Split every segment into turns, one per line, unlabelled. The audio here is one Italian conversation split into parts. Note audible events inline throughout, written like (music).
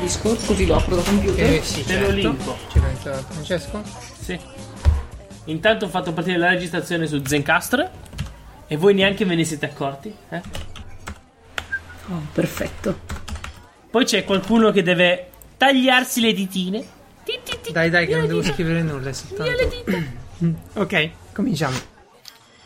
Discord così lo apro da computer.
Eh, sì,
Te
certo.
lo linko.
Ci pensa Francesco?
Sì. Intanto ho fatto partire la registrazione su Zencastr e voi neanche ve ne siete accorti. eh?
Oh, perfetto.
Poi c'è qualcuno che deve tagliarsi le ditine. Ti, ti, ti,
Dai, dai, che
via
non
le
devo
dita,
scrivere nulla, è soltanto.
via le dita.
(clears throat) Ok, cominciamo.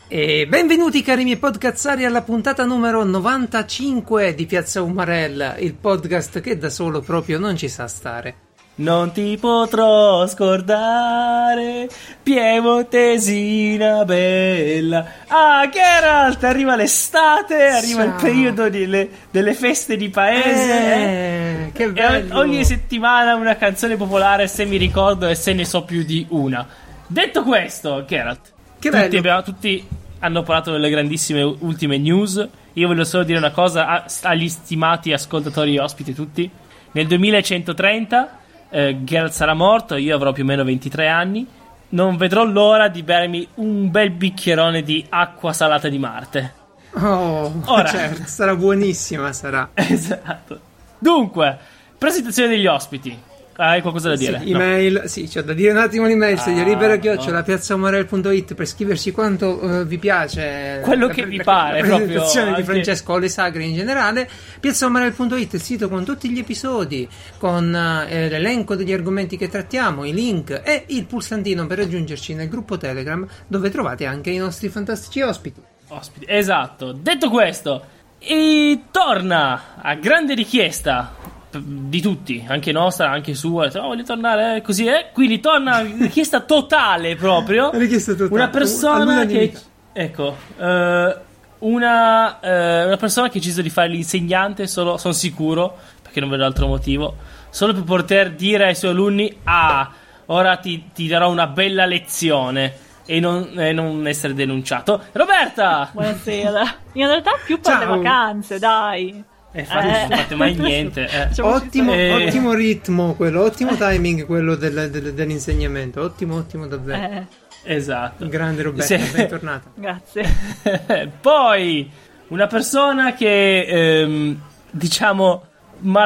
E benvenuti cari miei podcazzari alla puntata numero 95 di Piazza Umarella, il podcast che da solo proprio non ci sa stare.
Non ti potrò scordare, Piemontesina bella. Ah, Geralt, arriva l'estate, arriva il
Sa.
periodo delle, delle feste di paese. eh.
Eh, che
E o-
bello!
ogni settimana una canzone popolare, se mi ricordo e se ne so più di una. Detto questo, Geralt,
Che
tutti,
bello.
abbiamo- tutti hanno parlato delle grandissime u- ultime news. Io voglio solo dire una cosa a- agli stimati ascoltatori e ospiti tutti. Nel 2130 eh, Geralt sarà morto, io avrò più o meno 23 anni. Non vedrò l'ora di bermi un bel bicchierone di acqua salata di Marte. (laughs)
Oh,
Ora.
(laughs) certo, sarà buonissima, sarà.
Esatto. Dunque, presentazione degli ospiti. Hai qualcosa da dire?
Sì,
No.
email, sì, c'ho da dire un attimo l'email, se
Ah,
libera
no.
chiocciola piazzaumarel.it per scriverci quanto eh, vi piace.
Quello
la-
che
la-
vi
la-
pare,
La
proprio,
presentazione
anche-
di Francesco o le sagre in generale. Piazzaumarel.it è il sito con tutti gli episodi, con eh, l'elenco degli argomenti che trattiamo, i link e il pulsantino per raggiungerci nel gruppo Telegram dove trovate anche i nostri fantastici ospiti.
Ospiti. Esatto. Detto questo, e torna a grande richiesta p- di tutti, anche nostra, anche sua. Oh, voglio tornare eh, così, eh? Quindi torna richiesta totale proprio.
(laughs) Richiesta totale.
Una persona che
All'unanimità.
ecco, eh, una, eh, una persona che ha deciso di fare l'insegnante solo sono sicuro, perché non vedo altro motivo, solo per poter dire ai suoi alunni "Ah, ora ti, ti darò una bella lezione" e non, e non essere denunciato. Roberta!
Esatto.
Buonasera. In realtà più per
Ciao.
le vacanze, dai.
Eh, infatti non fate mai niente. eh.
Facciamoci
Ottimo,
Eh.
ottimo ritmo quello, ottimo timing quello del- del- dell'insegnamento, ottimo, ottimo davvero.
stare. Eh,
Esatto.
Grande Roberta,
Sì.
bentornata.
grazie.
(laughs) Poi una persona che ehm, diciamo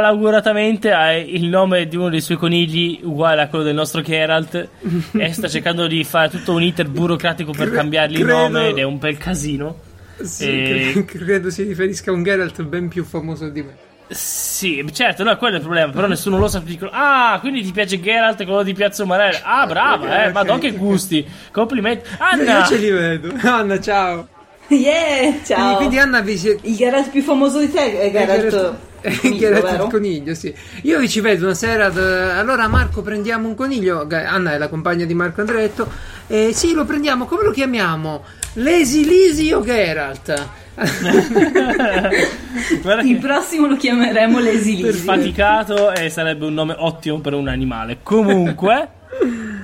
malauguratamente ha il nome di uno dei suoi conigli uguale a quello del
(laughs)
nostro Geralt e sta cercando di fare tutto un iter burocratico per
Cre-
cambiargli il
credo-
nome ed è un bel casino.
Sì,
E-
cre- credo si riferisca a un Geralt ben più famoso di me.
Sì, certo, no, quello è il problema, però nessuno lo sa. dicono, Ah, quindi ti piace Geralt quello di Piazza Umarella. Ah, brava, eh,
ok.
madonna che gusti. Complimenti.
Io
Ah,
Anna!
ce li vedo. (laughs) Anna, ciao.
(laughs) Yeah,
Quindi,
ciao.
quindi Anna vi siete...
Il Geralt più famoso di te
Eh,
è
certo.
Geralt.
Geralt-
(laughs)
Coniglio,
(laughs) Geralt
vero?
(laughs)
il coniglio, sì. Io vi ci vedo una sera. da- Allora, Marco, prendiamo un coniglio. Ga- Anna è la compagna di Marco Andretto. Eh, sì, lo prendiamo. Come lo chiamiamo? Lesilisi o Geralt? (laughs)
(laughs) Guarda
Il
che
prossimo lo chiameremo Lesilisi.
faticato e sarebbe un nome ottimo per un animale.
(laughs)
Comunque,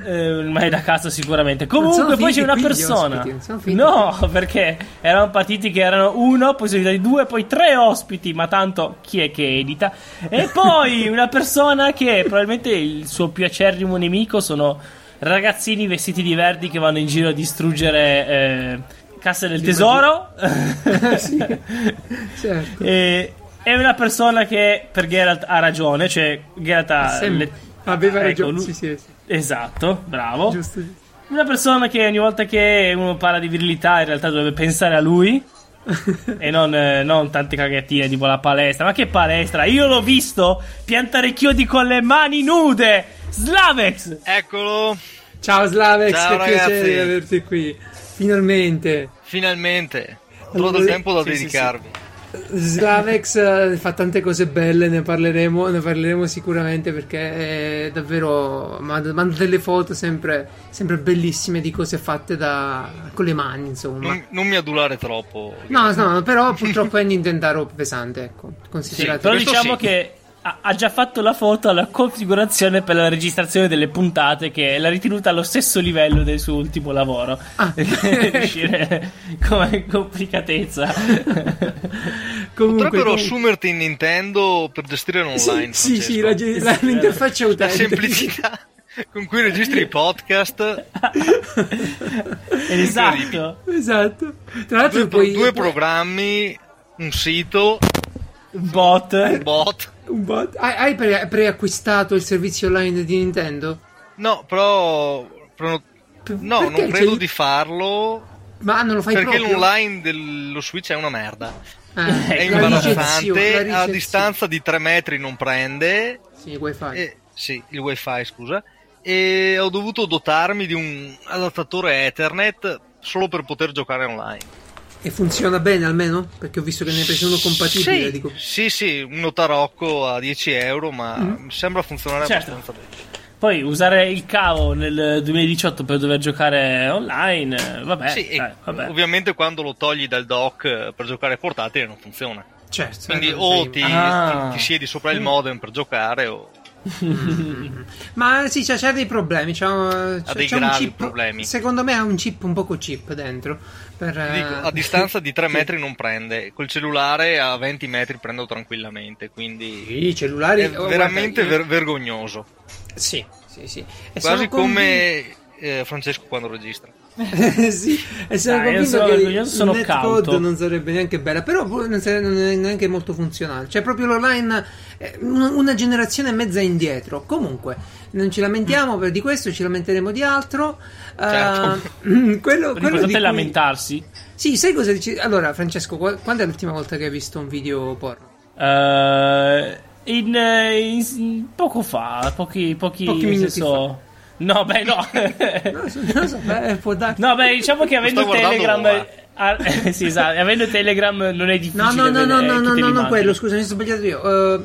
eh, ma è da casa sicuramente. Comunque,
sono
poi c'è
finiti
una
qui gli
persona.
ospiti, non sono finiti.
no, perché erano partiti che erano uno, poi sono diventati due, poi tre ospiti. Ma tanto chi è che edita?
(laughs)
E poi una persona che probabilmente il suo più acerrimo nemico sono ragazzini vestiti di verdi che vanno in giro a distruggere. eh, Casse del tesoro, (laughs)
(laughs)
Certo.
E- è una persona che per Geralt ha ragione, cioè Geralt ha
Sem-
le-
Aveva
ecco,
ragione.
lui-
Sì, sì, sì.
Esatto, bravo.
Giusto. giusto.
Una persona che ogni volta che uno parla di virilità in realtà dovrebbe pensare
(laughs)
a lui e non, eh, non tante cagattine tipo la palestra. Ma che palestra? Io l'ho visto piantare chiodi con le mani nude. Slavex!
Eccolo,
Ciao Slavex,
Ciao,
che
ragazzi.
piacere di averti qui. Finalmente.
finalmente. Ho trovato
Allora,
tempo da
sì, sì,
dedicarmi.
Slavex eh, fa tante cose belle, ne parleremo, ne parleremo sicuramente perché è davvero manda, manda delle foto sempre, sempre bellissime di cose fatte da, con le mani, insomma.
Non, non mi adulare troppo.
No, no, però purtroppo è Nintendaro pesante, ecco,
Sì,
considerate.
però
questo
diciamo
sì.
che ha, ha già fatto la foto alla configurazione per la registrazione delle puntate che l'ha ritenuta allo stesso livello del suo ultimo lavoro.
Ah.
(laughs) Riuscire come complicatezza.
Comunque,
Potrebbero
comunque-
assumerti in Nintendo per gestire l'online.
sì, sì, sì,
Francesco.
la ge- la- l'interfaccia
la
utente.
semplicità (laughs) con cui registri i podcast.
esatto.
Esatto. Tra l'altro
Due, pro-
puoi
due programmi, un sito,
Bot.
un bot.
Un bot. Hai, hai pre- preacquistato il servizio online di Nintendo?
No, però... però- no,
Perché
non credo
c'è-
di farlo
Ma non lo fai
perché
proprio?
l'online dello Switch è una merda.
Eh,
È
la ricezione, la
imbarazzante, a
ricezione.
distanza di 3 metri non prende.
Sì, wifi.
Eh, sì, il wifi, scusa. E ho dovuto dotarmi di un adattatore Ethernet solo per poter giocare online.
E funziona bene almeno? Perché ho visto che ne hai preso uno compatibile.
Sì,
dico,
sì, sì, uno tarocco a 10 euro, ma
Mm-hmm.
mi sembra funzionare
Certo.
abbastanza bene.
Poi usare il cavo nel 2018 per dover giocare online, eh, vabbè,
Sì, e
dai, vabbè.
ovviamente quando lo togli dal dock eh, per giocare a portatile non funziona.
certo.
Quindi
eh, non
o
sei-
ti,
Ah.
ti- ti siedi sopra
Mm.
il modem per giocare o
Ma sì, c'ha, c'ha dei problemi. C'ha, un- c'ha-
dei
c'ha un
gravi
chip,
problemi.
Secondo me ha un chip un poco chip dentro. Per,
Ti
eh,
dico, a distanza di 3 metri non prende, col cellulare a 20 metri prendo tranquillamente,
(laughs)
quindi
Sì, i cellulari
è
oh,
veramente
guarda,
ver- vergognoso.
io- sì, sì, sì. E
Quasi
sono convinto-
come eh, Francesco quando registra.
Eh, sì, e sono
Dai, io
convinto
sono
che
orgoglioso, sono
Netcode
cauto.
non sarebbe neanche bella, però pure non sare- non è neanche molto funzionale. Cioè, proprio l'online è un- una generazione e mezza indietro. Comunque, non ci lamentiamo per- di questo, ci lamenteremo di altro.
Certo.
Eh, mm, quello, quello di
L'importante è
cui-
lamentarsi.
Sì, sai cosa dici? Allora, Francesco, qua- quando è l'ultima volta che hai visto un video porno?
Eh, in, eh, in- poco fa, pochi, pochi,
Pochi
nel
minuti
senso- No, beh, no.
(laughs) Non lo so, non lo so, beh, può darsi.
no, beh, diciamo che avendo
Sto guardando
Telegram.
ora.
ah, eh, (laughs) sì, esatto, avendo Telegram non è difficile.
No, no, no, no,
vedere
no,
tutte
no,
le
no, non
immagini.
quello, scusa, mi sono sbagliato io. Eh,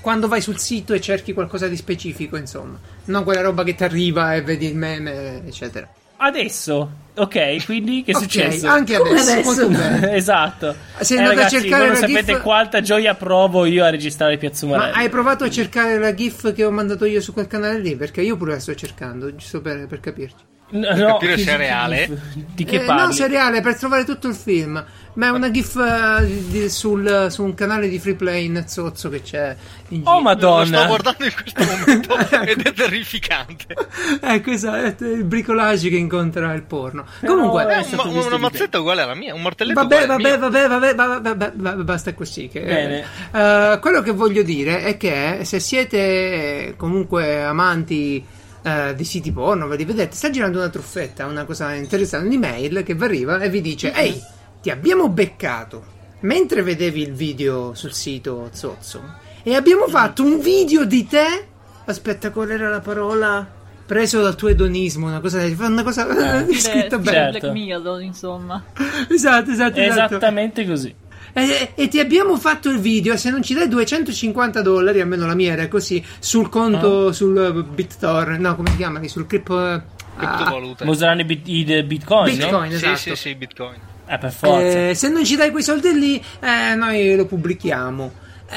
quando vai sul sito e cerchi qualcosa di specifico, insomma. Non quella roba che ti arriva e vedi il meme, eccetera.
Adesso, ok, quindi che è
Ok,
successo? (laughs)
Anche
Come
adesso,
adesso?
molto bene.
esatto.
Sei
eh,
andato a
ragazzi,
cercare
voi non
la
sapete
GIF?
quanta gioia provo io a registrare Piazza
Ma
Umarelli.
hai provato a cercare la GIF che ho mandato io su quel canale lì? Perché io pure la sto cercando, giusto per, per capirci.
No, (laughs)
capire se è reale.
Di che
Eh,
parli?
No, seriale, per trovare tutto il film. Ma è una GIF eh, di- sul- su un canale di free play in zozzo che c'è in giro.
Oh
(laughs)
Lo sto
madonna.
guardando in questo momento
Ecco.
ed è terrificante.
Eh, questo è il bricolage che incontra il porno. Comunque,
È
È
stato
un-
visto
una
di
mazzetta uguale alla mia, un martelletto
Vabbè,
uguale
vabbè,
al mio.
vabbè, vabbè, vabbè, vabbè, vabbè, basta così. Che,
Bene.
Eh, quello che voglio dire è che se siete comunque amanti eh, di siti porno, ve li vedete, sta girando una truffetta, una cosa interessante, un'email che vi arriva e vi dice, ehi, ti abbiamo beccato mentre vedevi il video sul sito Zozzo e abbiamo fatto un video di te, aspetta, qual era la parola? Preso dal tuo edonismo, una cosa, una cosa (laughs) scritta bene.
certo.
Eh, Black Mirror, insomma.
Esatto, esatto, esatto.
Esattamente così.
E, Eh, e ti abbiamo fatto il video. Se non ci dai 250 dollari, almeno la mia era così, sul
Ah.
conto, sul eh, BitTorrent, no, come si chiama? lì, Sul cripto. eh, ah,
Criptovalute.
Ma useranno i, bit- i- i bitcoin,
Bitcoin,
Sì,
esatto.
sì, sì, Bitcoin.
no? Eh, per forza.
Eh, se non ci dai quei soldi lì, eh, noi lo pubblichiamo. Eh,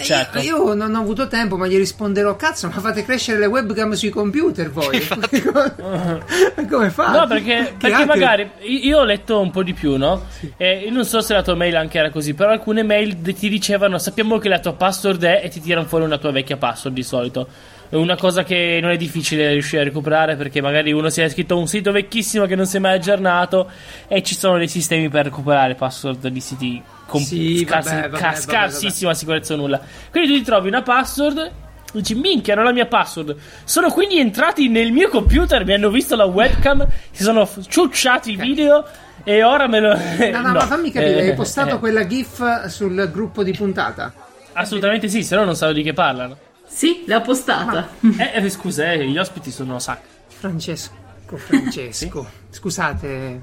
eh,
Certo.
io, io non ho avuto tempo, ma gli risponderò: Cazzo, ma fate crescere le webcam sui computer voi? (laughs) come, (laughs) come fate?
Ah. No, perché,
Che
perché
hacker?
magari io io ho letto un po' di più, no? E io non so se la tua mail anche era così, però alcune mail di- ti dicevano sappiamo che la tua password è e ti tirano fuori una tua vecchia password di solito. È una cosa che non è difficile riuscire a recuperare perché magari uno si è iscritto a un sito vecchissimo che non si è mai aggiornato e ci sono dei sistemi per recuperare password di siti con
Sì,
scarsi-
vabbè, vabbè,
ca-
vabbè,
scarsissima sicurezza o nulla. Quindi tu ti trovi una password. Dici, minchia, non ho la mia password. Sono quindi entrati nel mio computer, mi hanno visto la webcam, si sono f- ciucciati il video e ora me lo. (laughs)
No, no, ma fammi capire,
eh,
hai postato
eh,
quella GIF sul gruppo di puntata?
Assolutamente sì, se no non sanno di che parlano.
Sì, l'ha postata.
Mm.
Eh, eh, scusa, eh, gli ospiti sono sacri. Ecco,
Francesco, Francesco, scusate.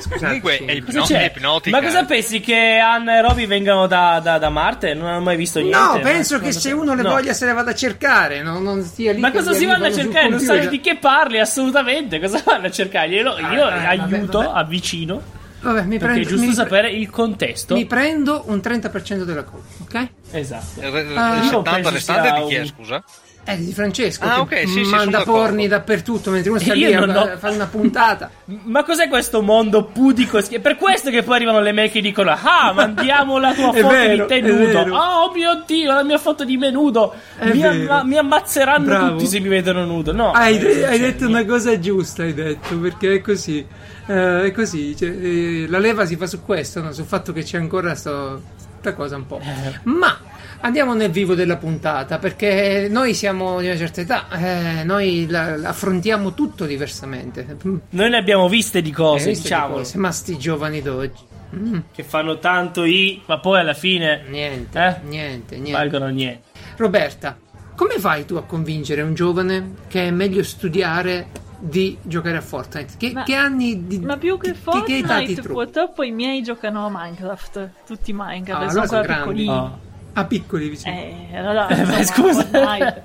scusate
Comunque
sì.
è
Cosa
ipno-
c'è?
ipnotica.
Ma
eh.
cosa pensi che Anna e Roby vengano da, da- da Marte? Non hanno mai visto niente.
No,
ma-
penso che
non
se
so.
uno le
No.
voglia se le vada a cercare, no? non stia lì.
Ma
che
cosa
gli
si vanno a
arrivano sul
cercare? Non sanno
computer.
di che parli, assolutamente. Cosa vanno a cercare? Glielo- Io,
Ah, eh, vabbè,
aiuto,
vabbè.
avvicino.
Vabbè, mi
Perché è
prendo,
giusto
mi,
sapere il contesto.
mi prendo un 30% della colpa, ok?
Esatto.
Il re- il
Ah, io
70
penso
restante
sia
di chi è,
un-
scusa?
È di Francesco.
Ah,
che
ok, sì, sì, sono
Manda
d'accordo.
porni dappertutto mentre uno sta
Eh, Io
lì a
non ho-
fare una puntata.
Ma cos'è questo mondo pudico? e schi- È per questo che poi arrivano le mail che dicono: Ah, mandiamo la
(laughs)
tua
È
foto
vero,
di te
è
nudo.
vero.
Oh mio dio, la mia foto di me nudo.
È
Mi,
vero.
amma- mi ammazzeranno
Bravo.
tutti se mi vedono nudo. No,
Hai,
eh,
de- hai
non c'è
detto
niente.
una cosa giusta, hai detto, perché è così. Eh, è così, cioè, eh, la leva si fa su questo, no? sul fatto che c'è ancora sto- sta cosa un po'. Ma Andiamo nel vivo della puntata perché noi siamo di una certa età, eh, noi la- la affrontiamo tutto diversamente. Mm,
Oh,
Noi ne abbiamo viste di
eh,
cose,
visto che
diciamo,
cose, ma sti giovani d'oggi. Mm,
che fanno tanto i, ma poi alla fine
niente,
Eh?
niente, niente.
valgono niente.
Roberta, come fai tu a convincere un giovane che è meglio studiare di giocare a Fortnite? Che,
Ma-
che anni di
Ma più che
di- di che età ti
Fortnite,
trovi?
purtroppo i miei giocano a Minecraft. Tutti Minecraft,
Ah,
sono
allora sono
ancora
grandi.
piccolini.
Oh.
a piccoli vicini.
Eh, allora,
Eh, beh,
insomma,
scusa.
Fortnite.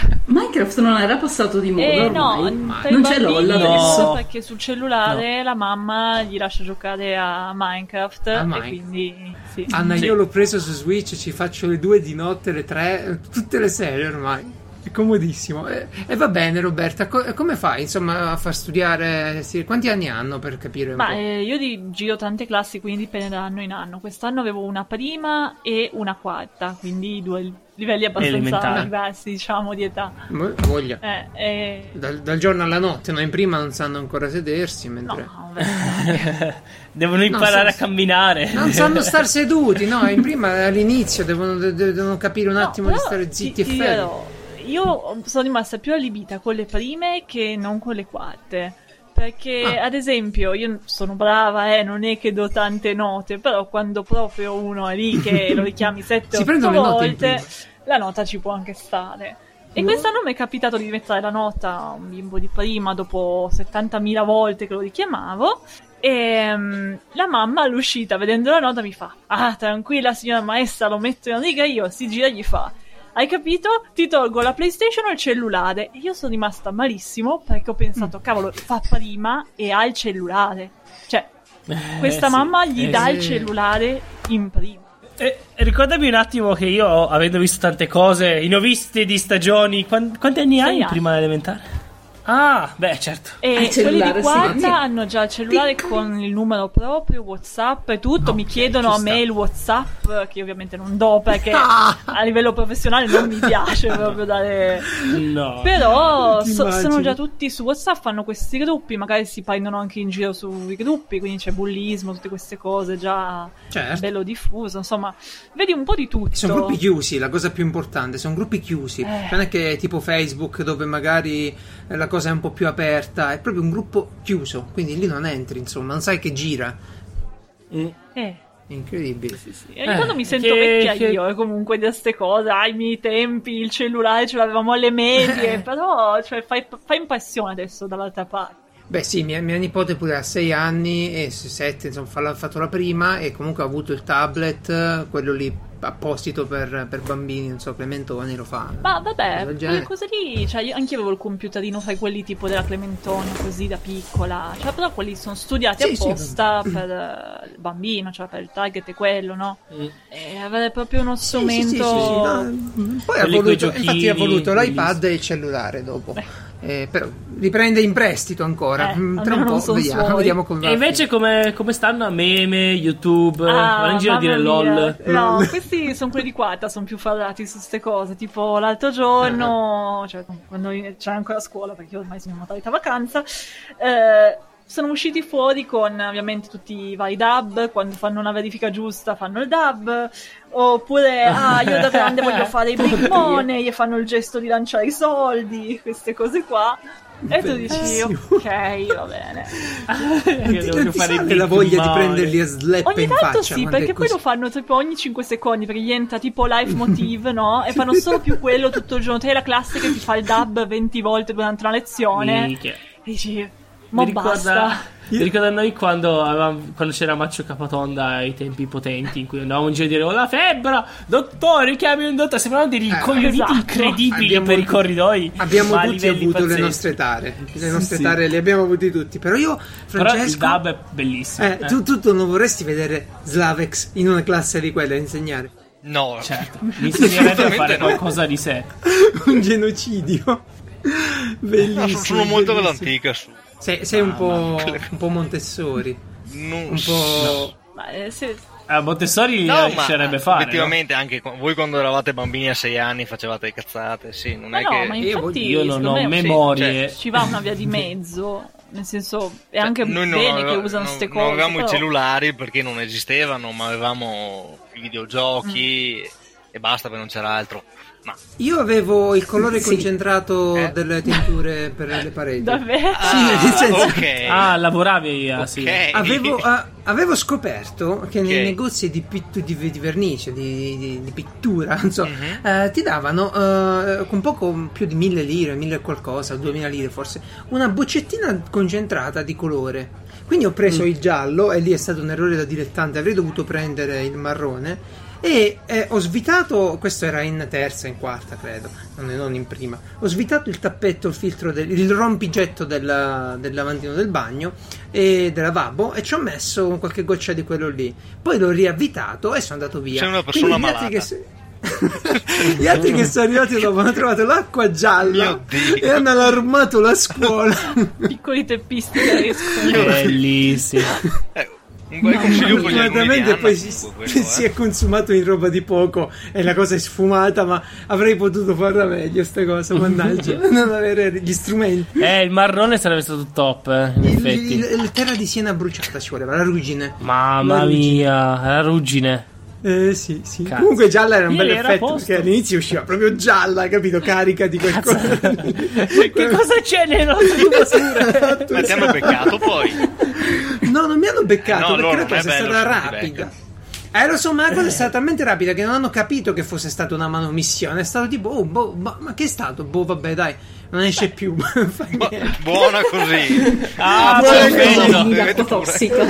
(laughs)
Minecraft non era passato di moda
Eh no,
ormai.
tra i
non c'è
bambini
LOL
è
adesso.
No.
perché sul cellulare la mamma gli lascia giocare a Minecraft
A
e
Minecraft.
quindi sì.
Anna,
Sì.
io l'ho preso su Switch, ci faccio le due di notte, le tre, tutte le serie ormai. È comodissimo. E, e va bene, Roberta, co- come fai insomma a far studiare? sì, quanti anni hanno per capire? Un
Ma
po'?
eh, io di- giro tante classi, quindi dipende da anno in anno. Quest'anno avevo una prima e una quarta, quindi due livelli abbastanza
Elementare.
diversi, diciamo, di età.
Mo- Voglia.
Eh, eh,
Dal, dal giorno alla notte, no? In prima non sanno ancora sedersi,
no,
mentre...
vabbè.
(laughs) Devono imparare
so-
a camminare.
Non
(laughs)
sanno star seduti, no? In prima all'inizio devono, de- devono capire un
No,
attimo di
però
stare
ti-
zitti
ti
e fermi.
dirò, Io sono rimasta più allibita con le prime che non con le quarte. Perché,
Ah.
ad esempio, io sono brava, eh, non è che do tante note, però quando proprio uno è lì che lo richiami 7
Si
8
prendono le note in
volte,
prima.
la nota ci può anche stare. E
No.
quest'anno mi è capitato di mettere la nota a un bimbo di prima dopo 70.000 volte che lo richiamavo. E mm, la mamma all'uscita, vedendo la nota, mi fa: Ah, tranquilla, signora maestra, lo metto in riga io. Si gira e gli fa: Hai capito? Ti tolgo la PlayStation o il cellulare. E io sono rimasta malissimo perché ho
Mm.
pensato: Cavolo, fa prima e ha il cellulare. Cioè,
Eh,
questa
sì.
mamma gli
Eh,
dà
sì.
il cellulare in prima.
Eh, ricordami un attimo che io, avendo visto tante cose, i novisti di stagioni, quan- quanti anni
Sei
hai in
anni.
prima elementare? Ah, beh, certo.
E
Ah, il
quelli
cellulare,
di
sì,
quarta
sì.
hanno già il cellulare con il numero proprio, WhatsApp e tutto. Mi chiedono a
Ah, ci sta.
me il WhatsApp, che ovviamente non
(laughs)
do perché a livello professionale non mi piace proprio dare.
No.
Però
(laughs) Ti
so- sono
immagini.
già tutti su WhatsApp, fanno questi gruppi, magari si prendono anche in giro sui gruppi, quindi c'è bullismo, tutte queste cose già
Certo.
bello diffuso. Insomma, vedi un po' di tutto.
Sono gruppi chiusi, la cosa più importante, sono gruppi chiusi.
Eh.
Non è che è tipo Facebook dove magari eh, la cosa è un po' più aperta, è proprio un gruppo chiuso, quindi lì non entri, insomma, non sai che gira.
Mm.
Eh.
Incredibile.
Sì, Ogni tanto
Eh,
mi sento
che-
vecchia
che-
io, eh, comunque, di queste cose. Ai miei tempi il cellulare ce l'avevamo alle
Eh.
medie, però cioè, fai, fai impressione adesso dall'altra parte.
Beh, sì, mia, mia nipote pure ha 6 anni e 7, insomma, fa- ha fatto la prima e comunque ha avuto il tablet, eh, quello lì apposito per, per bambini, non so, Clementoni lo fa.
Ma
Cosa
vabbè,
del
quelle
genere.
cose lì, cioè, io, anche io avevo il computerino, sai, quelli tipo della Clementone, così da piccola. Cioè, però quelli sono studiati
Sì, sì.
apposta per eh, il bambino, cioè per il target e quello, no?
Mm.
E avere proprio uno
Sì, sì,
strumento...
sì, sì, no. Poi ha
Quelli Mm-hmm. coi
voluto,
giochini,
infatti ha voluto
quelli-
l'iPad e il cellulare dopo. Eh, però li prende in prestito ancora. Mm,
Eh,
Tra un
almeno non
po'
son
vediamo,
suoi.
vediamo come va.
E invece come, come stanno a meme, YouTube?
Ah,
vanno in giro a dire
mamma mia.
(laughs) LOL.
No,
Lol.
questi sono quelli di quarta, sono più fallati su queste cose. Tipo
Eh,
l'altro giorno, cioè quando c'era ancora scuola, perché io ormai sono in modalità vacanza, eh, sono usciti fuori con ovviamente tutti i vari dub. Quando fanno una verifica giusta fanno il dub. Oppure, ah, io da
(laughs)
grande voglio fare i big money e fanno il gesto di lanciare i soldi, queste cose qua. E tu dici,
Bellissimo.
ok, va bene.
Non ti-
Devo
non ti
fare
sale
big
la voglia di
money.
prenderli a slap
Ogni
in
tanto
faccia.
sì,
quando è
perché poi lo
così.
fanno tipo ogni 5 secondi, perché gli entra
(laughs)
tipo life motive, no? E fanno solo più quello tutto il giorno. Te la classe che ti fa il dub 20 volte durante una lezione. E
Minchia.
dici, ma
Mi ricorda,
basta.
mi ricorda noi quando, avevamo- quando c'era Maccio Capatonda ai tempi potenti in cui andavamo in giro a dire ho la febbre, dottore, chiami un dottore. Sembravano dei rincoglioniti
esatto.
incredibili
Eh, Abbiamo-
per i corridoi.
Abbiamo
ma a
tutti
livelli
avuto le
pazzeschi.
nostre tare. Le
Sì,
nostre
sì.
tare le abbiamo avute tutti. Però io,
Però il
Francesco.
dub è bellissimo.
eh,
eh.
tu, tu- tu non vorresti vedere Slavex in una classe di quelle a insegnare (laughs)
No,
Certo, mi insegnerebbe a fare
Assolutamente no.
qualcosa di sé.
un genocidio
no,
bellissimo.
sono
bellissimo.
molto dell'antica su.
Sei, sei
Ah,
un, po', un po' Montessori,
Non
un po'.
Ma, eh, se-
A Montessori
No, ma
riuscirebbe a fare.
effettivamente anche co- voi quando eravate bambini a 6 anni facevate cazzate, sì, non
ma
è
no,
che
ma
Io
infatti
no? Io non
secondo
ho
me
memorie.
cioè,
ci va
(laughs)
una via di mezzo. Nel senso, è
Cioè,
anche
noi non
bene che
aveva-
usano
non-
queste
Non
cose.
avevamo
però- Mm.
i cellulari perché non esistevano, ma avevamo i videogiochi e basta perché non c'era altro. Ma
Io avevo il
(laughs)
colore
Sì.
concentrato
Eh?
delle tinture per le pareti.
(laughs)
Davvero?
Ah, Sì, nel senso-
ok.
Ah, lavoravi a sì.
Ok.
Avevo, ah, avevo scoperto che
Ok.
nei negozi di, pittu- di- di vernice, di, di- di pittura, (laughs) non so,
Mhm.
eh, ti davano eh, con poco più di mille lire, mille qualcosa, duemila lire forse, una boccettina concentrata di colore. Quindi ho preso
Mm.
il giallo e lì è stato un errore da dilettante, avrei dovuto prendere il marrone. E eh, ho svitato, questo era in terza, in quarta credo, non, non in prima. Ho svitato il tappetto, il filtro, del, il rompigetto della- del lavandino del bagno e della Vabbo e ci ho messo qualche goccia di quello lì. Poi l'ho riavvitato e sono andato via.
Sei una persona
Quindi gli altri
malata.
Che se- (laughs) gli altri che sono arrivati dopo hanno trovato l'acqua gialla
Mio Dio.
e hanno allarmato la scuola.
(laughs)
(laughs)
Piccoli teppisti che escono.
(laughs)
Bellissimo.
Eh, un bel consiglio per gli alunni di
ah,
Fortunatamente
Anna,
poi si,
comunque, quello,
si
eh.
è consumato in roba di poco e la cosa è sfumata, ma avrei potuto farla meglio sta cosa, mannaggia, (laughs) non avere gli strumenti.
Eh, il marrone sarebbe stato top, eh, in
Il,
effetti.
il- la terra di Siena bruciata ci voleva, la ruggine.
Mamma
La ruggine.
mia, la ruggine.
Eh sì, sì.
Cazzo.
Comunque gialla era un
Ieri
bel
era a
effetto
posto.
perché all'inizio usciva proprio gialla, capito? Carica di
(laughs)
qualcosa.
Cioè,
(laughs)
Che cosa c'è nelle nostre tubature?
Ma ti hanno beccato poi.
No, non mi hanno beccato
No,
perché
loro
la
non è
cosa è,
bello
stata
se non ti
rapida. Eh, lo so, ma la cosa è stata talmente rapida che non hanno capito che fosse stata una manomissione. È stato tipo, oh, boh, ma, ma che è stato? Boh, vabbè, dai, non esce più. (laughs) Fa
Bu-
niente.
buona così.
Ah,
buona
perfetto.
cosa.
Quindi
avete
acqua
paura.
tossica.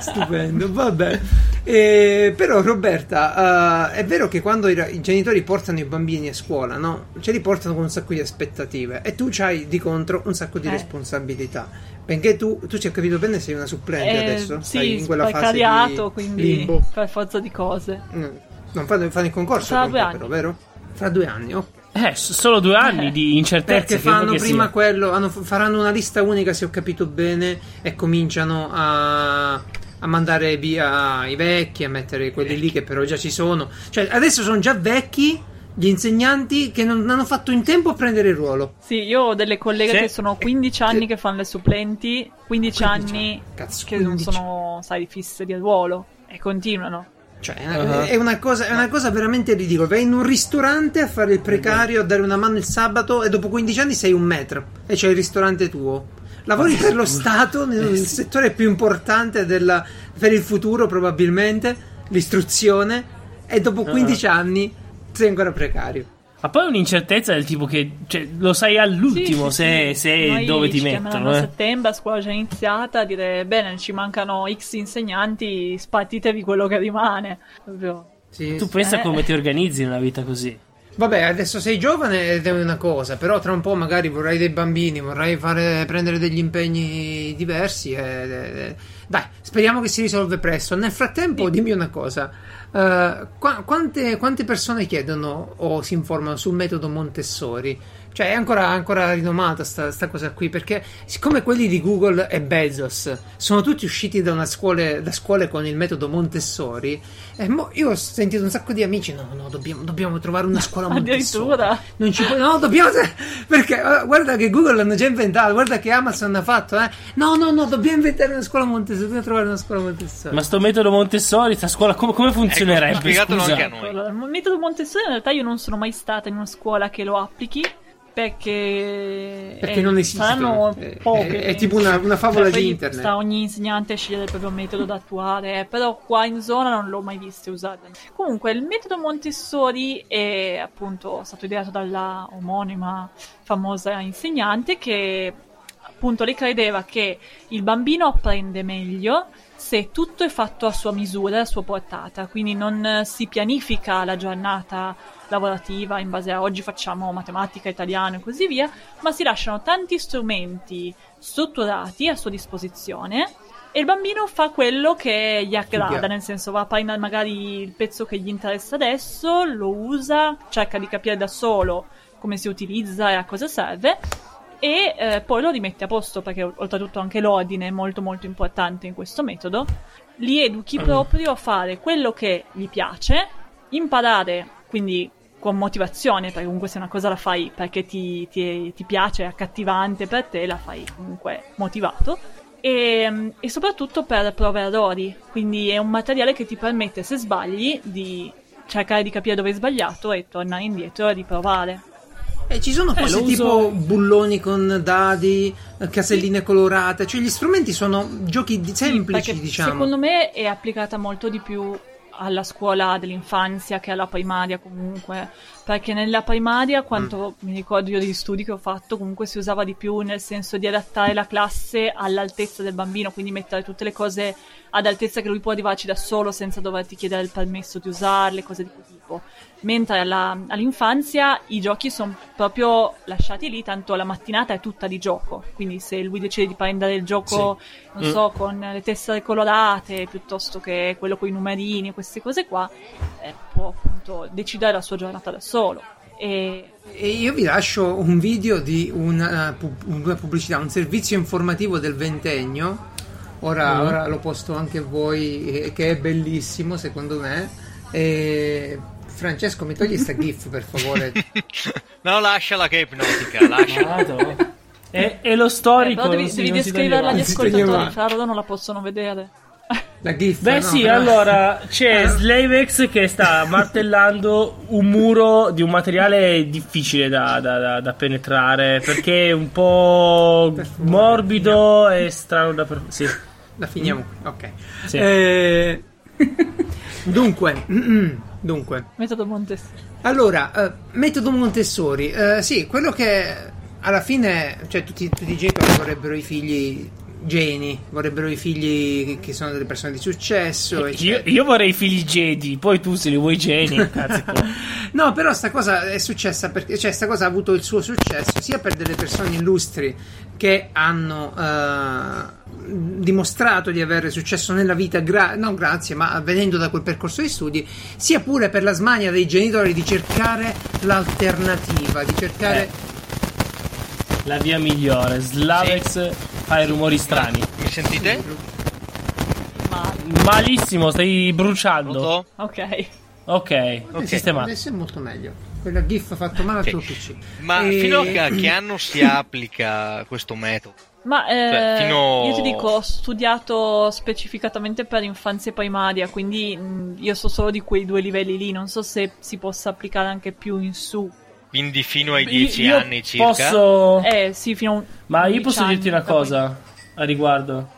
Stupendo, vabbè. Eh, però Roberta, eh, è vero che quando i, ra- i genitori portano i bambini a scuola, no? Ce li portano con un sacco di aspettative e tu hai di contro un sacco di
Eh.
responsabilità. Perché tu, tu ci hai capito bene, sei una supplente
Eh,
adesso, stai
sì,
in quella fase di
precariato, quindi
limbo.
per forza di cose.
Mm. Non fanno, fanno il concorso
Fra due
comunque,
anni.
però, vero? Fra due anni, ok.
Eh, s- solo due anni
Eh,
di incertezza.
Perché
che
fanno
che
prima
sia.
quello, hanno- faranno una lista unica se ho capito bene e cominciano a, a mandare via i vecchi, a mettere quelli lì che però già ci sono. Cioè adesso sono già vecchi gli insegnanti che non hanno fatto in tempo a prendere il ruolo.
Sì, io ho delle colleghe
Sì.
che sono 15 anni che fanno le supplenti, 15,
15
anni
Cazzo,
che non
15.
sono, sai, fisse di ruolo e continuano.
Cioè, è una- è, una cosa, è una cosa veramente ridicola. Vai in un ristorante a fare il precario, a dare una mano il sabato e dopo 15 anni sei un metro e c'è il ristorante tuo. Lavori per (laughs) lo Stato, nel nel settore più importante della- per il futuro probabilmente, l'istruzione, e dopo 15 anni sei ancora precario.
Ma poi è un'incertezza del tipo che cioè, lo sai all'ultimo
Sì,
se,
sì, sì.
se
Noi
dove ti
ci chiameranno
mettono.
a
eh.
settembre, a scuola già iniziata, a dire, bene, ci mancano X insegnanti, spartitevi quello che rimane. Proprio.
Sì,
Tu
sì.
pensa
Eh.
come ti organizzi una vita così.
Vabbè, adesso sei giovane ed è una cosa, però tra un po' magari vorrai dei bambini, vorrai fare- prendere degli impegni diversi. e- e- e- Dai, speriamo che si risolve presto. Nel frattempo, dimmi una cosa: eh, qua- quante, quante persone chiedono o si informano sul metodo Montessori? Cioè, è ancora, ancora rinomata sta, sta cosa qui, perché siccome quelli di Google e Bezos sono tutti usciti da, una scuole, da scuole con il metodo Montessori, e Eh, mo io ho sentito un sacco di amici, no, no, dobbiamo, dobbiamo trovare una
(laughs)
scuola Montessori.
Addirittura.
Non ci puoi, no, dobbiamo. Perché eh, guarda che Google l'hanno già inventato, guarda che Amazon ha fatto, eh. No, no, no, dobbiamo inventare una scuola Montessori, dobbiamo trovare una scuola Montessori.
Ma sto metodo Montessori, sta scuola, come, come funzionerebbe?
Ecco, spiegatelo
scusa?
anche a noi.
Allora, il metodo Montessori in realtà io non sono mai stata in una scuola che lo applichi perché,
Perché non esiste.
saranno
Eh,
poche.
è- è tipo una- una favola
Cioè, poi
di internet.
sta ogni insegnante a scegliere il proprio metodo da attuare, eh, però qua in zona non l'ho mai visto usare. Comunque il metodo Montessori è appunto stato ideato dalla omonima famosa insegnante che appunto lei credeva che il bambino apprende meglio se tutto è fatto a sua misura, a sua portata, quindi non eh, si pianifica la giornata lavorativa in base a oggi facciamo matematica, italiano e così via, ma si lasciano tanti strumenti strutturati a sua disposizione e il bambino fa quello che gli aggrada,
Studia.
nel senso va a prendere magari il pezzo che gli interessa adesso, lo usa, cerca di capire da solo come si utilizza e a cosa serve e eh, poi lo rimette a posto perché o- oltretutto anche l'ordine è molto molto importante in questo metodo. Li educhi
Mm.
proprio a fare quello che gli piace, imparare quindi con motivazione, perché comunque se una cosa la fai perché ti, ti- ti piace, è accattivante per te, la fai comunque motivato. E, e soprattutto per prove e errori, quindi è un materiale che ti permette, se sbagli, di cercare di capire dove hai sbagliato e tornare indietro e riprovare.
E Eh, ci sono cose
eh, lo uso-
tipo bulloni con dadi, eh, caselline colorate, cioè gli strumenti sono giochi di- semplici,
Perché
diciamo.
Secondo me è applicata molto di più alla scuola dell'infanzia che alla primaria comunque, perché nella primaria, quanto
Mm.
mi ricordo io degli studi che ho fatto, comunque si usava di più nel senso di adattare la classe all'altezza del bambino, quindi mettere tutte le cose ad altezza che lui può arrivarci da solo senza doverti chiedere il permesso di usarle, cose di quel tipo. Mentre alla- all'infanzia i giochi sono proprio lasciati lì, tanto la mattinata è tutta di gioco, quindi se lui decide di prendere il gioco, non
Mm.
so, con le tessere colorate piuttosto che quello con i numerini, queste cose qua, eh, può appunto decidere la sua giornata da solo. E
E io vi lascio un video di una, pub- una pubblicità, un servizio informativo del ventennio. Ora,
Mm.
ora lo posto anche a voi, eh, che è bellissimo secondo me. E Francesco, mi togli sta GIF per
(laughs)
favore.
no, lasciala che è ipnotica, lasciala.
Madonna. E, e lo storico.
eh, però devi,
sì,
devi
non si toglie
descriverla agli
mai.
si toglie
ascoltatori,
mai.
fra loro non la possono vedere.
La GIF.
Beh
Cioè, no?
sì,
Però- Eh.
allora
(laughs)
c'è Slavex che sta martellando un muro di un materiale difficile da, da- da- da penetrare perché è un po'
Per favore,
morbido e strano da... per- Sì.
La finiamo qui, ok.
Sì.
Eh, (laughs) dunque, (clears throat) dunque.
Metodo Montessori.
Allora, eh, metodo Montessori, eh, sì, quello che alla fine, cioè tutti, tutti i genitori vorrebbero i figli geni, vorrebbero i figli che sono delle persone di successo.
Io,
eccetera.
io vorrei i figli Jedi, poi tu se li vuoi
(laughs)
geni, cazzo.
No, però sta cosa è successa perché cioè, sta cosa ha avuto il suo successo sia per delle persone illustri che hanno eh, dimostrato di avere successo nella vita, gra- non grazie, ma venendo da quel percorso di studi, sia pure per la smania dei genitori di cercare l'alternativa, di cercare.
Eh. La via migliore, Slavex fa i rumori strani.
Mi sentite?
Ma
Malissimo, stai bruciando.
Pronto?
ok.
Ok,
Ok.
sistemato.
Adesso è molto meglio. Quella GIF ha fatto male al
Ok.
tuo PC.
Ma
E-
fino a
(clears throat)
che
Eh.
che anno si applica questo metodo?
Ma eh,
Cioè, fino-
io ti dico, ho studiato specificatamente per infanzia e primaria, quindi mh, io so solo di quei due livelli lì, non so se si possa applicare anche più in su.
Quindi fino ai
Io-
10
io
anni circa?
Posso...
Eh sì, fino a un-
Ma io
11
posso dirti
anni,
una
da poi-
cosa a riguardo.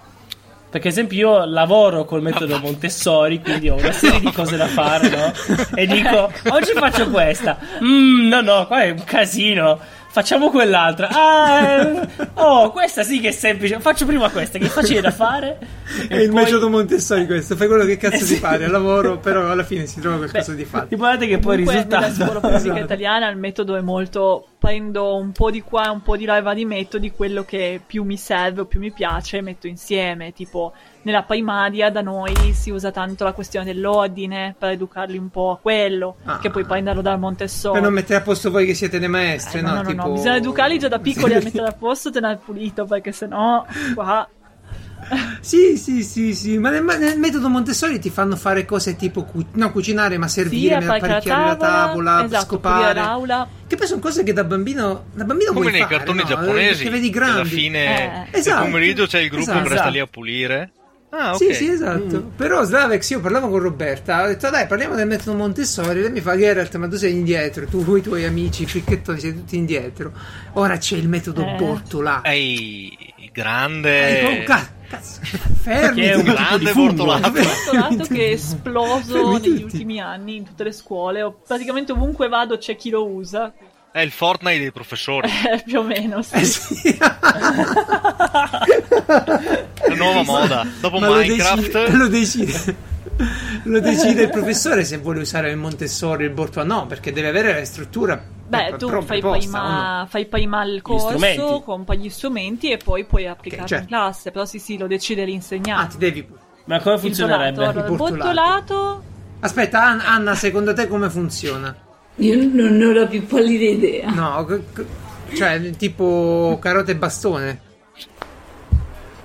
Perché, ad esempio, io lavoro col metodo Montessori, quindi ho una serie di cose da fare, no? E dico, oggi faccio questa. Mm, no, no, qua è un casino. Facciamo quell'altra. Ah, eh, oh, questa sì che è semplice. Faccio prima questa, che è facile da fare.
È il
poi- Eh,
metodo Montessori questo, fai quello che cazzo ti
sì.
pare al
(laughs)
lavoro, però alla fine si trova qualcosa di fatto.
Ti guardate che poi il
Comunque, nella scuola
risultato. (laughs)
pubblica italiana il metodo è molto prendo un po' di qua e un po' di là e vari metodi, quello che più mi serve o più mi piace e metto insieme. Tipo nella primaria da noi si usa tanto la questione dell'ordine per educarli un po' a quello,
Ah.
che puoi prenderlo dal Montessori.
Per non mettere a posto voi che siete le maestre,
Certo.
no?
Eh, no, no, no,
tipo...
bisogna
(laughs)
educarli già da piccoli a mettere a posto e tenere pulito perché sennò qua
Sì, sì, sì, sì, ma nel, ma nel metodo Montessori ti fanno fare cose tipo cu- no, cucinare, ma
sì,
servire,
a fare la
apparecchiare la tavola,
esatto, pulire
scopare.
l'aula.
Che poi sono cose che da bambino, da bambino
Come
puoi
nei
fare,
cartoni
no?
giapponesi,
Perché vedi
che alla
grandi.
fine
Eh.
del
Esatto.
pomeriggio c'è il gruppo
Esatto.
che sta lì a pulire. Ah, ok.
Sì, sì, esatto.
Mm.
Però Slavex, io parlavo con Roberta, ho detto dai, parliamo del metodo Montessori. Lei mi fa Geralt, ma tu sei indietro, tu e i tuoi amici, i fricchettoni, siete tutti indietro. Ora c'è il metodo
Eh.
Bortolà.
Ehi,
Dico,
grande.
"Ca- cazzo,
Che è un
fermi.
grande
tipo di
bortolato.
fungo.
Ho notato che
(laughs)
è esploso
Fermi
negli
tutti.
ultimi anni in tutte le scuole, o praticamente ovunque vado c'è chi lo usa, (laughs)
È il Fortnite dei professori,
eh, più o meno.
Eh
Sì.
sì.
la nuova moda. Dopo
Ma lo decide-
Minecraft,
lo decide, lo decide il professore se vuole usare il Montessori il Bortolà. No, perché deve avere la struttura.
Beh,
Eh,
pro-
tu
pro-
fai
proposta, o no?
prima, fai prima il corso,
strumenti.
compri gli strumenti e poi puoi applicarlo
certo.
in classe, però sì sì, lo decide
Ah,
l'insegnante.
ti devi.
Ma come
Il bottolato, allora,
funzionerebbe?
il
Ah, bottolato.
bottolato
Aspetta, An- Anna, secondo te come funziona?
Io non ne ho la più pallida idea.
No, c- c- cioè tipo carote e bastone.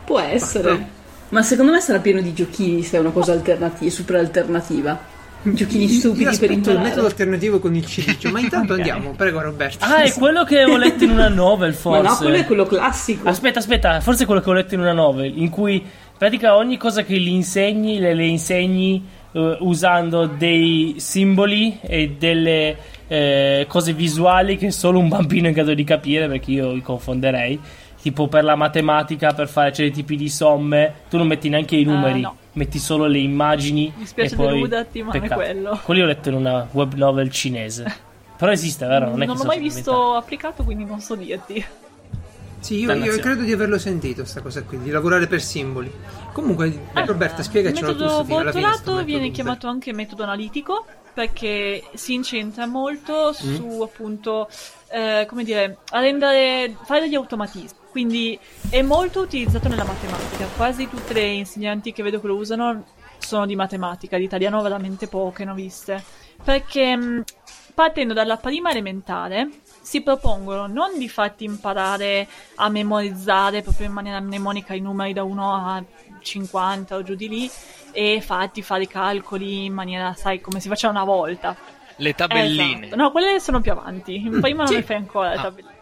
Può essere. Ma secondo me sarà pieno di giochini se è una cosa alternativa, super alternativa. Giochini
Io
stupidi per
aspetto il metodo
imparare.
alternativo con il cilicio, ma intanto andiamo, prego Roberto.
Ah, è quello che ho letto in una novel,
Ma
forse.
no, quello è quello classico.
Aspetta, aspetta, forse è quello che ho letto in una novel, in cui in pratica ogni cosa che gli insegni, le, le insegni eh, usando dei simboli e delle eh, cose visuali che solo un bambino è in grado di capire perché io li confonderei. Tipo per la matematica, per fare certi tipi di somme, tu non metti neanche i numeri,
Ah, no.
metti solo le immagini.
Mi spiace
e poi...
deluderti, ma è
Peccato.
quello.
Quelli ho letto in una web novel
(laughs)
cinese. Però esiste, vero? Non, è che
non l'ho
sono
mai
inventato.
visto applicato, quindi non so dirti.
Sì, io,
Dannazione.
io credo di averlo sentito, sta cosa qui, di lavorare per simboli. Comunque, eh, Ecco, Roberta,
Eh, Il
spiegacelo tu,
Ah, metodo
Sofia, alla fine sto
bortolato viene
metodo.
chiamato anche metodo analitico perché si incentra molto
Mm.
su appunto eh, come dire a rendere fare degli automatismi quindi è molto utilizzato nella matematica quasi tutte le insegnanti che vedo che lo usano sono di matematica di italiano veramente poche ne ho viste perché mh, partendo dalla prima elementare si propongono non di farti imparare a memorizzare proprio in maniera mnemonica i numeri da 1 a 50 o giù di lì e farti fare i calcoli in maniera, sai, come si faceva una volta.
Le tabelline.
Esatto. No, quelle sono più avanti. Prima
sì.
non le fai ancora le
Ah,
tabelline.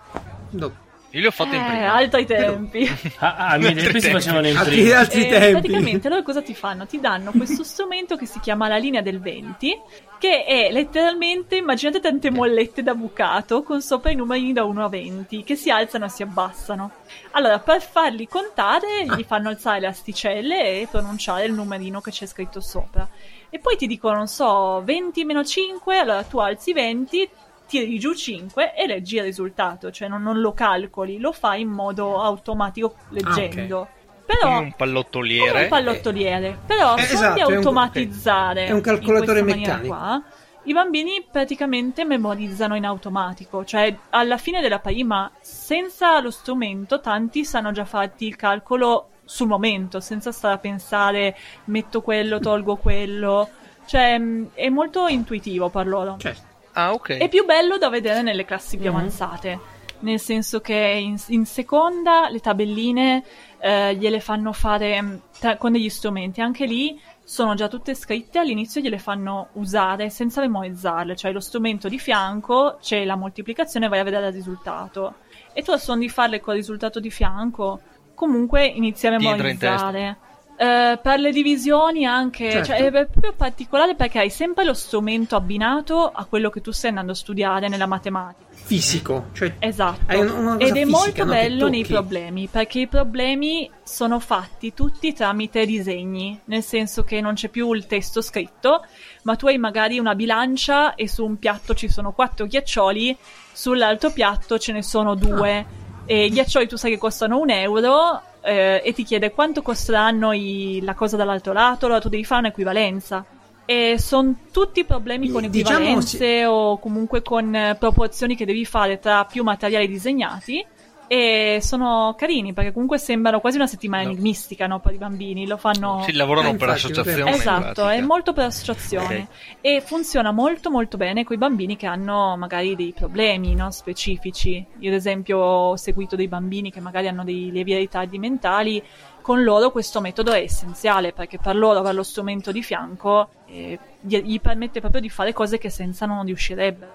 Dopo.
Io le ho fatte in
Eh,
prima.
altri tempi.
Ah, ah, mi
Altri
si
tempi.
facevano in
Altri,
prima.
altri
Eh,
tempi.
Praticamente loro cosa ti fanno? Ti danno
(laughs)
questo strumento che si chiama la linea del 20, che è letteralmente, immaginate tante mollette da bucato con sopra i numeri da 1 a 20 che si alzano e si abbassano. Allora, per farli contare, gli fanno alzare le asticelle e pronunciare il numerino che c'è scritto sopra. E poi ti dicono, non so, 20 meno 5, allora tu alzi 20, tiri giù 5 e leggi il risultato, cioè non, non lo calcoli, lo fai in modo automatico
Ah,
leggendo. Però
Come un pallottoliere.
come un pallottoliere. Però
Eh,
se
esatto, è un-
di automatizzare.
ok. È un calcolatore
in questa maniera
meccanico.
Qua, I bambini praticamente memorizzano in automatico, cioè alla fine della prima, senza lo strumento, tanti sanno già farti il calcolo sul momento, senza stare a pensare metto quello, tolgo quello. Cioè, mh, è molto intuitivo per loro.
Certo.
Ah, ok.
È più bello da vedere nelle classi più avanzate, nel senso che in, in seconda le tabelline eh, gliele fanno fare mh, tra- con degli strumenti, anche lì sono già tutte scritte, all'inizio gliele fanno usare senza memorizzarle, cioè lo strumento di fianco c'è la moltiplicazione e vai a vedere il risultato. E tu a suon di farle col risultato di fianco, comunque inizi a
Ti entra in testa.
memorizzare. Eh, per le divisioni anche,
Certo.
cioè, è proprio particolare perché hai sempre lo strumento abbinato a quello che tu stai andando a studiare nella matematica.
Fisico, cioè
Esatto.
Hai una- una cosa
Ed è
fisica,
molto
no? Che
bello nei
tocchi.
problemi, perché i problemi sono fatti tutti tramite disegni, nel senso che non c'è più il testo scritto, ma tu hai magari una bilancia e su un piatto ci sono quattro ghiaccioli, sull'altro piatto ce ne sono due. E i ghiaccioli tu sai che costano un euro eh, e ti chiede quanto costeranno i- la cosa dall'altro lato, allora tu devi fare un'equivalenza. E sono tutti problemi con
Diciamo
equivalenze o comunque con eh, proporzioni che devi fare tra più materiali disegnati. E sono carini perché comunque sembrano quasi una settimana
No.
enigmistica no, per i bambini. Lo fanno.
Si lavorano
Eh,
per
infatti,
associazione.
Esatto,
pratica.
è molto per associazione e funziona molto molto bene con i bambini che hanno magari dei problemi no, specifici. Io ad esempio ho seguito dei bambini che magari hanno dei lievi ritardi mentali, con loro questo metodo è essenziale perché per loro avere lo strumento di fianco eh, gli, gli permette proprio di fare cose che senza non riuscirebbero.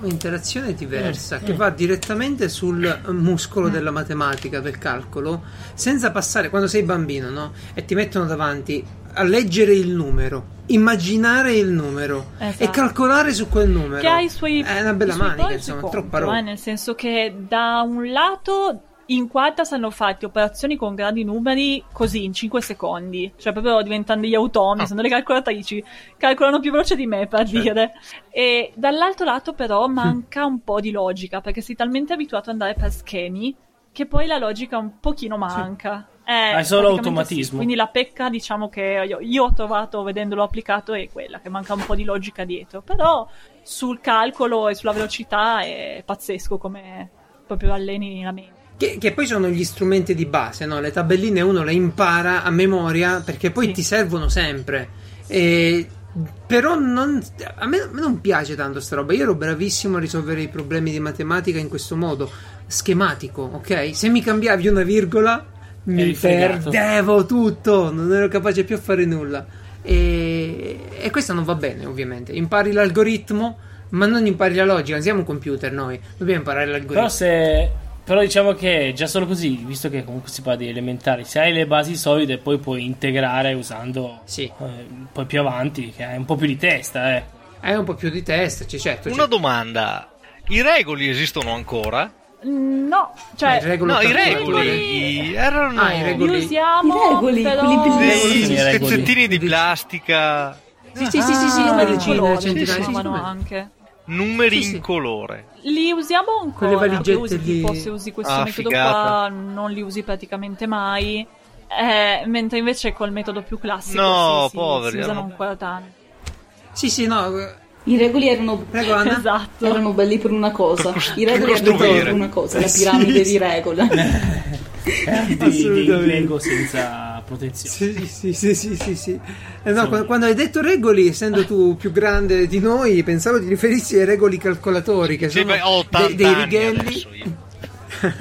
un'interazione diversa che
eh.
va direttamente sul muscolo della matematica, del calcolo, senza passare quando sei bambino, no? E ti mettono davanti a leggere il numero, immaginare il numero e
Esatto.
calcolare su quel numero.
Che ha i suoi
È una bella
i suoi
manica,
pro e i suoi
insomma,
contro,
troppa roba.
eh, nel senso che da un lato in quarta sanno fatti operazioni con grandi numeri così in 5 secondi, cioè proprio diventando gli automi,
Ah.
sono le calcolatrici, calcolano più veloce di me
Certo.
per dire. E dall'altro lato però manca un po' di logica, perché sei talmente abituato ad andare per schemi che poi la logica un pochino manca. Eh,
Hai solo
praticamente
automatismo.
sì. Quindi la pecca, diciamo che io, io ho trovato vedendolo applicato è quella, che manca un po' di logica dietro. Però sul calcolo e sulla velocità è pazzesco come proprio alleni la mente.
Che, che poi sono gli strumenti di base, no? Le tabelline uno le impara a memoria perché poi
Sì.
ti servono sempre. E- però non- a, me, a me non piace tanto sta roba. Io ero bravissimo a risolvere i problemi di matematica in questo modo, schematico, ok? Se mi cambiavi una virgola mi
Eri fregato.
perdevo tutto, non ero capace più a fare nulla. E, e questo non va bene, ovviamente. Impari l'algoritmo, ma non impari la logica. Non siamo un computer noi, dobbiamo imparare l'algoritmo.
Però se Però diciamo che già solo così, visto che comunque si parla di elementari, se hai le basi solide poi puoi integrare usando
Sì.
eh, poi più avanti, che hai un po' più di testa, eh.
(laughs) È un po' più di testa, sì, certo.
Una
certo.
domanda. I regoli esistono ancora?
Ma
No, cioè,
il regolo
No, i
82.
regoli erano
Ah, i regoli.
li usiamo,
I regoli,
però...
quelli bellissimi.
dei
I regoli.
pezzettini di plastica,
Sì, sì, sì, sì, sì,
Ah,
una
i
decina,
colori,
centinaia,
si
sì,
chiamano
sicuramente.
anche.
numeri
Sì, sì.
in colore.
Li usiamo ancora,
Quelle valigette
li usi,
lì.
tipo se usi questo
Ah,
metodo
figata.
qua non li usi praticamente mai, eh, mentre invece col metodo più classico
No,
sì, sì,
poveri, eh.
si usano
erano-
ancora tanto.
Sì, sì, no. eh,
I regoli erano,
Prego, Anna.
Esatto.
erano belli per una cosa. I regoli
per
erano belli
costruire.
per una cosa, la piramide di regola.
Di, di
Assolutamente.
Lego senza
(laughs) Sì,
protezione.
sì, sì, sì, sì, sì. Eh, no, qu- quando hai detto regoli, essendo tu più grande di noi, pensavo di riferirsi ai regoli calcolatori, che
Sì,
sono
beh, ho
dei,
80
dei
anni
righelli.
adesso
(laughs)
io.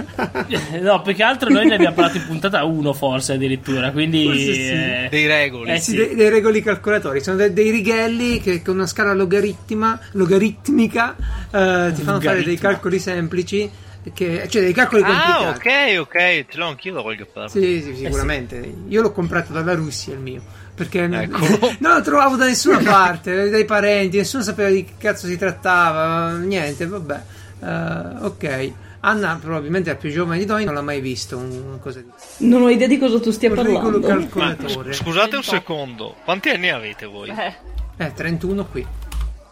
No, più che altro noi ne abbiamo parlato in puntata 1 forse addirittura, quindi...
Forse sì.
eh,
(laughs)
Dei regoli.
Eh,
Sì,
sì.
dei, dei regoli calcolatori, sono de- dei righelli che con una scala logaritma, logaritmica eh, ti fanno fare dei
Logaritma.
calcoli semplici, che- cioè dei calcoli
Ah,
complicati.
ok, ok, ce l'ho anch'io da voglio fare.
Sì, sì, sicuramente. Io l'ho comprato dalla Russia il mio. Perché (laughs)
Eccolo.
non lo trovavo da nessuna parte, dai parenti, nessuno sapeva di che cazzo si trattava, niente, vabbè. Eh, ok. Anna probabilmente la più giovane di noi non l'ha mai visto un cosa di
Non ho idea di cosa tu stia
un regolo
parlando.
Ma,
calcolatore.
scusate un secondo, quanti anni avete
(laughs)
voi?
Eh,
Eh, 31 qui.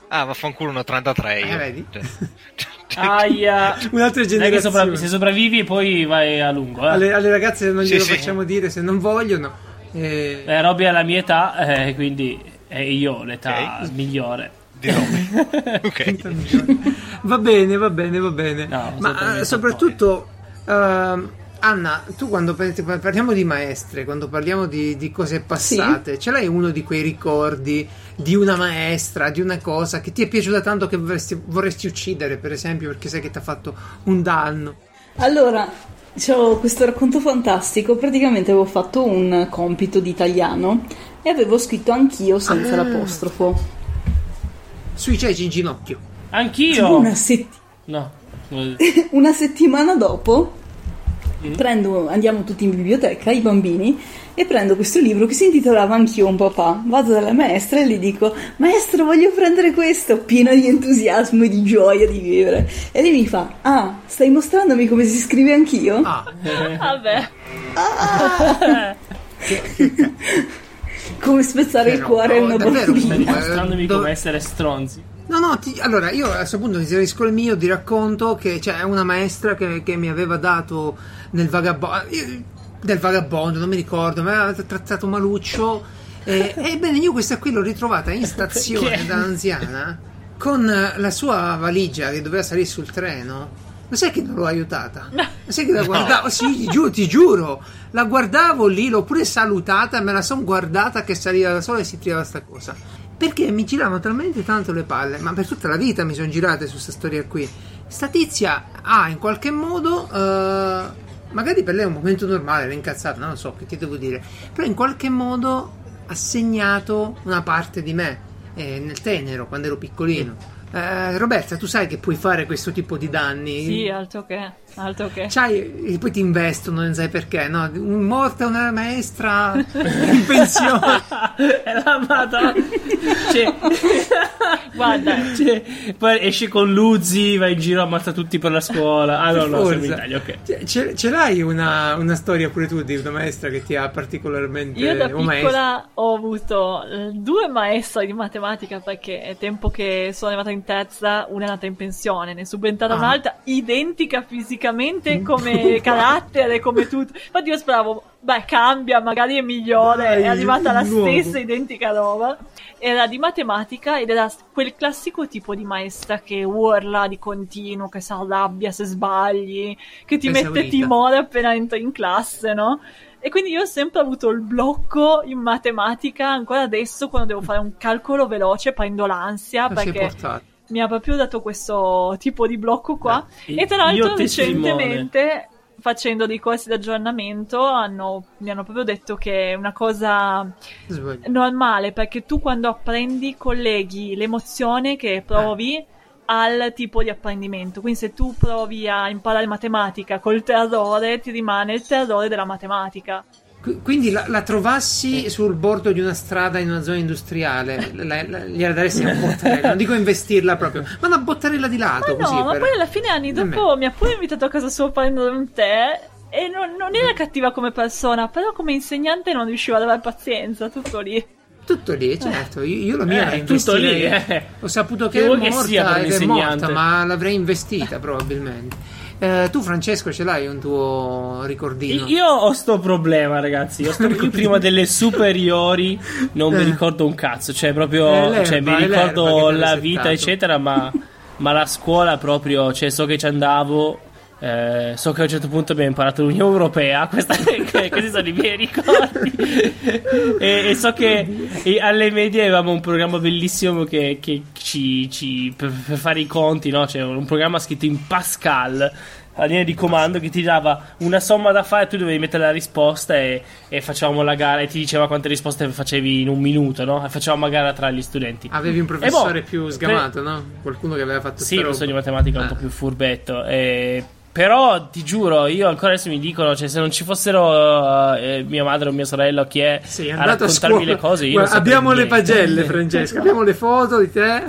Ah, vaffanculo, una 33 io.
Eh, vedi? (laughs) Ah.
Cioè,
Aia!
Un'altra
Dai che
generazione.
sopravvi- se sopravvivi e poi vai a lungo, eh.
alle, alle ragazze non
Sì,
glielo
sì.
facciamo dire se non vogliono. Eh,
Eh, Robby ha la mia età, eh, quindi è io ho l'età migliore.
di nome.
(laughs)
ok.
(laughs)
va bene, va bene, va bene.
No,
Ma eh,
sopravvivi
soprattutto, ehm, Anna, tu quando par- par- parliamo di maestre, quando parliamo di, di cose passate, ce l'hai uno di quei ricordi di una maestra, di una cosa che ti è piaciuta tanto che vorresti, vorresti uccidere, per esempio, perché sai che ti ha fatto un danno?
Allora, ho questo racconto fantastico. Praticamente avevo fatto un compito di italiano e avevo scritto anch'io senza l'apostrofo.
Sui ceci in ginocchio.
Anch'io!
Una, setti-
No.
una settimana dopo
Mm.
prendo- andiamo tutti in biblioteca, i bambini, e prendo questo libro che si intitolava Anch'io un papà. Vado dalla maestra e le dico: Maestro, voglio prendere questo, pieno di entusiasmo e di gioia di vivere. E lei mi fa: Ah, stai mostrandomi come si scrive anch'io?
Ah,
vabbè.
Come spezzare il
Però,
cuore a una
davvero,
bambina.
Eh,
Mostrandomi
dove-
come essere stronzi.
No, no, ti- allora io a questo punto inserisco il mio, ti racconto che c'è una maestra che, che mi aveva dato nel vagabondo, nel vagabondo, non mi ricordo, mi aveva trattato maluccio. E, ebbene, io questa qui l'ho ritrovata in stazione
Perché?
da anziana con eh, la sua valigia che doveva salire sul treno. Lo sai che non l'ho aiutata? Lo sai che la guardavo? Sì, ti giuro, ti giuro. La guardavo lì, l'ho pure salutata, me la son guardata che saliva da sola e si tirava sta cosa. Perché mi giravano talmente tanto le palle, ma per tutta la vita mi sono girate su questa storia qui. Sta tizia ha in qualche modo. eh, magari per lei è un momento normale, l'ha incazzata, non lo so, che ti devo dire. Però in qualche modo ha segnato una parte di me eh, nel tenero, quando ero piccolino. Eh, Roberta, tu sai che puoi fare questo tipo di danni?
Sì, altro che, altro che.
C'hai, e poi ti investono, non sai perché, no? Un morta una maestra in pensione.
è la madonna. Cioè,
Guarda,
cioè, poi esce con Luzzi, va in giro, ammazza tutti per la scuola. Ah no, no,
Forza.
siamo in Italia, (laughs) ok.
Cioè, Ce, ce l'hai una, una storia pure tu di una maestra che ti ha particolarmente
Io da
o maestra? Ah,
piccola ho avuto eh, due maestre di matematica perché è tempo che sono arrivata in terza, una è andata in pensione, ne è subentrata
Ah. Mm.
un'altra identica
(laughs)
fisicamente come (laughs) carattere, come tutto. Infatti io speravo, beh, cambia, magari è migliore,
Dai,
è arrivata la
il nuovo.
stessa identica roba. Era di matematica ed era quel classico tipo di maestra che urla di continuo, che si arrabbia se sbagli, che ti mette
Esaurita.
timore appena entri in classe, no? E quindi io ho sempre avuto il blocco in matematica, ancora adesso quando devo fare un calcolo veloce prendo l'ansia
Cosa sei
perché
portata?
mi ha proprio dato questo tipo di blocco qua.
Eh,
e tra l'altro
io testimone.
recentemente facendo dei corsi di aggiornamento hanno- mi hanno proprio detto che è una cosa
Sbaglio.
normale perché tu quando apprendi colleghi l'emozione che provi al tipo di apprendimento. Quindi se tu provi a imparare matematica col terrore, ti rimane il terrore della matematica.
Qu- Quindi la, la trovassi sul bordo di una strada in una zona industriale, la, la, gliela daresti una bottarella, non dico investirla
(laughs)
proprio, ma una bottarella di
Ma
lato
Ah, no,
così.
ma
per-
poi alla fine anni dopo mi ha pure invitato a casa sua a prendere un tè. E non, non era cattiva come persona, però come insegnante non riusciva ad avere pazienza, tutto lì.
Tutto lì, certo, io, io la mia
Eh,
la
tutto
investirei.
lì, eh.
Ho saputo
Che
che è
vuoi che
morta
sia per un
ed è morta,
insegnante?
ma l'avrei investita probabilmente. Eh, tu Francesco ce l'hai un tuo ricordino?
Io ho sto problema, ragazzi.
(laughs)
Io, sto, io prima delle superiori non mi
Eh.
ricordo un cazzo. Cioè,
È
proprio
l'erba,
cioè, mi
è l'erba che
ricordo
te l'ha
la
settato.
vita, eccetera, ma, ma la scuola proprio, cioè, so che ci andavo. eh, so che a un certo punto abbiamo imparato l'Unione Europea, (laughs) questa- questi sono i miei ricordi. e, e so che e alle medie avevamo un programma bellissimo che, che ci, ci- per, per fare i conti, no? C'era un programma scritto in Pascal. La linea di comando che ti dava una somma da fare, tu dovevi mettere la risposta e, e facevamo la gara e ti diceva quante risposte facevi in un minuto, no? E facevamo la gara tra gli studenti.
Avevi un professore
Eh, boh,
più
per-
sgamato, no? Qualcuno che aveva fatto
Sì,
sta
lo so di
roba.
matematica un
Ah.
po' più furbetto. eh, però ti giuro, io ancora adesso mi dicono: cioè, se non ci fossero eh, mia madre o mia sorella o chi è
Sì, è
a
andato a
raccontarmi
scuola.
le cose, io
Guarda,
non saprei
abbiamo le
niente. (laughs)
pagelle, Francesco. abbiamo le foto di te.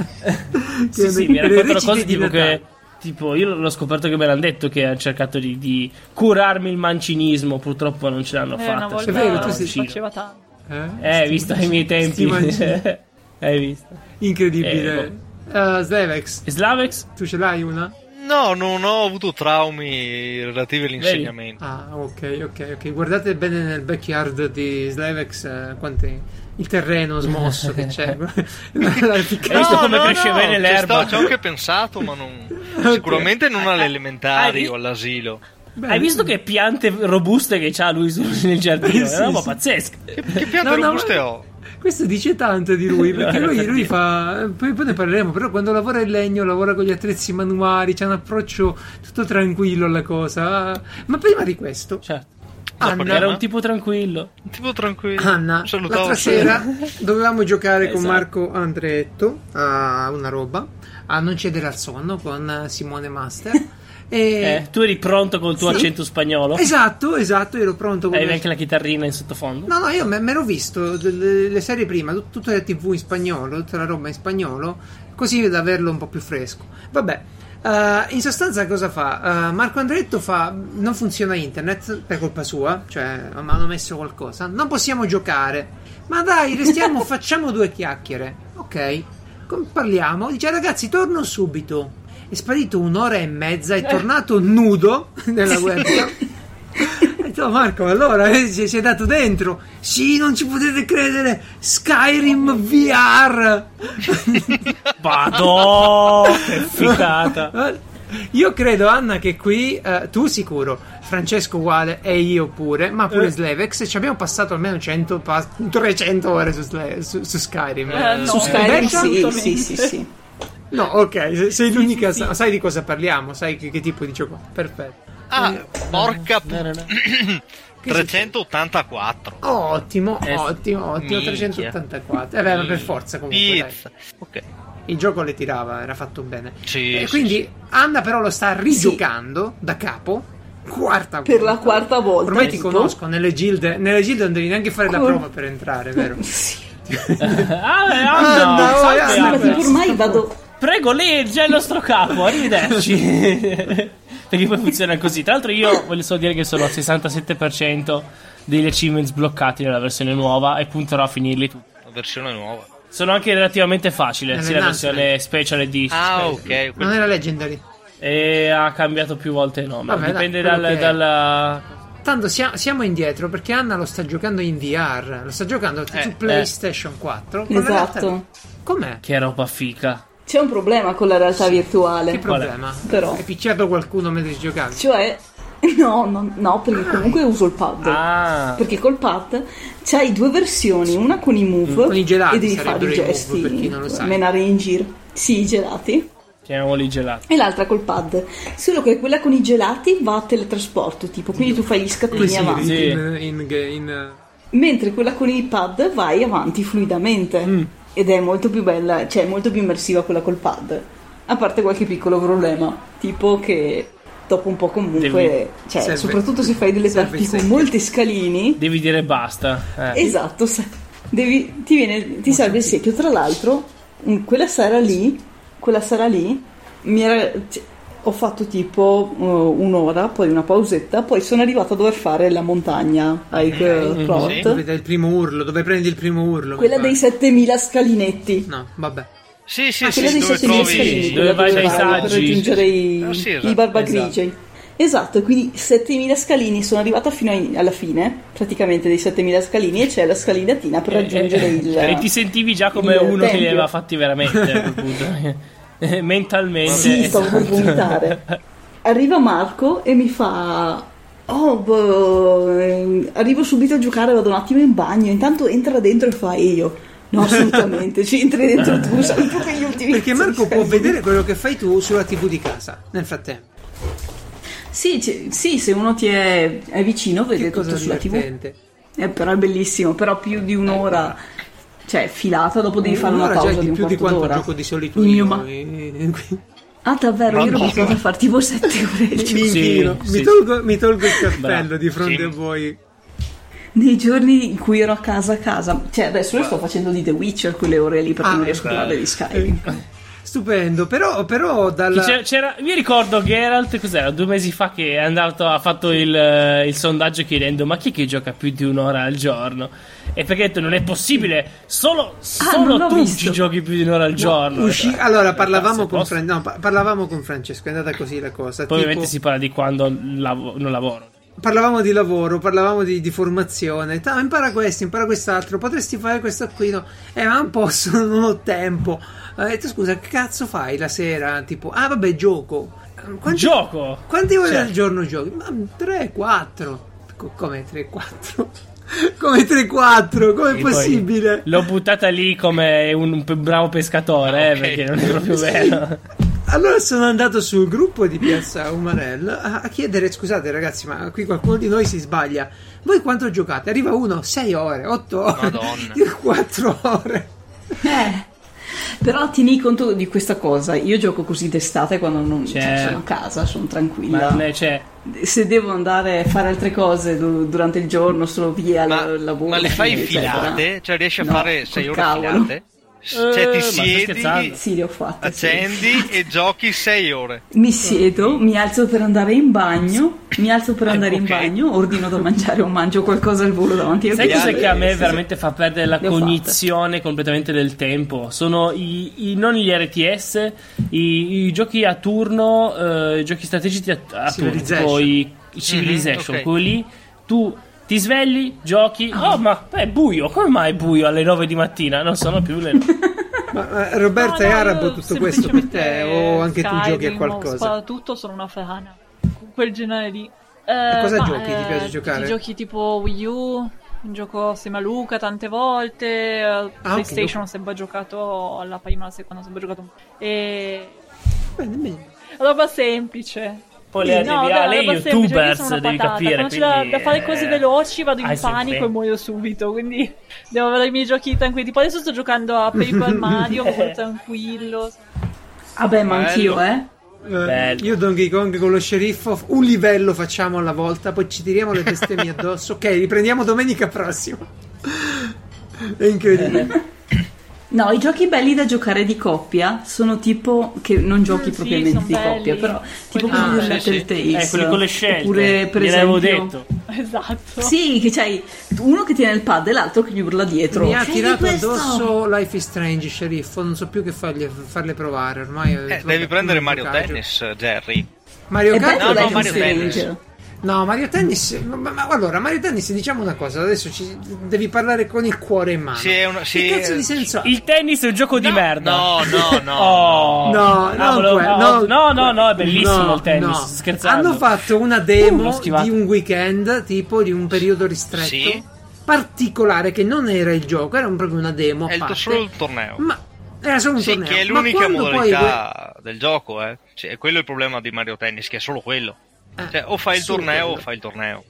Sì,
Che-
(laughs) sì,
che le
mi raccontano
reciti
cose
di
tipo che.
Natale.
Tipo, io l'ho scoperto che me l'hanno detto che hanno cercato di, di curarmi il mancinismo. Purtroppo non ce l'hanno
Eh,
fatta.
una volta
È vero, tu sei-
si
mancino.
faceva tanto.
Eh?
Eh, visto ai
Sti
miei tempi.
mancini.
(laughs) Hai visto.
Incredibile.
(laughs) Eh,
Eh, Zlevex,
E Slavex?
tu ce l'hai una?
No, non ho avuto traumi relativi all'insegnamento.
Ah, ok, ok, ok. Guardate bene nel backyard di Slavex eh, quante- il terreno smosso che
(laughs)
c'è. (laughs) La
Hai visto
No,
come
no,
cresce
no,
bene
ci
l'erba?
sto- Ci ho anche pensato,
(laughs)
ma non- sicuramente
Ah,
non alle elementari o all'asilo.
Bene.
Hai visto che piante robuste che c'ha lui sul- nel giardino?
Sì,
è una roba
sì.
pazzesca.
Che piante
No, no,
robuste
ma-
ho?
Questo dice tanto di lui, perché
No,
lui,
per
lui
(laughs) dire.
fa. eh, Poi, poi ne parleremo. Però quando lavora in legno, lavora con gli attrezzi manuali, c'è un approccio tutto tranquillo alla cosa. Ma prima di questo,
Certo.
Anna,
Era un tipo tranquillo.
Tipo tranquillo.
Anna,
Salutavo
l'altra
sempre.
sera dovevamo giocare con
Esatto.
Marco Andretto a una roba, a non cedere al sonno con eh, Simone Master. E...
(laughs) Eh, tu eri pronto col tuo
Sì.
accento spagnolo.
Esatto, esatto, ero pronto con
Avevi anche la chitarrina in sottofondo.
No, no, io me, me l'ho visto d- le, le serie prima, tut- tutta la TV in spagnolo, tutta la roba in spagnolo, così da averlo un po' più fresco. Vabbè. eh, in sostanza cosa fa? Eh, Marco Andretto fa non funziona internet per colpa sua, cioè mi hanno messo qualcosa, non possiamo giocare. Ma dai, restiamo, facciamo due chiacchiere. Ok, com- parliamo. Dice ragazzi, torno subito. È sparito un'ora e mezza, è tornato nudo (laughs) nella webcam. Ho detto, Marco, ma allora eh, ci ci è dato dentro? Sì, non ci potete credere! Skyrim VR!
Vado!
(laughs)
che figata!
Eh, Io credo, Anna, che qui eh, tu sicuro, Francesco uguale e io pure, ma pure
Eh.
Slevex, ci abbiamo passato almeno 100, pa- 300 ore su, Sle- su- su Skyrim.
Eh, no,
Su Skyrim
Roberta?
sì,
assolutamente.
sì, sì, sì.
No, ok, se- sei l'unica, sa- sai di cosa parliamo, sai che, che tipo di gioco. Perfetto.
Ah, porca
No, no,
puttana.
no.
384.
Ottimo,
Eh,
ottimo, ottimo.
minchia.
384. Eh beh, ma per forza comunque. dai.
Pizza. Ok.
il gioco le tirava, era fatto bene.
Sì,
e
sì,
quindi Anna però lo sta rigiocando da capo. Quarta
Per
volta.
la quarta volta,
Ormai ti
tipo.
conosco nelle gilde. Nelle gilde non devi neanche fare la
Col-
prova per entrare, vero?
(laughs) Ah, eh,
Ah,
Anna,
no,
salve,
ragazzi,
Sembra
Anna.
tipo ormai vado...
Prego, lei è già il nostro
(laughs)
capo, arrivederci. Perché poi funziona così. Tra l'altro io voglio solo dire che sono al 67% degli achievement sbloccati nella versione nuova e punterò a finirli tutti.
La versione nuova.
Sono anche relativamente facile, sì, la
Enhancement.
versione special edition.
Ah, ok.
Non
quel-
era legendary.
E ha cambiato più volte nome.
Vabbè, dai,
Dipende
quello
dal-
che è.
dalla...
Tanto sia- siamo indietro perché Anna lo sta giocando in VR. Lo sta giocando
Eh,
su PlayStation 4. con la realtà-
Esatto.
Com'è?
Che roba fica.
C'è un problema con la realtà
Che
virtuale.
problema?
Però.
Hai picchiato qualcuno mentre giocavi?
Cioè... (laughs) No, no, no, perché comunque uso il pad.
Ah,
Perché col pad c'hai due versioni, una con i move
Mm, Con i gelati
e devi fare
sarebbero
i
i move,
gesti,
per chi non lo sa.
menare in giro. Sì, i gelati.
chiamiamoli gelati.
E l'altra col pad. Solo che quella con i gelati va a teletrasporto, tipo, quindi tu fai gli scattini
Così,
avanti.
Sì.
in- in- in-
Mentre quella con i pad
Mm.
vai avanti fluidamente. Ed è molto più bella, cioè è molto più immersiva quella col pad. A parte qualche piccolo problema, tipo che dopo un po' comunque,
Devi-
cioè,
serve-
soprattutto se fai delle
serve il
parti con
secchio.
molti scalini,
Devi dire basta. eh.
esatto, se- devi- ti, viene, ti serve il secchio. Tra l'altro, in quella sera lì, quella sera lì, mi era- c- ho fatto tipo uh, un'ora, poi una pausetta, poi sono arrivato a dover fare la montagna, hike
Eh,
plot,
sì, dove dai il primo urlo, dove prendi il primo urlo. mi
quella
pare.
dei 7000 scalinetti.
No, vabbè.
Sì, sì,
Ah,
sì,
quella dei
dove
7000
trovi...
scalini,
dove
quella
vai dai
per
saggi.
raggiungere i,
Ah, sì,
i
esatto,
barbagrigi. Esatto, quindi 7000 scalini, sono arrivata fino ai- alla fine, praticamente dei 7000 scalini, e c'è la scalinatina
Eh,
per raggiungere il...
E ti sentivi già come
il
uno che li
tempio.
aveva fatti veramente a quel punto.
(laughs)
Eh, Mentalmente.
Sì, stavo per
esatto.
vomitare. Arriva Marco e mi fa... Oh, boh, ehm, arrivo subito a giocare, vado un attimo in bagno, intanto entra dentro e fa e io. No, assolutamente, ci entri dentro
(laughs)
tu, sei tu che gli ultimi. (laughs)
Perché Marco può vedere quello che fai tu sulla TV di casa, nel frattempo.
Sì, c- sì, se uno ti è, è vicino
Che
vede
cosa
tutto sulla tv.
divertente. Ecco.
Eh, però è bellissimo, però più di un'ora, cioè filata, dopo devi fare una
Un'ora già è
pausa
di
di un
più di
quarto
quanto
d'ora.
gioco di solitudine.
Il mio ma-
Eh, qui-
Ah, davvero, io ero
Madonna.
abituato a fare tipo
(laughs)
7 ore al
Mi
giorno.
Sì,
inchino,
sì.
Mi, tolgo, mi tolgo il cappello
Bravo.
di fronte
Sì.
a voi.
Nei giorni in cui ero a casa a casa, cioè adesso io sto facendo di The Witcher quelle ore lì perché
Ah,
non riesco a
dai.
parlare di Skyrim.
Stupendo, però, però dalla...
C'era- c'era- mi ricordo Geralt, cos'era? Due mesi fa che è andato, ha fatto il, eh, il sondaggio chiedendo ma chi è che gioca più di un'ora al giorno? E perché ha detto non è possibile, solo, solo
Ah, non l'ho
tu
visto.
ci giochi più di un'ora al giorno.
Usci-
Eh,
Allora,
eh,
parlavamo
se
con,
posso.
Fran- no, pa- parlavamo con Francesco, è andata così la cosa.
Poi ovviamente
tipo-
si parla di quando lav- non lavoro.
Parlavamo di lavoro, parlavamo di, di formazione. "Ah, impara questo, impara quest'altro. Potresti fare questo qui, no? Eh, ma non posso, (laughs) non ho tempo. Ho detto, scusa, che cazzo fai la sera? Tipo, ah, vabbè, gioco. Ehm, Quanti-
Gioco?
Quante ore
Cioè-
al giorno giochi? Ma 3, 4. Come 3, 4? (laughs) Come 3, 4? Come è
E poi
possibile?
L'ho buttata lì come un, un pe- bravo pescatore, eh,
Ah, Ok.
perché non è proprio vero.
Allora sono andato sul gruppo di Piazza Umarell a a chiedere scusate ragazzi ma qui qualcuno di noi si sbaglia voi quanto giocate? Arriva uno 6 ore, 8 ore,
Madonna.
4 ore
Eh, Però tieni conto di questa cosa, io gioco così d'estate quando non cioè,
Certo.
sono a casa, sono tranquilla.
Ma non è, cioè,
se devo andare a fare altre cose du- durante il giorno, sono via
Ma,
al lavoro.
ma le fai
eccetera.
filate? Cioè riesci a
No,
fare
col
6 ore
cavolo. Eh,
filate? Cioè
ma
ti
stai scherzando?
siedi,
Sì, le ho fatte. sì.
accendi e giochi 6 ore.
Mi siedo, mi alzo per andare in bagno, mi alzo
(laughs)
per andare in
ok.
bagno, ordino da mangiare o mangio qualcosa al volo davanti al
sai
PC.
cos'è che a me
Sì,
veramente fa perdere la
Le ho fatte.
cognizione completamente del tempo? Sono i, i- non gli RTS, i, i giochi a turno, eh, i giochi strategici a, a turno,
Civilization.
tipo i, i Civilization,
Mhm, ok. Ah,
quelli lì tu ti svegli, giochi, oh ma è buio, come mai è buio alle 9 di mattina? Non sono più le...
ma, eh, Roberta
No,
è
no,
arabo
io
tutto questo per te o
semplicemente
anche tu giochi a
Skyrim, o
qualcosa?
Sparatutto sono una fan. Quel genere lì. Eh,
E cosa
ma,
giochi? Ti
eh,
piace giocare?
Ti giochi tipo Wii U, un gioco assieme a Luca tante volte, eh,
Ah,
PlayStation ho sempre giocato alla prima, alla seconda, ho sempre giocato un po'. E...
Bene, bene.
Roba semplice.
Poi le
Sì, no,
arrivi
dai,
a lei
roba semplice, io sono
youtubers,
una
devi
patata.
capire.
Quando c'è da,
quindi,
da fare cose
eh,
veloci vado in
hai sempre-
panico e muoio subito, quindi devo avere i miei giochi tranquilli. Poi adesso sto giocando a
(laughs)
Paper Mario, proprio tranquillo.
Vabbè, Ah, ma anch'io, eh.
Eh,
Bello.
io Donkey Kong con lo sceriffo un livello facciamo alla volta poi ci tiriamo le bestemmie addosso ok riprendiamo domenica prossima è incredibile
No, i giochi belli da giocare di coppia sono tipo che non giochi
Mm, sì,
propriamente
son
di
belli.
coppia, però tipo
Quelli-
quelli
Ah,
della
sì, sì.
Telltale.
Eh, quelli con le scelte.
Oppure per
Gliel'avevo
esempio
detto.
Esatto.
Sì, che c'hai uno che tiene il pad e l'altro che gli urla dietro.
mi ha
Scegli
tirato
questo!
addosso Life is Strange sceriffo non so più che fargli- farle provare ormai ho
Eh,
detto,
devi
vabbè,
prendere
tu
Mario
non giocaggio.
Tennis, Jerry.
Mario
È
Kart
bello
No, no,
Life is
Mario
Strange.
Tennis.
No, Mario Tennis. Ma, ma- ma- allora, Mario Tennis, diciamo una cosa: adesso ci, devi parlare con il cuore in mano.
Sì, è una- sì,
che cazzo
eh,
di senso ha?
Il tennis è un gioco di merda.
No,
(laughs)
no,
(laughs)
no.
Oh.
No,
Ah,
non
volevo-
que-
no,
non-
no, no, no, è bellissimo
no,
il tennis.
no.
sto Scherzando.
Hanno fatto una
Uh, l'ho
demo
schivato.
di un weekend, tipo di un periodo ristretto.
Sì.
Particolare, che non era il gioco, era un- proprio una demo. a
È il-
parte,
solo il torneo.
Ma era solo un
Sì,
torneo.
che è
Ma
l'unica
quando poi que-
modalità del gioco, eh. Cioè, è quello il problema di Mario Tennis, che è solo quello.
Eh,
Cioè, o fai il
assurdo
torneo o
quello.
fai il torneo.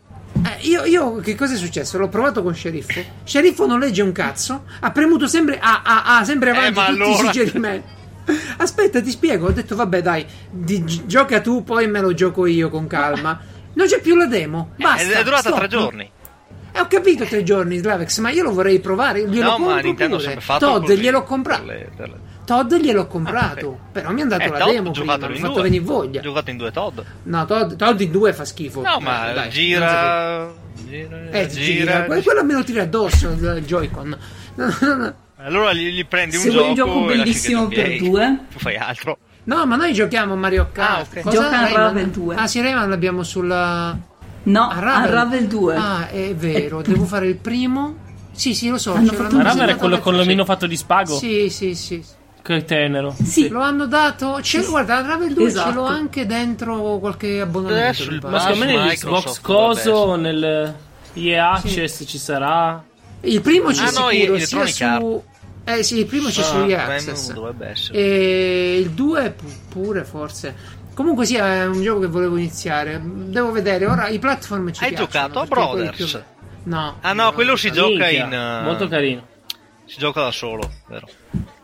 Eh, io, io- che cosa è successo? L'ho provato con Sceriffo. Sceriffo non legge un cazzo. Ha premuto sempre A, A, A, sempre
Eh,
avanti
ma
tutti i
allora-
suggerimenti. Aspetta, ti spiego. Ho detto, vabbè, dai, di- gi- gioca tu, poi me lo gioco io con calma. Non c'è più la demo. Basta.
Eh, È, è durata
stop.
tre giorni.
Eh, ho capito tre giorni, Slavex, ma io lo vorrei provare. Glielo
no, ma
compro
Nintendo ha
pure.
sempre fatto.
Todd
così,
gliel'ho comprato.
per le- per le- Ah,
Todd gliel'ho comprato.
ok.
Però mi ha dato
Eh,
la
Todd
demo. Prima,
giocatelo
mi ha
in
fatto
due.
venire voglia.
Giocato in due Todd.
No, Todd, Todd in due fa schifo.
No,
Eh,
ma
dai, non
gira, gira,
so- Eh, gira. Que- Quello me lo tira addosso il Joy-Con. No, no, no.
Allora gli, gli prendi un
Se
gioco,
vuoi un gioco
e lasci che
bellissimo
ti
per
pieghi.
due.
Tu fai altro.
No, ma noi giochiamo a Mario Kart.
Ah, ok.
Cosa?
Gioca a
Rayman?
Unravel 2.
Ah, sì, Rayman l'abbiamo sulla.
No,
a Ah, Ravel.
a Ravel 2.
Ah, è vero, devo fare il primo. Sì, sì, lo so.
Hanno
ce
fatto
l'hanno
un
Ma Ravel è
dato
quello
alle-
con l'omino fatto di spago?
Sì, sì, sì.
Che tenero.
Sì,
Lo hanno dato. c'è- guarda, Ravel 2
Esatto.
ce l'ho anche dentro qualche abbonamento.
Adesso
mi
il
pare.
Ma secondo me
Microsoft
nell'Xbox
dovrebbe
coso, nel EA Access ci sarà.
Il primo c'è
Ah, no,
sicuro,
i-
sia
Electronic Arts.
su... Eh sì, il primo c'è su
Ah,
E-Access.
Rayman dovrebbe essere.
E il 2 pu- pure, forse. Comunque sì, è un gioco che volevo iniziare. Devo vedere, ora i platform ci
Hai
piacciono,
giocato a
perché è quello
Brothers?
più- No.
Ah no, quello si gioca
Minchia,
in eh,
Molto carino.
si gioca da solo, vero?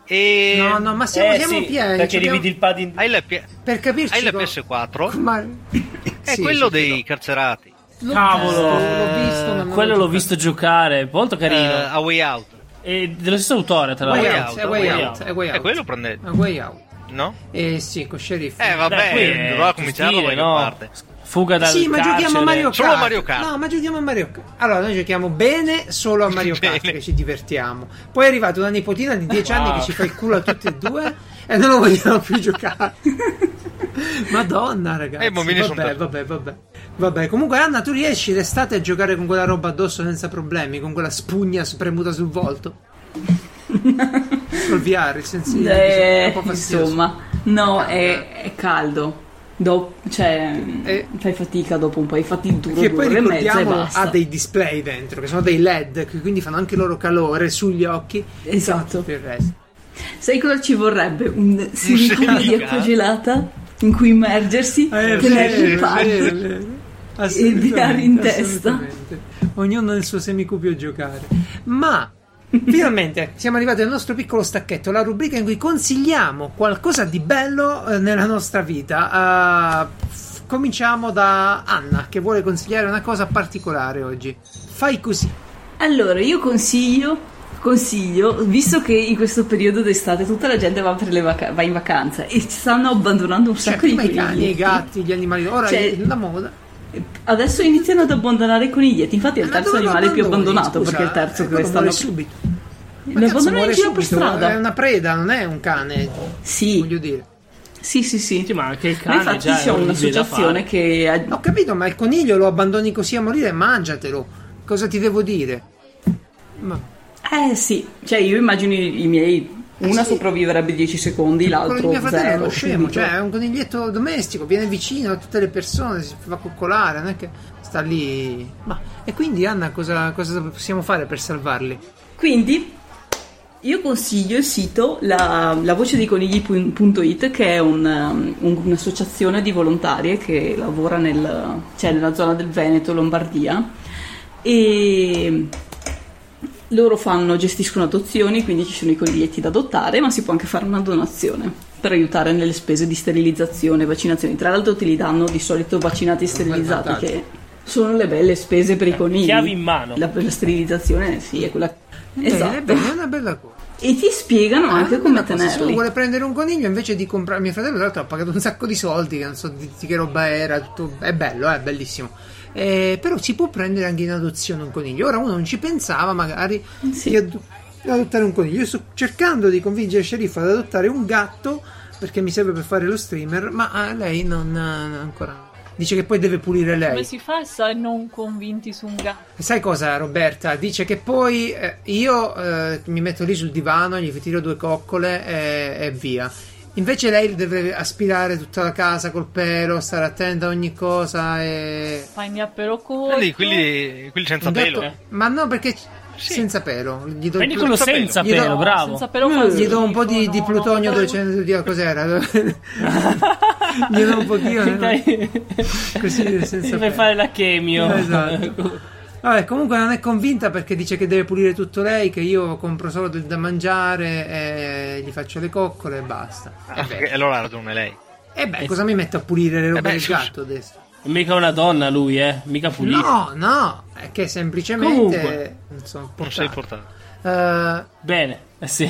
E
No, no, Ah, ma siamo,
Eh,
siamo
sì,
pieni.
perché
abbiamo- Ah,
dividi il pad in
hai la, P-
Per capirci...
hai la
co-
PS4?
Ma...
È
Sì,
quello
sì,
dei
sì,
carcerati.
l'ho
Cavolo!
visto, l'ho visto, ma non
Quello l'ho
giocato.
visto giocare, molto
Eh,
carino.
a Way Out.
E dello stesso autore, tra
Way
l'altro.
Way
out,
Out,
è way
Way
out,
Out.
è way out.
E Eh, quello prende,
A Ah, way out.
no?
Eh sì, con Sheriff.
Eh
Dai, qui
vabbè,
è
dovrà cominciarlo da
gestire,
qualche
no?
parte.
Fuga dal
Sì, ma giochiamo a
carcere.
Mario Kart.
Solo a Mario Kart.
No, ma giochiamo a Mario Kart. Allora, noi giochiamo bene solo a Mario Kart
Bene.
che ci divertiamo. Poi è arrivata una nipotina di 10 anni
Wow.
che ci fa il culo a tutti e due e non lo vogliamo più
(laughs)
giocare. Madonna, ragazzi.
Eh, i bambini son
vabbè,
per-
vabbè, vabbè. Vabbè, comunque Anna, tu riesci d'estate a giocare con quella roba addosso senza problemi, con quella spugna premuta sul volto?
(laughs)
Col VR, il sensino.
eh,
un po' fastidioso. Ah,
insomma, no, è, è caldo. Do- cioè,
Eh.
fai fatica dopo un po', hai fatto il duro
Che
due
poi
ore e mezza e
ricordiamo
basta.
ha dei display dentro, che sono dei LED, che quindi fanno anche loro calore sugli occhi.
Esatto.
Per il resto.
Sai cosa ci vorrebbe? Un silicone di
silica?
acqua gelata in cui immergersi,
Eh,
tenere il pad.
Assolutamente,
tirare in testa.
assolutamente. Ognuno nel suo semicubio a giocare. Ma finalmente siamo arrivati al nostro piccolo stacchetto, la rubrica in cui consigliamo qualcosa di bello eh, nella nostra vita. Eh, f- cominciamo da Anna che vuole consigliare una cosa particolare oggi. Fai così.
Allora, io consiglio, consiglio, visto che in questo periodo d'estate tutta la gente va, per le vaca- va in vacanza e ci stanno abbandonando un
Cioè,
sacco di
prima i cani, i
coniglietti.
gatti, gli animali. Ora
Cioè,
la moda.
Adesso iniziano ad abbandonare i coniglietti, infatti è il
Ma
terzo
dove lo
animale più
abbandoni,
abbandonato
scusa?
perché è il terzo
Eh,
che
quello
stanno...
muore subito. Ma
Lo
cazzo,
abbandonano in
muore
giro per
subito, È
strada.
una preda, non è un cane, voglio
Sì,
dire.
sì, sì, sì.
Sì, ma anche il
Ma
cane
infatti
Cioè, già è
c'è
orribile da
un'associazione
fare.
che... ha-
Ho capito, ma il coniglio lo abbandoni così a morire, mangiatelo. Cosa ti devo dire? Ma
Eh sì, cioè io immagino i i miei... Una
Sì.
sopravviverebbe 10 secondi,
quello di
l'altro
mio fratello è
zero.
uno scemo,
subito.
cioè è un coniglietto domestico, viene vicino a tutte le persone, si fa coccolare, non è che sta lì. Ma e quindi Anna cosa, cosa possiamo fare per salvarli?
Quindi io consiglio il sito la, lavocedeconigli.it che è un, um, un- un'associazione di volontarie che lavora nel- cioè, nella zona del Veneto, Lombardia e loro fanno- gestiscono adozioni, quindi ci sono i coniglietti da adottare, ma si può anche fare una donazione per aiutare nelle spese di sterilizzazione e vaccinazioni. Tra l'altro te li danno di solito vaccinati e sterilizzati
vantaggio.
che sono le belle spese per i conigli.
Chiavi in mano.
La, la sterilizzazione sì, è quella
Bene,
esatto.
bene, Eh, è una bella cosa.
E ti spiegano
Ah,
anche
è
come
una cosa, Se uno
tenerli.
vuole prendere un coniglio invece di comprare. Mio fratello, tra l'altro, ha pagato un sacco di soldi, che non so di, di che roba era. tutto- È bello, è bellissimo. Eh, però si può prendere anche in adozione un coniglio. Ora uno non ci pensava, magari
Sì.
di ad- di adottare un coniglio. Io sto cercando di convincere Sheriff ad adottare un gatto perché mi serve per fare lo streamer, ma eh, lei non eh, ancora. Dice che poi deve pulire
Come
lei.
si fa a essere non convinti su un gatto?
Sai cosa Roberta? Dice che poi eh, io eh, mi metto lì sul divano, gli tiro due coccole e, e via. Invece lei deve aspirare tutta la casa col pelo, stare attenta a ogni cosa e...
Fai a però corto.
Quindi Eh, quelli, quelli senza
Un
pelo. eh?
gatto- Ma no, perché
Sì.
senza pelo. Gli do,
Prendi quello
Senza
senza
pelo.
pelo,
Gli do- Mm.
bravo. (laughs)
Senza però fa
gli do un po' di,
schifo,
di
no,
plutonio
no,
dove
no.
c'è... Dio, cos'era? gli do un pochino... no?
Dai. (laughs)
Così senza
per
pelo.
fare la chemio.
Esatto. Vabbè, comunque non è convinta perché dice che deve pulire tutto lei, che io compro solo del da mangiare, e gli faccio le coccole e basta.
Ah, ok, allora ha ragione lei.
E
Eh,
beh, cosa mi metto a pulire le robe
beh,
del
scusa.
gatto adesso?
(laughs) Mica una donna lui, eh. Mica pulito.
No, no, è che semplicemente
Comunque,
non sono
Non sei portato.
portato. Eh,
Bene. (laughs) Eh, Sì.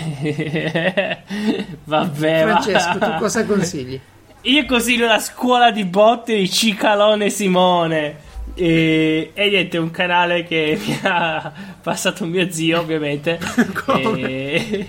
Vabbè. Eh, va.
Francesco, tu
(laughs)
cosa consigli?
Io consiglio la scuola di botte di Cicalone Simone. E, e niente, un canale che (laughs) mi ha passato mio zio, ovviamente.
Come?
E,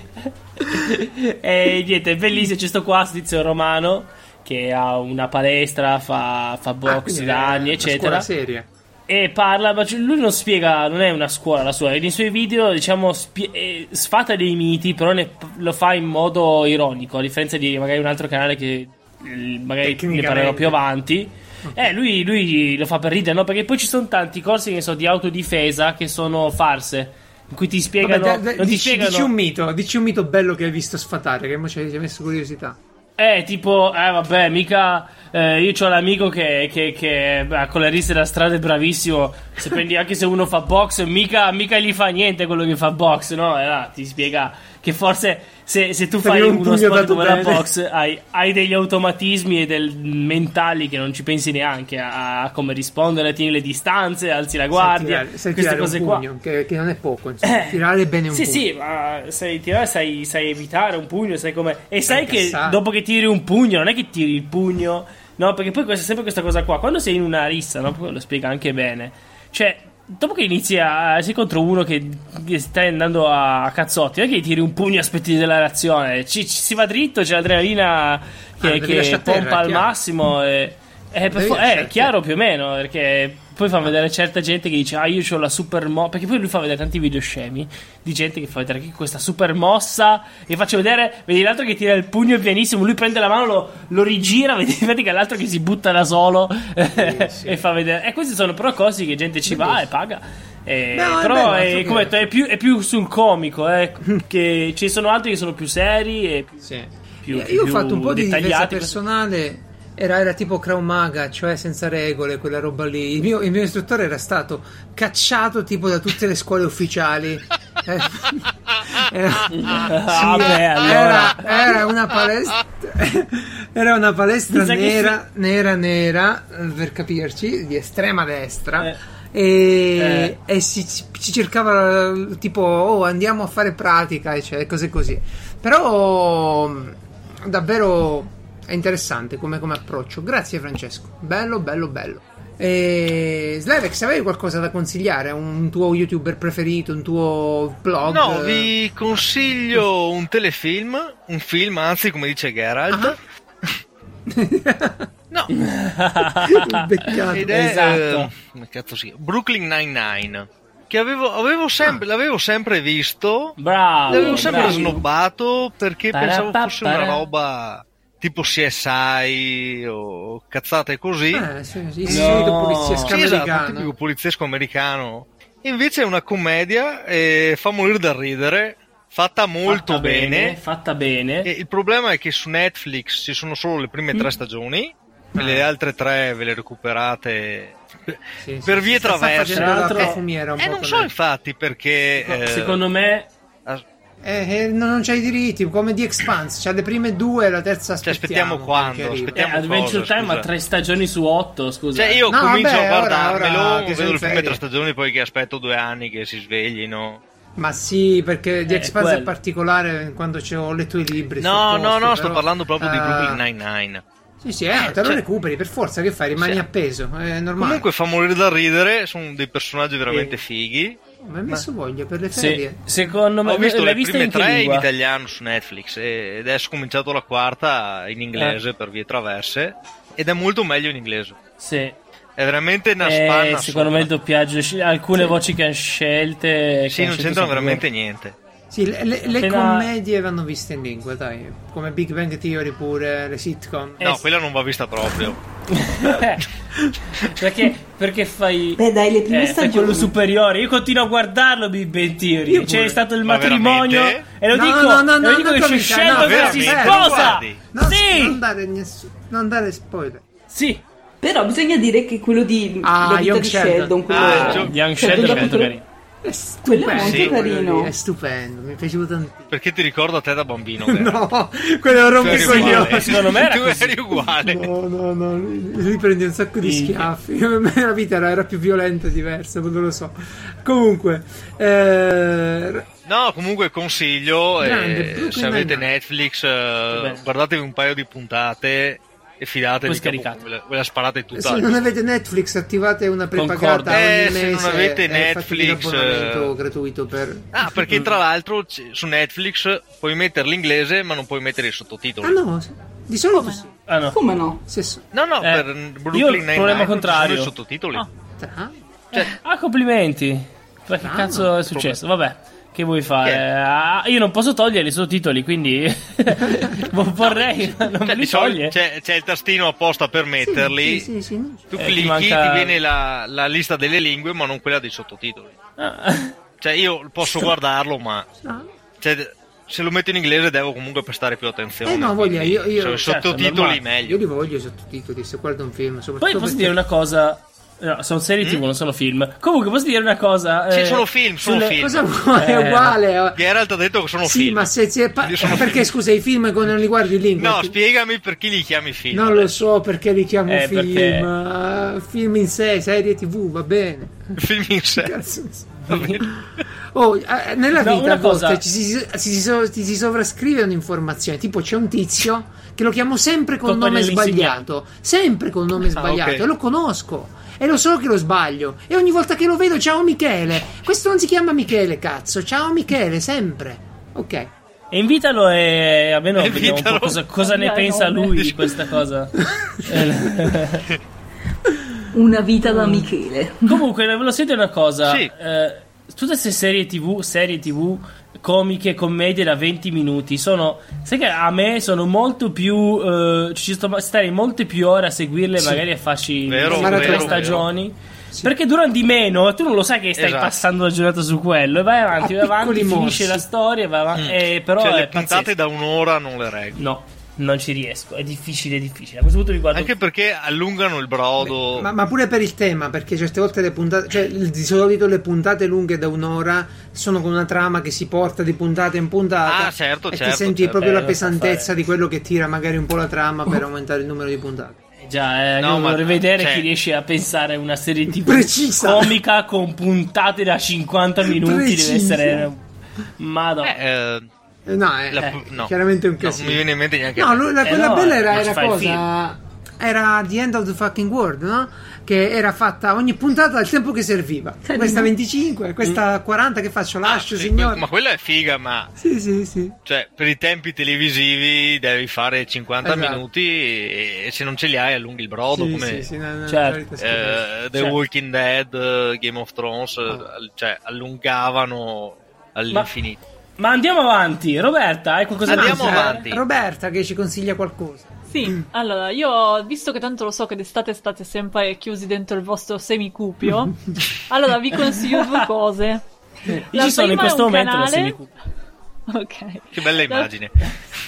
(laughs) e niente, è bellissimo. C'è sto qua, sto tizio romano che ha una palestra, fa, fa
Ah,
box eh,
quindi
da
è
anni,
una scuola
eccetera.
seria.
E parla, ma c- lui non spiega, non è una scuola la sua, nei suoi video diciamo spie- eh, sfata dei miti, però ne- lo fa in modo ironico, a differenza di magari un altro canale che eh, magari ne
Tecnicamente.
parlerò più avanti. Eh, lui, lui lo fa per ridere, no? Perché poi ci sono tanti corsi che ne so di autodifesa che sono farse, in cui ti
Vabbè,
spiegano...
da- da-
non ti
dici,
spiegano...
dici un mito, dici un mito bello che hai visto sfatare, che mo ci hai messo curiosità.
Eh, tipo, eh, vabbè, mica. eh, io ho l'amico che, che, che beh, con le risse della strada è bravissimo. Se prendi anche se uno fa box, mica, mica gli fa niente quello che fa box, no? Eh, là, ti spiega che forse se, se tu
Perché
fai
un
uno
pugno
sport
dato
come la
bene.
box, hai, hai degli automatismi e del mentali che non ci pensi neanche a, a come rispondere, tieni le distanze, alzi la guardia,
Sai tirare- sai
queste
tirare
cose
un
qua.
pugno, Che, che non è poco, insomma. Cioè, tirare bene un
Eh, Sì,
pugno.
sì, ma sai tirare, sai, sai evitare un pugno, sai come. E sai che
incassare.
dopo che tiri un pugno, non è che tiri il pugno, no? Perché poi c'è sempre questa cosa qua. Quando sei in una rissa, no? Poi lo spiega anche bene. Cioè, dopo che inizi a. Sei contro uno che, che stai andando a cazzotti, non è che gli tiri un pugno e aspetti della reazione. Ci, ci si va dritto, c'è l'adrenalina
Ah,
che,
devi
che
lasciar terra,
pompa al
chiaro.
massimo. E, e per
Devi
fo- eh,
lasciar
chiaro più o meno, perché poi fa vedere certa gente che dice "Ah, io ho la super mossa", perché poi lui fa vedere tanti video scemi di gente che fa vedere che questa super mossa e faccio vedere, vedi l'altro che tira il pugno pianissimo, lui prende la mano, lo, lo rigira, (laughs) vedi, vedi che è l'altro che si butta da solo (laughs) e fa vedere. E queste sono però cose che gente ci va e paga. Eh,
No, è
però
bello,
è,
altro
come
che-
ho detto, è più, è più sul comico, eh, che ci sono altri che sono più seri e più- (laughs)
Sì. (laughs)
Più-
Eh, io ho
più
fatto un po' di difesa
dettagliati,
personale. Era, era tipo Krav Maga, cioè senza regole, quella roba lì. Il mio, il mio istruttore era stato cacciato tipo da tutte le scuole
(laughs)
ufficiali. Eh, era-
Ah, beh, allora.
era, era una palestra (laughs) era una palestra
Mi sa che
nera, nera nera eh, per capirci di estrema destra
Eh.
e,
Eh.
e si, ci cercava eh, tipo oh andiamo a fare pratica e cioè, cose così però mh, davvero è interessante come, come approccio grazie Francesco bello bello bello e Slavex avevi qualcosa da consigliare un tuo youtuber preferito un tuo blog
No,
(laughs)
vi consiglio un telefilm, un film, anzi, come dice Geralt. no,
Beccato.
ed è
Esatto.
eh, come cazzo si chiama? Brooklyn Nine-Nine, che avevo, avevo sempre, l'avevo sempre visto,
Bravo.
l'avevo sempre
bravo.
snobbato perché
Parà,
pensavo fosse una
parà.
roba tipo CSI o cazzate così.
Eh, sì, sì,
No.
istituto poliziesco
Sì, esatto,
americano.
tipico poliziesco americano. Invece è una commedia e fa morire dal ridere, fatta molto
Fatta
bene.
Fatta bene.
E il problema è che su Netflix ci sono solo le prime
Mm.
tre stagioni,
Ah.
e le altre tre ve le recuperate
Sì, sì,
per vie
sta
traverse.
facendo la
Tra l'altro-
profumiera un
E
po'
non
con
so
lei.
infatti perché... eh,
Secondo me
as-
Eh, eh, no, non c'hai i diritti, come The Expanse, c'ha le prime due e la terza
Cioè,
aspettiamo.
aspettiamo
che
quando,
arriva.
eh,
aspettiamo- vediamo
Adventure
cosa,
Time
scusa.
ha tre stagioni su otto. Scusa,
Cioè io
No,
comincio
vabbè,
a
ora-
guardarmelo,
ora che sono
vedo
in
le prime tre
ferie.
stagioni, poi che aspetto due anni che si sveglino.
Eh, Ma sì, perché The
Eh,
Expanse è
quello.
particolare quando c'ho- ho letto i libri.
No,
sto
no,
posto,
no, sto
però-
parlando proprio di
Ah,
Brooklyn Nine-Nine.
Sì, sì, eh, te lo
cioè-
recuperi per forza, che fai? Rimani
Sì.
appeso, è normale.
Comunque fa morire da ridere, sono dei personaggi veramente fighi.
Oh, mi hai messo voglia per le
Se-
ferie.
secondo me
Ho visto
l'hai
le
vista
prime
in eh. che
tre in
lingua?
italiano su Netflix e adesso ho cominciato la quarta in inglese
Eh.
per vie traverse ed è molto meglio in inglese.
Sì.
È veramente una
Eh,
spanna.
secondo me il
assurda.
doppiaggio, sci- alcune voci che hanno scelte.
Sì, non c'entrano veramente niente.
Sì, le, le- le
Appena-
commedie vanno viste in lingua, dai. Come Big Bang Theory pure, le sitcom.
Eh,
No,
sì.
quella non va vista proprio.
(laughs) niente. perché, perché fai.
Beh, dai, le prime
Eh, fai quello
stagioni.
superiore, io continuo a guardarlo. Big Bang Theory.
Io pure.
C'è stato il
Ma
matrimonio.
veramente?
E eh, lo
No,
dico,
no, no,
e lo
no,
dico
non
che c'è
cominciare,
scelto
no,
che si
veramente,
sposa.
guardi.
No,
sì,
non dare, ness- non dare spoiler.
sì.
Però bisogna dire che quello di
Ah,
la vita
Young
di
Sheldon.
Sheldon, quello
Ah,
è-
Young-
Young
cioè,
Sheldon è
dopo
molto
tro-
carino.
È stupendo.
Quello è molto
quello
carino.
lì, È stupendo, mi è piaciuto tantissimo.
Perché ti ricorda te
(laughs)
da bambino. Vera.
No, quello è un
Tu eri
rompicoglione.
uguale.
Secondo me era
Cioè, tu
così.
eri uguale.
No, no, no, lui lui prende un sacco di
Sì.
schiaffi. (laughs) Per me la vita era, era più violenta, diversa, non lo so. Comunque, eh,
No, comunque consiglio, eh,
Grande, Brooklyn
se avete
Nine-Nine.
Netflix, eh,
Vabbè.
guardatevi un paio di puntate e fidatevi
Poi
che
scaricate.
ve la- ve la sparate tutta.
se non avete Netflix, attivate una
Concordo.
prepagata
Eh,
ogni
se non
mese
avete
e fatevi
Netflix,
l'abbonamento
eh.
gratuito per...
Ah, perché tra l'altro c- su Netflix puoi mettere l'inglese ma non puoi mettere i sottotitoli.
Ah no, se- di solito sì.
Ah no.
Come no?
Se so-
No, no,
Eh,
per
io il
Brooklyn
problema
Nine-Nine non ci
contrario.
sono i sottotitoli.
Ah.
tra-
Ah, complimenti. Ma che
Ah,
cazzo è successo? Vabbè, che vuoi fare?
Che è?
Ah, io non posso togliere i sottotitoli,
(laughs)
quindi vorrei, ma non
Cioè,
me
di
li
solito
toglie.
c'è, c'è il tastino apposta per metterli.
Sì, sì, sì, no.
Tu
Eh, ti
clicchi, ti,
manca-
viene la, la lista delle lingue, ma non quella dei sottotitoli.
Ah,
Cioè, io posso guardarlo, ma
Ah,
cioè, se lo metto in inglese devo comunque prestare più attenzione.
Eh, no,
quindi,
voglia, io- io-
cioè, i
certo,
sottotitoli
normale.
Io
meglio.
li voglio i sottotitoli se guardo un film.
Poi
soprattutto
posso
perché-
dire una cosa. No, sono serie TV, non sono film. Comunque, posso dire una cosa.
Mm? Sì,
eh,
sono film, sono
sulle-
film.
Cosa vuoi?
Eh,
È uguale. eh.
Geralt ha detto che sono
Sì,
film.
ma se, se pa- eh,
Io sono
perché
film.
scusa, i film quando non li guardi in lingua?
No,
ti-
spiegami perché li chiami film.
non lo so perché li chiamo
Eh,
film.
perché-
ah, film in sé, serie tv, va bene.
(laughs)
(laughs)
Film in sé.
Cazzo. Oh, eh, nella
No,
vita a
una cosa-
volte ci si, si- so- ti si sovrascrive un'informazione. Tipo, c'è un tizio che lo chiamo sempre con un
Compagno
nome
dell'insegnante. Ah,
sbagliato. Sempre con un nome sbagliato.
ok.
E lo conosco. E lo so che lo sbaglio. E ogni volta che lo vedo, ciao Michele. Questo non si chiama Michele, cazzo. Ciao Michele, sempre. Ok.
E invitalo e almeno vediamo un po'
Invitalo.
cosa, cosa ne
Dai,
pensa
no,
lui di questa
(laughs)
(laughs)
cosa. (laughs)
Una vita
Mm.
da Michele.
Comunque, ve lo siete una cosa?
Sì.
eh, tutte queste serie tv, serie tv, comiche, commedie da 20 minuti sono. Sai che a me sono molto più. eh, ci sto stare molte più ore a seguirle,
Sì.
magari a farci
Vero,
tre
vero,
stagioni. Perché durano di meno, e tu non lo sai che stai
Esatto.
passando la giornata su quello. E vai avanti,
A
vai avanti,
piccoli
finisce
morsi.
la storia, vai avanti. eh, però
Cioè,
è
le
pazzesco.
puntate da un'ora non le reggo.
No, non ci riesco. È difficile, è difficile. A questo punto mi guardo.
Anche perché allungano il brodo.
Ma, ma pure per il tema, perché certe volte le puntate, cioè il- di solito le puntate lunghe da un'ora sono con una trama che si porta di puntata in puntata.
Ah, certo,
e
certo,
ti senti
certo.
proprio
Eh,
la
lo so
pesantezza
fare.
di quello che tira magari un po' la trama
Oh.
per aumentare il numero di puntate.
Eh Già, eh,
No,
io
ma-
vorrei vedere
cioè-
chi riesce a pensare a una serie
(laughs)
TV
Precisa.
comica con puntate da 50 minuti.
Precisa.
Deve essere. Madonna.
Eh, eh,
Eh, No, è,
La-
è
no.
chiaramente un
No, non
casino.
mi viene in mente neanche.
No, lui- la-
Eh
quella
no,
bella
eh,
era,
non ci
era
fa il
cosa. Era The End of the Fucking World, no? Che era fatta ogni puntata al tempo che serviva. Questa 25, questa 40 che faccio, lascio,
Ah, sì,
signore.
Ma quella è figa, ma
Sì, sì, sì.
cioè, per i tempi televisivi devi fare 50
Esatto.
minuti e, e se non ce li hai allunghi il brodo
Sì,
come
sì, Certo. sì, no, no,
Certo.
no, no, no, no, no, no, no, no.
eh, The
Cioè-
Walking Dead, eh, Game of Thrones, eh,
Ah.
al- cioè, allungavano all'infinito.
Ma andiamo avanti, Roberta. Hai qualcosa
Andiamo
da dire?
avanti.
Roberta che ci consiglia qualcosa.
Sì, allora io, visto che tanto lo so che d'estate state sempre chiusi dentro il
(laughs)
vostro semicupio, allora vi consiglio due cose.
Io
La
ci sono in
prima è
questo
un
momento.
canale-
non si mi-
Ok.
Che bella
La-
immagine.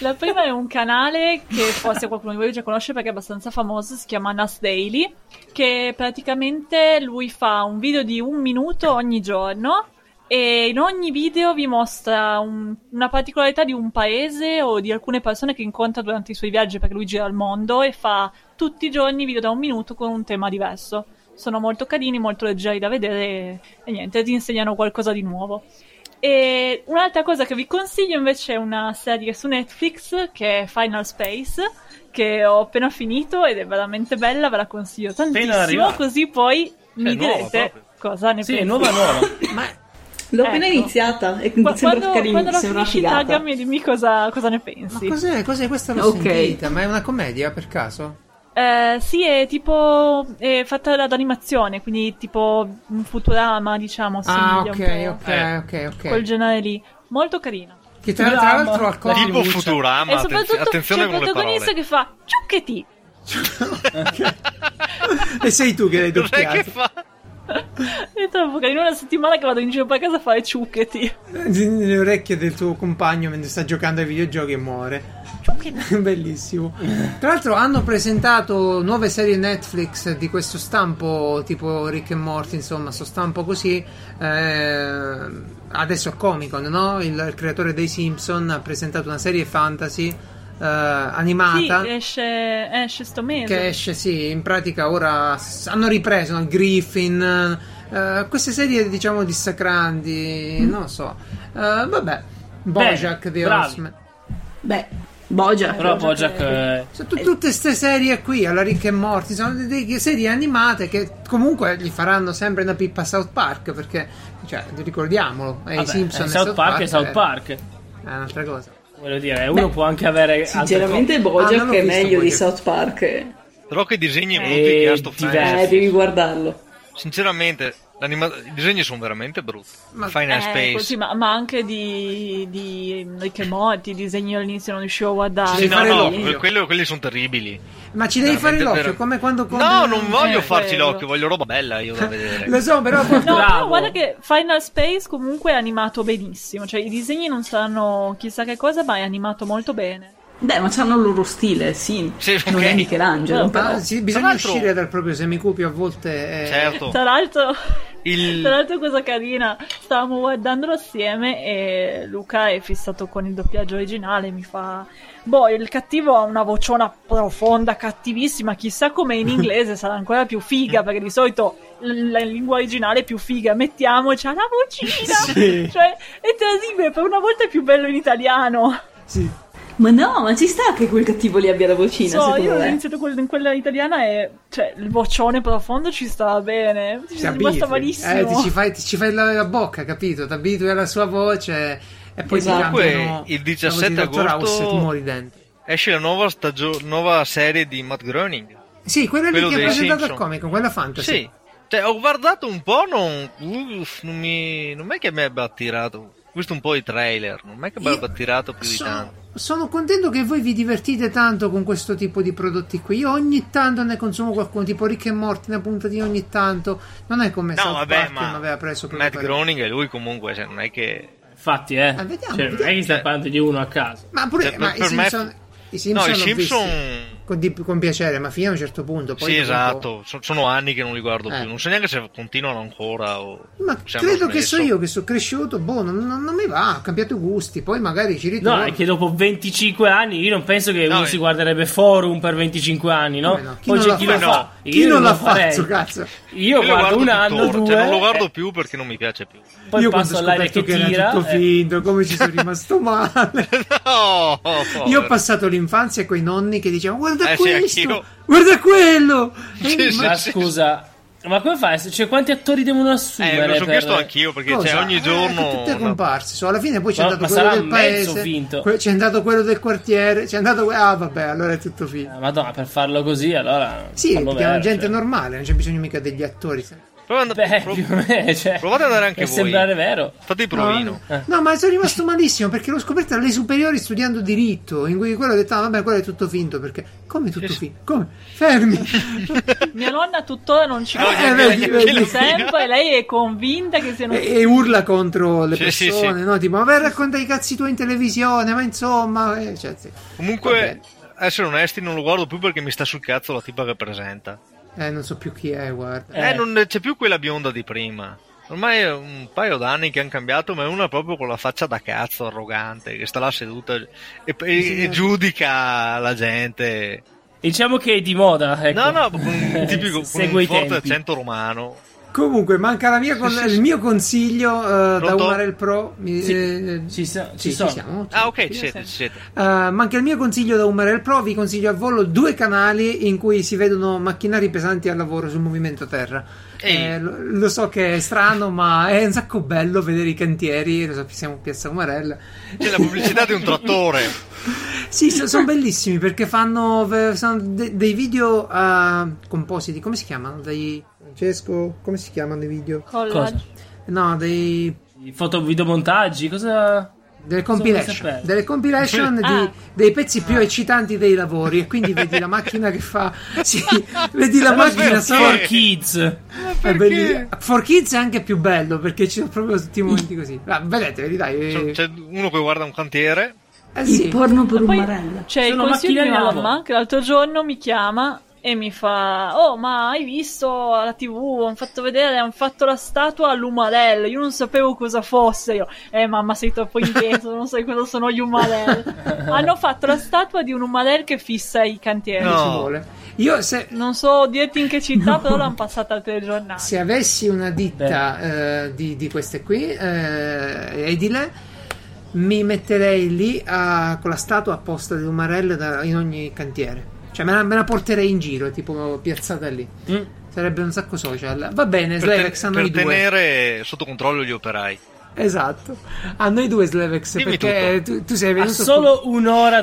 La prima è un canale che forse qualcuno di voi già conosce perché è abbastanza famoso, si chiama Nas Daily, che praticamente lui fa un video di un minuto ogni giorno e in ogni video vi mostra un- una particolarità di un paese o di alcune persone che incontra durante i suoi viaggi perché lui gira il mondo e fa tutti i giorni video da un minuto con un tema diverso. Sono molto carini, molto leggeri da vedere e, e niente, ti insegnano qualcosa di nuovo. E un'altra cosa che vi consiglio invece è una serie su Netflix che è Final Space, che ho appena finito ed è veramente bella, ve la consiglio tantissimo,
arrivata. Cioè,
così poi mi
nuova
direte
proprio.
cosa ne
Sì,
pensate.
nuova, nuova.
L'ho appena
Ecco.
iniziata e
Qua-
quindi sembra
quando,
carino,
quando la
sembra una
finisci
figata.
taggami e dimmi cosa, cosa ne
Ma
pensi.
cos'è? Cos'è questa l'ho
Ok.
sentita? Ma è una commedia per caso?
Eh, sì, è tipo è fatta ad animazione, quindi tipo un Futurama, diciamo,
Ah,
somiglia
ok,
un po'
ok,
Eh.
ok, ok.
quel genere lì. Molto carina.
Ah,
Che tra, tra
Futurama.
l'altro al collo
Tipo
di Lucia-
Futurama,
e soprattutto
attenzione, attenzione
cioè,
c'è il
con le
protagonista
parole.
che fa (laughs)
(laughs)
ciucchetti.
E sei tu che l'hai
(laughs) Cos'è che
doppiato.
fa?
E trovo che in una settimana che vado in giro per casa a fare ciucchetti.
Nelle orecchie del tuo compagno mentre sta giocando ai videogiochi e muore. (laughs) Bellissimo. Tra l'altro hanno presentato nuove serie Netflix di questo stampo, tipo Rick e Morty, insomma, sto stampo così. eh, adesso a Comic Con, no? Il, il creatore dei Simpson ha presentato una serie fantasy eh,
Sì, eh,
animata
esce, esce sto mese.
che esce, sì, in pratica ora s- hanno ripreso no? Griffin. eh, queste serie diciamo dissacranti, non lo so. Eh, vabbè, Bojack di
Mm. bravi.
Horseman.
Beh, Bogia.
Però Bojack eh,
Sono tu- tutte queste serie qui, alla Rick e Morty, sono de- de- serie animate che comunque gli faranno sempre una pippa a South Park perché, cioè, ricordiamolo, è i
vabbè,
Simpson
eh,
e
South Park è South
eh,
Park.
È un'altra cosa.
Voglio dire, uno può anche avere altre
Sinceramente
Ah,
Bogia
non l'ho
che è
visto
meglio di
Bojack.
South Park. Eh,
Però che disegni
Eh,
brutti che ha sto film.
diverso.
eh, devi guardarlo.
Sinceramente, l'anima- i disegni sono veramente brutti.
Ma-
Final
Eh,
Space.
così, ma, ma anche di, di Rick e Morty, i disegni all'inizio non riuscivo a guardare.
Sì,
Sì,
devi
no,
fare
no,
l'occhio.
quello- quelli sono terribili.
Ma ci devi fare
Veramente
l'occhio,
vero.
come quando...
No, non voglio
eh,
farci
quello.
l'occhio, voglio roba bella io da
(laughs)
vedere.
Lo so,
(laughs)
però...
No,
Bravo.
però guarda che Final Space comunque è animato benissimo, cioè i disegni non saranno chissà che cosa, ma è animato molto bene.
Beh, ma hanno il loro stile, sì.
Sì,
Non
ok.
è Michelangelo,
Però-
però.
Ah, sì, bisogna
Tra l'altro-
uscire dal proprio semicupio a volte. eh,
Certo.
Tra l'altro,
Il-
tra l'altro cosa carina, stavamo guardandolo assieme e Luca è fissato con il doppiaggio originale, mi fa... Boh, il cattivo ha una vociona profonda, cattivissima, chissà come in inglese sarà ancora più figa, perché di solito l- la lingua originale è più figa, mettiamoci la vocina!
Sì.
Cioè, è terribile, per una volta è più bello in italiano.
Sì.
Ma no, ma ci sta che quel cattivo lì abbia la vocina,
So,
secondo
io ho
me.
iniziato quel- in quella italiana e cioè il boccione profondo ci stava bene. Ci
Ti
sono rimasta
abitui.
malissimo.
Eh, ti ci fai, ti ci fai la, la bocca, capito? Ti abitui alla sua voce e poi
Esatto.
ti cambiano
Comunque, il
la voce di
17
Dr. House e
agosto-
tu muori dentro.
Esce la nuova, stagio- nuova serie di Matt Groening.
Sì, quella lì
Quello
che ha
dei
presentato al
Simpson.
comico, quella fantasy.
Sì. Cioè, ho guardato un po', non, uff, non mi, non è che mi abbia attirato. Ho visto un po' i trailer, non è che mi
Io
abbia attirato più di
sono-
tanto.
Sono contento che voi vi divertite tanto con questo tipo di prodotti qui. Io ogni tanto ne consumo qualcuno, tipo Rick e Morty, una puntatina ogni tanto. Non è come South
No, vabbè,
Park che
ma
mi aveva preso proprio
Matt
per-
Groening è lui comunque, cioè, non è che...
Infatti, eh.
Ah, vediamo,
cioè, non è che stiamo
vediamo.
parlando di uno a caso.
Ma pure
Cioè,
ma
per-
i
per me-
Simpson, i Simpson,
no, i
l'ho
Simpson...
visti Con, di- con piacere, ma fino a un certo punto. Poi
sì,
dopo-
esatto, So- sono anni che non li guardo
Eh.
più, non so neanche se continuano ancora o...
Ma
se hanno
credo che
smesso.
so io che sono cresciuto, boh, non, non- non mi va, ho cambiato gusti, poi magari ci ritorno.
No, è che dopo 25 anni io non penso che
No,
uno
eh.
si guarderebbe forum per 25 anni, no?
Come no? Chi
Poi
non
c'è
l'ha
chi lo
fatto?
fa?
Chi
Io
non l'ha
lo farei.
fatto, cazzo?
Io
Io lo
guardo un anno,
tuttora,
due,
cioè, non lo guardo
eh,
più perché non mi piace più.
poi
io quando
passo
ho
all'aria
scoperto
che
che, era
tira.
tutto
eh.
finto, come ci sono
(laughs)
rimasto male. Io
(laughs) no,
ho
povero.
passato l'infanzia con i nonni che dicevano guarda
Eh sì,
questo,
anch'io.
guarda quello. Eh, E
Sì,
io,
sì.
Ma scusa, ma come fai? Cioè, quanti attori devono
Eh,
assumere?
me lo sono
per-
chiesto anch'io perché
cosa?
cioè, ogni
Eh,
giorno...
tutte
no.
comparsi. So, alla fine poi c'è
Ma-
andato
ma
quello
sarà
del
mezzo
paese,
finto.
que- c'è andato quello del quartiere, c'è andato ah vabbè, allora è tutto finto.
Eh, Madonna, per farlo così, allora.
Sì,
fallo
perché è una
vero,
gente
cioè.
normale, non c'è bisogno mica degli attori.
Provate,
Beh,
pro-
più o meno, cioè,
provate ad andare anche
per
voi.
sembrare vero.
Fate il provino.
No, no, ma sono rimasto malissimo perché l'ho scoperta alle superiori studiando diritto, in cui quello ha detto "Ah, vabbè, quello è tutto finto perché come tutto finto? Come?
(laughs)
Fermi.
(laughs) Mia nonna tuttora non ci
No,
crede.
Eh, vedi, vedi.
Sempre lei è convinta che siano
e, e urla contro le
Sì, sì,
persone, no? Tipo, ma vai a raccontare i cazzi tuoi in televisione, ma insomma, eh, cioè, sì.
Comunque, essere onesti, non lo guardo più perché mi sta sul cazzo la tipa che presenta.
eh, non so più chi è, guarda.
Eh,
Eh.
non c'è più quella bionda di prima. Ormai è un paio d'anni che hanno cambiato, ma è una proprio con la faccia da cazzo arrogante, che sta là seduta e, e- e giudica la gente.
Diciamo che è di moda. Ecco.
No, no, con
(laughs)
un tipico con
Segue
un
i
forte
tempi.
accento romano.
Comunque, manca la mia con- il mio consiglio eh, da
Pronto?
Umarel Pro. Mi-
Sì,
eh,
ci so- ci
sì,
sono.
siamo.
Ah, ok, ci siete, ci siete.
Eh, manca il mio consiglio da Umarel Pro. Vi consiglio a volo due canali in cui si vedono macchinari pesanti al lavoro sul movimento terra.
Ehi.
Eh, lo, lo so che è strano, ma è un sacco bello vedere i cantieri. Lo so, siamo a Piazza Umarella.
C'è la pubblicità di un trattore.
Sì, so- sono bellissimi perché fanno eh, sono de- dei video eh, compositi. Come si chiamano? Dei... Francesco, come si chiamano i video?
collage.
Cosa?
No, dei.
I Foto, videomontaggi, cosa.
Delle compilation,
sapere.
delle compilation di- dei pezzi più eccitanti dei lavori e quindi vedi la macchina che fa sì, vedi
Eh,
la macchina
For
sorge
Kids.
è bellissimo. For Kids è anche più bello perché ci sono proprio tutti i momenti così Ah, vedeteli dai
C'è,
eh,
c'è uno che guarda un cantiere.
eh
Il
sì.
porno per un
Poi
marello.
c'è il
Sono
consiglio di
macchinari
mia
alla
mamma
volta.
che l'altro giorno mi chiama e mi fa: Oh, ma hai visto alla TV? Hanno fatto vedere, hanno fatto la statua all'Umalel. Io non sapevo cosa fosse. Io, eh, mamma, sei troppo indietro, non sai cosa sono gli Umalel. hanno fatto la statua di un Umalel che fissa i cantieri.
No.
ci vuole. Io se,
Non so dirti in che città, però l'hanno passata al telegiornale.
se avessi una ditta eh, di, di queste qui, eh, edile, mi metterei lì a- con la statua apposta di Umarell da- in ogni cantiere. Cioè me la, me la porterei in giro, tipo piazzata lì.
Mm.
Sarebbe un sacco social. Va bene,
Per,
Slevex
ten-
a
per
noi due.
tenere sotto controllo gli operai.
Esatto. A noi due Slevex,
Dimmi
perché tu, tu sei
A
venuto...
solo un'ora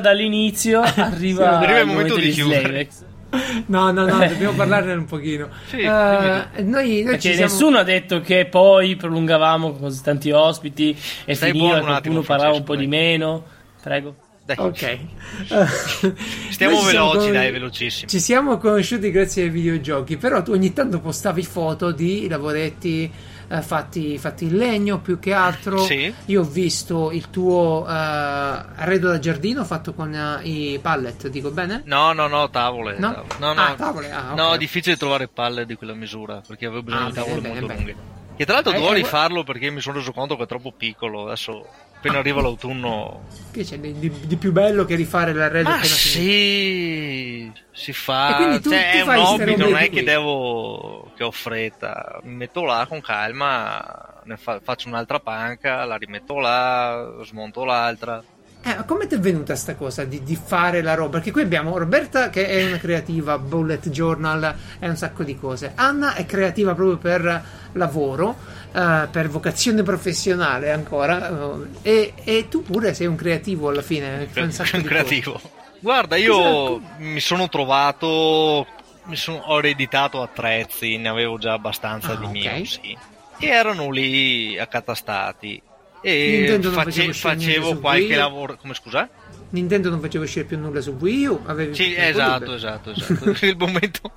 (laughs)
dall'inizio arriva,
Arriva il momento di
degli
chiudere.
Slavex.
No, no,
(laughs)
no, dobbiamo parlarne un pochino.
Sì,
Eh,
dimmi
noi, noi ci
Perché
siamo...
nessuno ha detto che poi prolungavamo con così tanti ospiti e
Stai
finiva,
buono un
qualcuno
attimo,
parlava un
Francesco,
po' di
dai.
meno. Prego.
Dai,
Ok, Eh, (laughs)
Stiamo
noi ci siamo
veloci,
con-
dai, velocissimi.
Ci siamo conosciuti grazie ai videogiochi, però tu ogni tanto postavi foto di lavoretti eh, fatti, fatti in legno più che altro.
Sì.
Io ho visto il tuo eh, arredo da giardino fatto con eh, i pallet, dico bene?
No, no, no, tavole.
No?
tavole. No,
Ah,
no.
tavole, ah, ok.
No, è difficile trovare palle di quella misura perché avevo bisogno
Ah,
di
bene,
tavole
bene,
molto
bene.
lunghe. Che tra l'altro
Eh,
dovrò
eh,
rifarlo perché mi sono reso conto che è troppo piccolo. Adesso, appena arriva l'autunno.
Che c'è di, di- di più bello che rifare l'arredo
Ma
appena finito?
sì, si
E
fa.
quindi tu-
cioè,
tu
è un
fai ste
hobby,
robe
non è
qui.
che devo. che ho fretta. Mi metto là con calma, ne fa- faccio un'altra panca, la rimetto là, smonto l'altra.
Eh, ma come ti è venuta sta cosa di, di fare la roba? Perché qui abbiamo Roberta che è una creativa, bullet journal e un sacco di cose. Anna è creativa proprio per lavoro, eh, per vocazione professionale ancora. eh, e, e tu pure sei un creativo alla fine. fai un
(laughs)
sacco di
Cioè, creativo. Guarda, io mi sono trovato. Mi sono, ho ereditato attrezzi, ne avevo già abbastanza
Ah,
di
ok.
mio, sì. E erano lì accatastati. E
Nintendo non
face-
faceva uscire niente
facevo
su
qualche
Wii.
lavoro. Come scusa?
cose. Nintendo non faceva uscire più nulla su Wii U. Avevi
Sì,
tempo
esatto,
libero.
esatto, esatto. (laughs) Il momento-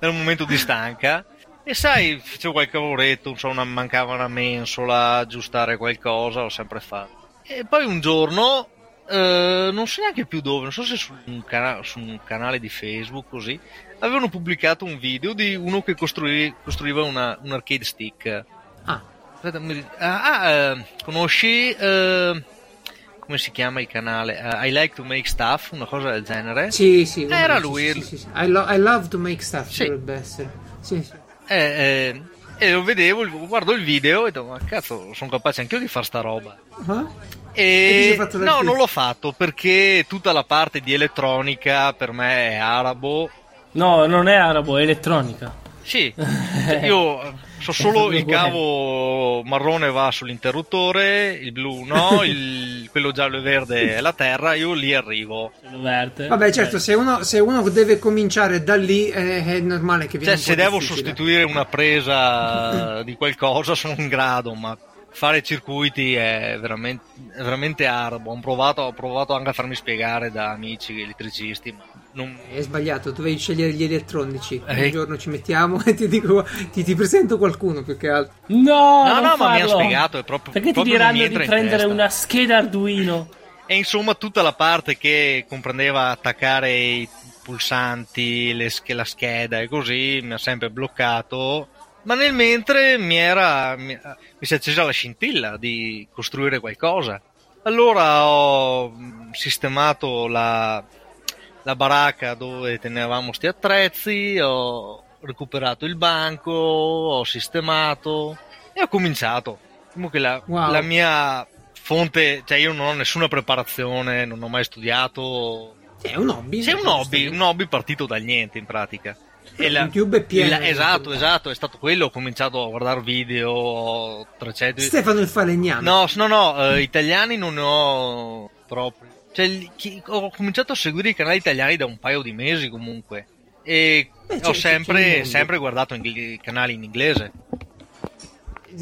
era un momento di stanca. E sai, facevo qualche lavoretto, non so, una, mancava una mensola, aggiustare qualcosa, l'ho sempre fatto. E poi un giorno, eh, non so neanche più dove, non so se su un, cana- su un canale di Facebook, così, avevano pubblicato un video di uno che costrui- costruiva una- un arcade stick.
Ah,
Aspetta, mi ri- ah, ah, eh, conosci... eh, come si chiama il canale? Eh, I like to make stuff, una cosa del genere.
sì, sì. come
Era
no, sì,
lui.
Sì, sì, sì. I, lo- I love to make stuff.
Sì.
Dovrebbe essere. Sì, sì.
Eh, eh, e lo vedevo, il- guardo il video e dico, ma cazzo, sono capace anch'io di fare sta roba.
Ah? ti sei
E
fatto
no,
l'artista?
non l'ho fatto perché tutta la parte di elettronica per me è arabo.
No, non è arabo, è elettronica.
Sì, cioè, io so solo il cavo marrone va sull'interruttore, il blu no, il- quello giallo e verde è la terra, io lì arrivo.
Se lo verte.
Eh.
Vabbè, certo, se uno, se uno deve cominciare da lì eh, è, normale che viene un
Cioè,
po'
se devo
difficile.
sostituire una
(laughs)
presa di qualcosa sono in grado, ma fare circuiti è veramente, è veramente arabo. Ho provato, ho provato anche a farmi spiegare da amici elettricisti, ma non...
Eh, È sbagliato, dovevi scegliere gli elettronici.
Eh.
Un giorno ci mettiamo (laughs) e ti dico, ti, ti presento qualcuno più che altro.
No,
No,
non
no, ma mi ha
farlo.
spiegato, è proprio-
Perché ti
proprio non
diranno
mi
di
entra in
prendere
testa.
una scheda Arduino?
E insomma tutta la parte che comprendeva attaccare i pulsanti, le sch- la scheda e così mi ha sempre bloccato. Ma nel mentre mi, era, mi, mi si è accesa la scintilla di costruire qualcosa. Allora ho mh, sistemato la, la baracca dove tenevamo sti attrezzi, ho recuperato il banco, ho sistemato e ho cominciato. Diciamo che la,
Wow.
la mia fonte, cioè io non ho nessuna preparazione, non ho mai studiato.
Sì, È un hobby.
C'è un hobby, un hobby partito dal niente in pratica.
YouTube è pieno
la-
di
esatto,
YouTube.
esatto, è stato quello. Ho cominciato a guardare video, ho 300...
Stefano il falegname.
No, s- no, no, eh, italiani non ne ho proprio. Cioè, li- chi- ho cominciato a seguire i canali italiani da un paio di mesi comunque. E
Beh, c'è- c'è- c'è
ho
il
sempre,
mondo.
sempre guardato ingl- i canali in inglese.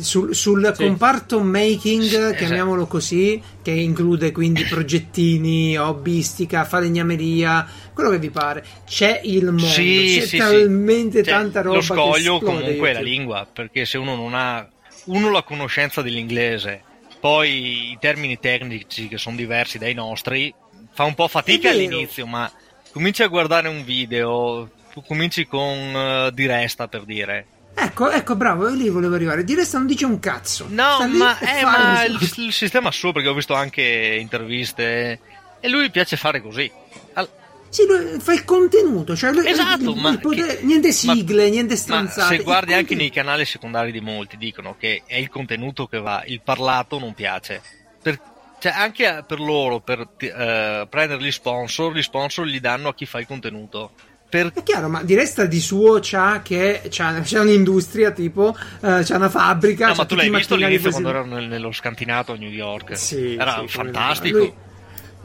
sul, sul
Sì.
comparto making,
esatto.
chiamiamolo così, che include
(coughs)
quindi progettini, hobbistica, falegnameria, quello che vi pare, c'è il mondo,
Sì,
c'è
sì,
talmente
sì. Cioè,
tanta roba
Lo
che
scoglio
esplode cioè.
comunque è la
YouTube.
lingua, perché se uno non ha uno la conoscenza dell'inglese, poi i termini tecnici che sono diversi dai nostri, fa un po' fatica
È vero.
all'inizio, ma cominci a guardare un video, tu cominci con eh, di resta per dire.
Ecco, ecco, bravo, io lì volevo arrivare. Di resto non dice un cazzo.
No,
Sta lì
ma,
e
eh,
fa
ma
le
il,
sue-
il sistema suo, perché ho visto anche interviste, e lui piace fare così. Al-
Sì, lui fa il contenuto, cioè lui-
Esatto,
il-
ma
il potere-
che-
niente
ma-
sigle, niente
Ma
stronzate.
se
il
guardi anche
contenuto.
nei canali secondari di molti, dicono che è il contenuto che va, il parlato non piace. Per- cioè, anche a- per loro, per ti- eh, prendere gli sponsor, gli sponsor li danno a chi fa il contenuto. Per-
È chiaro, ma di resta di suo c'ha che c'ha, c'è un'industria, tipo, eh, c'è una fabbrica.
No,
c'ha
ma tu
tutti
l'hai
i
visto
macchinari
all'inizio
così-
quando erano nel- nello scantinato a New York?
Sì,
Era
sì, come no.
fantastico.
Lui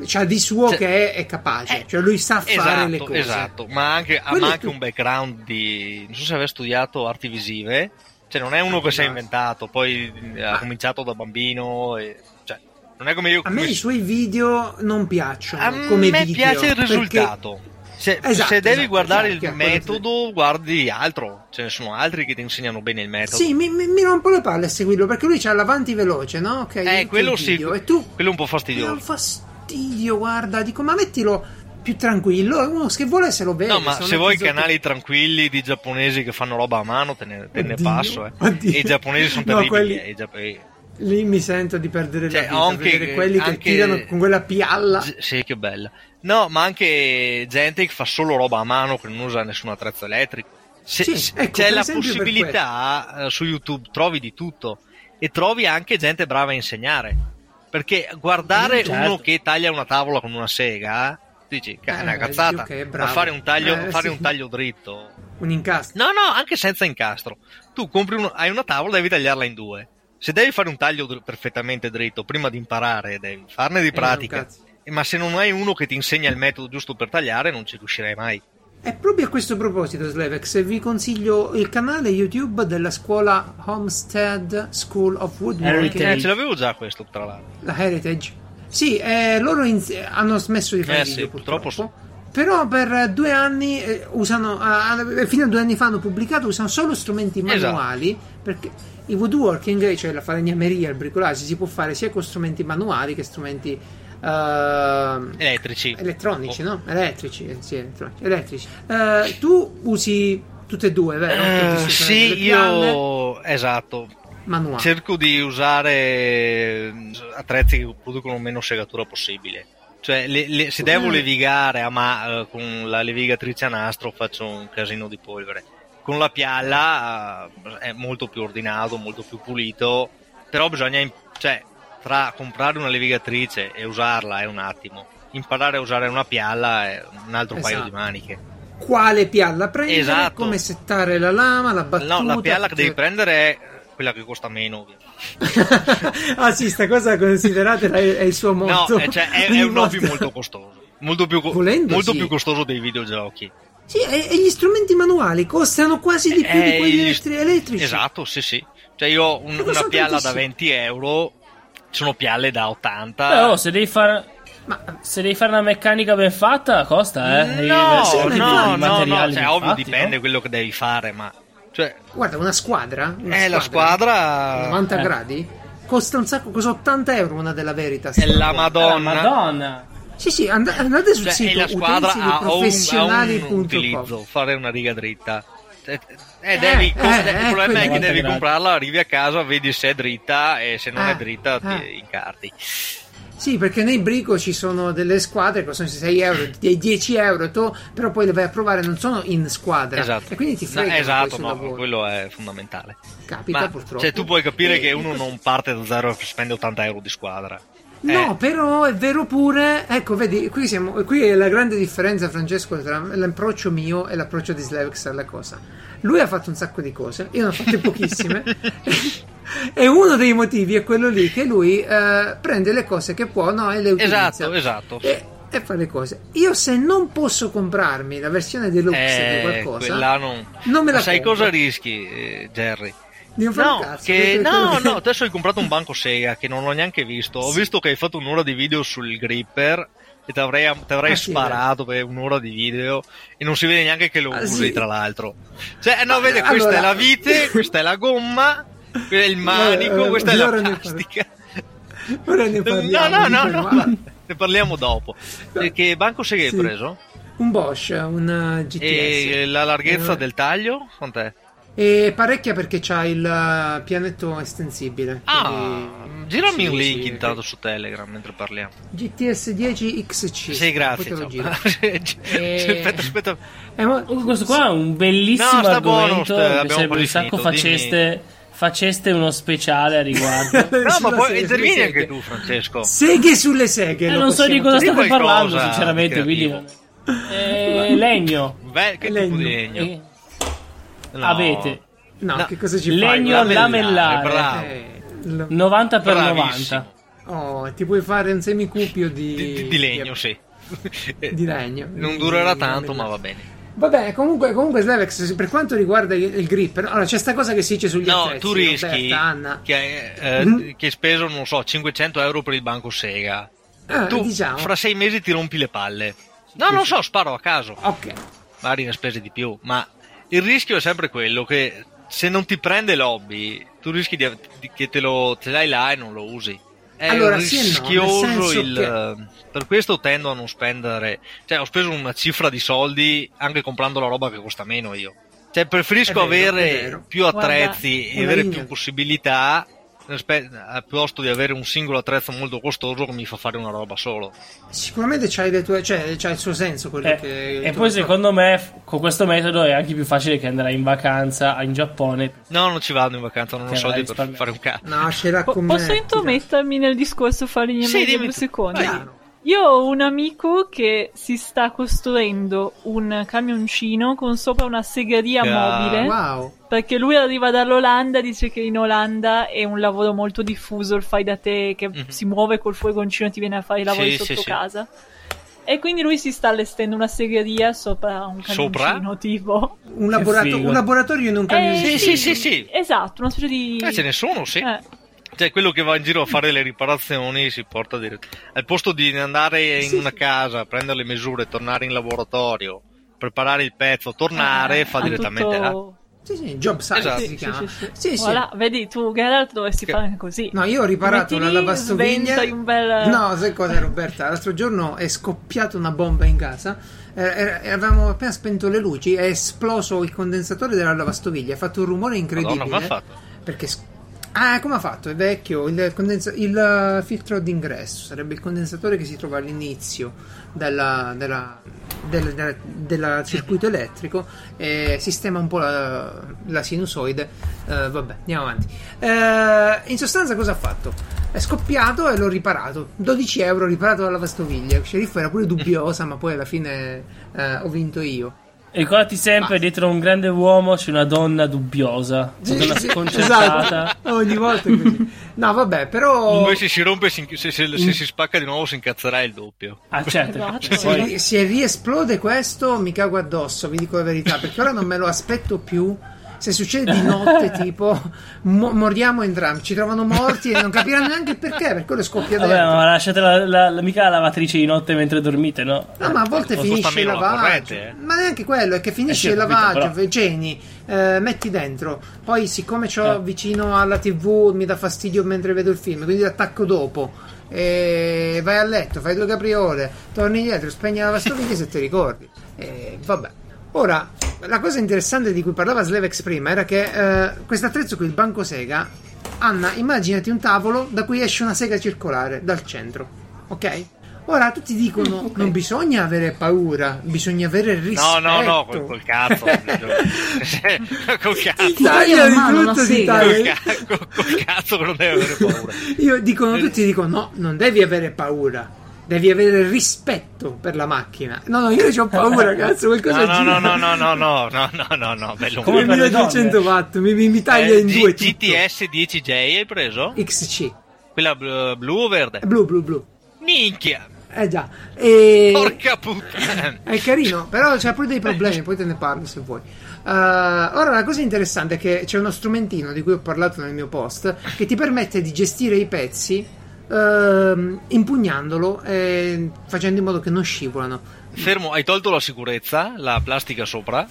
C'ha di suo
Cioè-
che è, è capace,
Eh,
cioè lui sa
esatto,
fare le cose.
Esatto, ma anche, ha
Quello
ma
è
anche
tutto.
un background di... non so se aveva studiato arti visive, cioè non è uno che si è inventato, poi eh, ha cominciato da bambino, e- cioè, non è come io...
A me
come-
i suoi video non piacciono.
a
come
me
video,
piace il
perché-
risultato. Se,
Esatto,
se devi
esatto,
guardare
chiaro,
il
chiaro, quello che-
metodo, guardi altro, ce ne sono altri che ti insegnano bene il metodo.
Sì, mi, mi, mi rompo le palle a seguirlo perché lui c'ha l'avanti veloce, no? Ok, metti
eh,
il
quello sì,
video, E tu
quello è un po'
Mi dà un
fastidioso.
fastidio, guarda, dico, ma mettilo più tranquillo. Uno che vuole se lo vede.
No, ma
non
se
è
vuoi
zocco-
canali tranquilli di giapponesi che fanno roba a mano, te ne, te ne
Oddio,
passo. eh.
oddio.
E I giapponesi sono
No,
terribili.
quelli-
eh, i giap- eh.
Lì mi sento di perdere
Cioè,
la vita,
anche-
vedere quelli che
anche-
tirano con quella pialla.
Sì, Sì, che bella. No, ma anche gente che fa solo roba a mano, che non usa nessun attrezzo elettrico. Se-
Sì,
se-
ecco,
c'è
per
la
esempio per
possibilità eh, su YouTube, trovi di tutto e trovi anche gente brava a insegnare. Perché guardare
Mm, certo.
uno che taglia una tavola con una sega, dici, "Ca- è
Eh,
una
beh,
cazzata.
sì, ok,
ma
bravo.
fare un taglio,
Eh,
fare
sì.
un taglio dritto.
Un incastro.
No, no, anche senza incastro. Tu compri uno- hai una tavola, devi tagliarla in due. Se devi fare un taglio dr- perfettamente dritto, prima di imparare, devi farne di
Eh, un
pratica.
cazzo.
Eh, Ma se non hai uno che ti insegna il metodo giusto per tagliare, non ci riuscirai mai.
E proprio a questo proposito, Slevex, vi consiglio il canale YouTube della scuola Homestead School of Woodworking,
Heritage.
Eh, ce l'avevo già questo, tra l'altro.
la Heritage. Sì, eh, loro ins- hanno smesso di fare
Eh,
video,
sì, purtroppo
Però per eh, due anni eh, usano, ah, ah, fino a due anni fa hanno pubblicato, usano solo strumenti
Esatto.
manuali perché il woodworking, cioè la falegnameria, il bricolage, si può fare sia con strumenti manuali che strumenti ehm,
Elettrici.
elettronici,
Oh.
no? Elettrici, eh, sì, elettronici. elettrici. Eh, tu usi tutte e due, vero?
Eh,
Tutti su- le
sì,
pianne,
io esatto.
manuali.
Cerco di usare eh, attrezzi che producono meno segatura possibile. Cioè, le- le- se devo levigare a ma- eh, con la levigatrice a nastro faccio un casino di polvere. Con la pialla eh, è molto più ordinato, molto più pulito, però bisogna, im- cioè, tra comprare una levigatrice e usarla è un attimo, imparare a usare una pialla è un altro paio
Esatto.
di maniche.
Quale pialla prendere,
Esatto.
come settare la lama, la battuta. cioè.
no, la pialla che devi
tutte-
prendere è quella che costa meno, ovviamente.
(laughs) ah sì, sta cosa consideratela è, è il suo
No,
motto.
eh, cioè, è,
Ogni
è un hobby
volta-
molto costoso. Molto più, co-
Volendo,
molto
sì.
più costoso dei videogiochi.
Sì, e, e gli strumenti manuali costano quasi di più di
Eh,
quelli
gli-
elettri- elettrici.
Esatto, sì, sì. Cioè, io ho un-
Ma
una
costano
pialla da
tantissimo.
20 euro. Ci sono pialle da 80.
Beh, oh, se devi fare.
Ma
Se devi fare una meccanica ben fatta, costa, eh.
No,
sì, ma
Devi-
infatti,
no, no,
i
no,
materiali
Cioè,
ben
ovvio,
fatti,
dipende
no?
quello che devi fare, ma. Cioè,
guarda, una squadra, una
eh, la squadra.
90
eh.
gradi costa un sacco, cosa 80 euro una della Veritas.
È la
Ah,
Madonna.
Madonna.
Sì, sì, and- andate sul
Cioè,
sito
e la squadra ha ha un, ha un
utensiliprofessionali.com.
utilizzo, fare una riga dritta. Eh, eh,
Eh,
devi-
eh,
il
eh,
problema è che
quindi-
devi
90
comprarla, arrivi a casa, vedi se è dritta e se non
Ah,
è dritta
ah.
ti incarti.
Sì, perché nei brico ci sono delle squadre che costano 6 euro, dei 10 euro, tu- però poi le vai a provare, non sono in squadra.
Esatto.
E quindi ti fregano
No,
poi
esatto,
sul
no,
lavoro.
quello è fondamentale.
Capita
Ma
purtroppo. Eh,
cioè, tu puoi capire
E-
che
e
uno
questo-
non parte da zero e spende 80 euro di squadra.
No,
Eh,
però è vero pure. Ecco, vedi, qui, siamo, qui è la grande differenza, Francesco, tra l'approccio mio e l'approccio di Slevex alla cosa. Lui ha fatto un sacco di cose, io ne ho fatte
(laughs)
pochissime. e uno dei motivi è quello lì che lui eh, prende le cose che può no, e le utilizza.
esatto, esatto.
E, e fa le cose. Io, se non posso comprarmi la versione deluxe
Eh,
di qualcosa,
quella non...
non me la
Ma sai
compro.
cosa rischi, eh, Jerry?
Non fa un
No,
cazzo,
che,
perché
no,
quello-
no,
(laughs)
adesso hai comprato un banco Sega che non ho neanche visto. Ho visto che hai fatto un'ora di video sul gripper e ti avrei,
Ah, sì,
sparato per un'ora di video e non si vede neanche che lo
Ah,
usi,
sì. Ah,
tra l'altro. Cioè, no, vede,
allora-
questa è
(laughs)
la vite, questa è la gomma, questo è il manico,
eh,
questa è la
allora ne
plastica.
Ora ne
No,
parliamo.
no,
di
no,
quello.
no,
Ah,
ne parliamo dopo. Perché banco Sega hai
Sì.
preso?
Un Bosch, un eh, GTS.
E la larghezza
Eh,
del taglio? Quant'è?
E parecchia perché c'ha il eh, pianetto estensibile.
Ah,
quindi-
girami
sì,
un link
sì,
intanto su Telegram mentre parliamo.
GTS 10 XC.
Sì, grazie.
Poi te lo
ciao.
giro.
(laughs) Sì, Aspetta, aspetta. (laughs)
Eh, ma-
Comunque questo
(laughs)
qua è un bellissimo
No, sta buono,
argomento
sta-
mi
abbiamo
sarebbe un
finito,
sacco
dimmi.
faceste, faceste uno speciale a
(laughs)
riguardo.
No, ma
sulla
poi
serie,
intervieni
sulle
anche
seghe.
tu, Francesco.
Seghe sulle seghe.
Eh,
lo
non so di
possiamo
cosa
chiamare.
dire
state parlando,
qualcosa
sinceramente,
di
quindi...
creativo.
Eh, legno.
Beh, che
Legno.
tipo di legno?
Eh,
No.
Avete
No,
No.
che cosa ci
legno
fai?
lamellare,
lamellare,
bravo.
Eh, l-
90 x
Bravissimo.
90.
Oh, ti puoi fare un semicupio Eh, di,
Di, di- di legno, sì.
(laughs)
Eh,
di legno.
Non
Di-
durerà
di
tanto, ma
lamellare.
va bene.
Va bene, comunque, comunque Slevex, per quanto riguarda il, il gripper, allora c'è sta cosa che si dice sugli
No,
attrezzi,
tu rischi
Roberta, Anna.
che, hai- eh,
Mm.
che hai speso, non so, 500 euro per il banco Sega.
Eh,
tu
diciamo.
fra sei mesi ti rompi le palle. No, non so, sparo a caso.
Ok.
magari ne spese di più, ma il rischio è sempre quello che se non ti prende l'hobby, tu rischi di, di- che te lo te l'hai là e non lo usi. È
Allora, sì e no, nel
rischioso
senso
il... eh, Per questo tendo a non spendere... Cioè, ho speso una cifra di soldi anche comprando la roba che costa meno io. Cioè, preferisco
È vero, è
avere
vero.
più attrezzi
Guarda,
e avere
una
più
linea.
possibilità rispe- a piuttosto di avere un singolo attrezzo molto costoso che mi fa fare una roba solo.
Sicuramente c'hai le tue, cioè, c'hai il suo senso quello
Eh,
che...
e
tu-
poi secondo me f- con questo metodo è anche più facile che andrai in vacanza in Giappone.
No, non ci vado in vacanza, non ho
Che
soldi
vai
per
risparmiato.
fare un cazzo.
No, ce l'ha
Po-
con me.
posso intromettermi nel discorso Farigna
Sì,
Media
dimmi
due
tu.
secondi?
Vai.
Piano.
Io ho un amico che si sta costruendo un camioncino con sopra una segheria
Ah,
mobile.
Wow.
Perché lui arriva dall'Olanda, dice che in Olanda è un lavoro molto diffuso, il fai da te che
Mhm.
si muove col furgoncino e ti viene a fare i lavori
Sì,
sotto
sì, sì.
casa. E quindi lui si sta allestendo una segheria sopra un
Sopra?
camioncino tipo.
Un, laborato-
figo.
un laboratorio in un
Eh.
camioncino.
sì, sì, sì, sì.
Esatto, una specie di...
Eh, ce ne sono, sì.
Eh,
Cioè, quello che va in giro a fare le riparazioni si porta direttamente. Al posto di andare in una casa, prendere le misure, tornare in laboratorio, preparare il pezzo, tornare,
Ah,
eh,
fa
ha
direttamente
tutto-
là.
Sì, sì, Job Site
Esatto.
si
Sì, sì,
chiama.
sì,
Sì,
sì.
sì.
Voilà, vedi tu Geralt dovresti
Che-
fare anche così.
No, io ho riparato
Metti
la
lì,
lavastoviglie.
sventoli un bel-
No, sai cosa Roberta? L'altro giorno è scoppiata una bomba in casa. Eh, eh, eh, avevamo appena spento le luci, è esploso il condensatore della lavastoviglie, ha fatto un rumore incredibile.
Madonna, come ha fatto?
Perché s- Ah, come ha fatto? È vecchio, il, condensa- il eh, filtro d'ingresso sarebbe il condensatore che si trova all'inizio della, della, del- del- della circuito elettrico e sistema un po' la, la sinusoide. Eh, vabbè, andiamo avanti. Eh, in sostanza, cosa ha fatto? È scoppiato e l'ho riparato. 12 euro riparato dalla lavastoviglie. Il sceriffo era pure dubbiosa, ma poi alla fine eh, ho vinto io.
E Ricordati sempre, dietro un grande uomo c'è una donna dubbiosa, una donna
Sì, sì,
sconcertata.
esatto. Ogni volta è così. No, vabbè, però.
Poi se ah, si rompe, si inchi- se, se-
Mm.
se si spacca di nuovo, si incazzerà il doppio.
Ah, certo.
Esatto.
cioè,
Se,
poi-
ri- se riesplode questo, mi cago addosso, vi dico la verità, perché ora non me lo aspetto più. Se succede di
(laughs)
notte, tipo, mo- moriamo entrambi, ci trovano morti e non capiranno neanche il perché, perché lo scoppia
Vabbè, ma
dentro.
lasciate la, la- la- mica la lavatrice di notte mentre dormite, no?
No, ma a volte
Lo
finisce il
spostamento alla
lavaggio.
corrente, eh.
Ma neanche quello, è che finisce
Eh
il
sì, ho capito,
lavaggio,
però.
geni, eh, metti dentro. Poi, siccome c'ho
Eh.
vicino alla TV, mi dà fastidio mentre vedo il film, quindi l'attacco dopo. E vai a letto, fai due capriole, torni indietro, spegni la lavastoviglie se ti ricordi. E vabbè. Ora, la cosa interessante di cui parlava Slevex prima era che eh, questo attrezzo qui, il banco sega, Anna, immaginati un tavolo da cui esce una sega circolare dal centro, ok? Ora tutti dicono non bisogna avere paura, bisogna avere
No,
rispetto.
no, no, col, col cazzo.
(laughs)
col cazzo.
Taglia
Taglia la mano,
di
una
tutto si
sega.
taglia.
Col, ca- col- col cazzo che non deve avere
(laughs)
paura.
Io dicono tutti dicono no, non devi avere paura, devi avere rispetto per la macchina. No, no, io ho (laughs) paura, cazzo, qualcosa
No,
gira.
no, no, no, no, no, no, no, no, no, no, bello.
Come per le
1200 watt, mi, mi- mi taglia
Eh,
in
G-
due tutto.
GTS 10J hai preso?
XC.
Quella blu blu o verde?
Eh. Blu, blu, blu.
Minchia!
Eh già. E...
Porca puttana.
È carino, però c'è pure dei problemi, poi te ne parlo se vuoi. Eh, ora la cosa interessante è che c'è uno strumentino di cui ho parlato nel mio post che ti permette di gestire i pezzi ehm, impugnandolo e facendo in modo che non scivolano.
Fermo, hai tolto la sicurezza, la plastica sopra?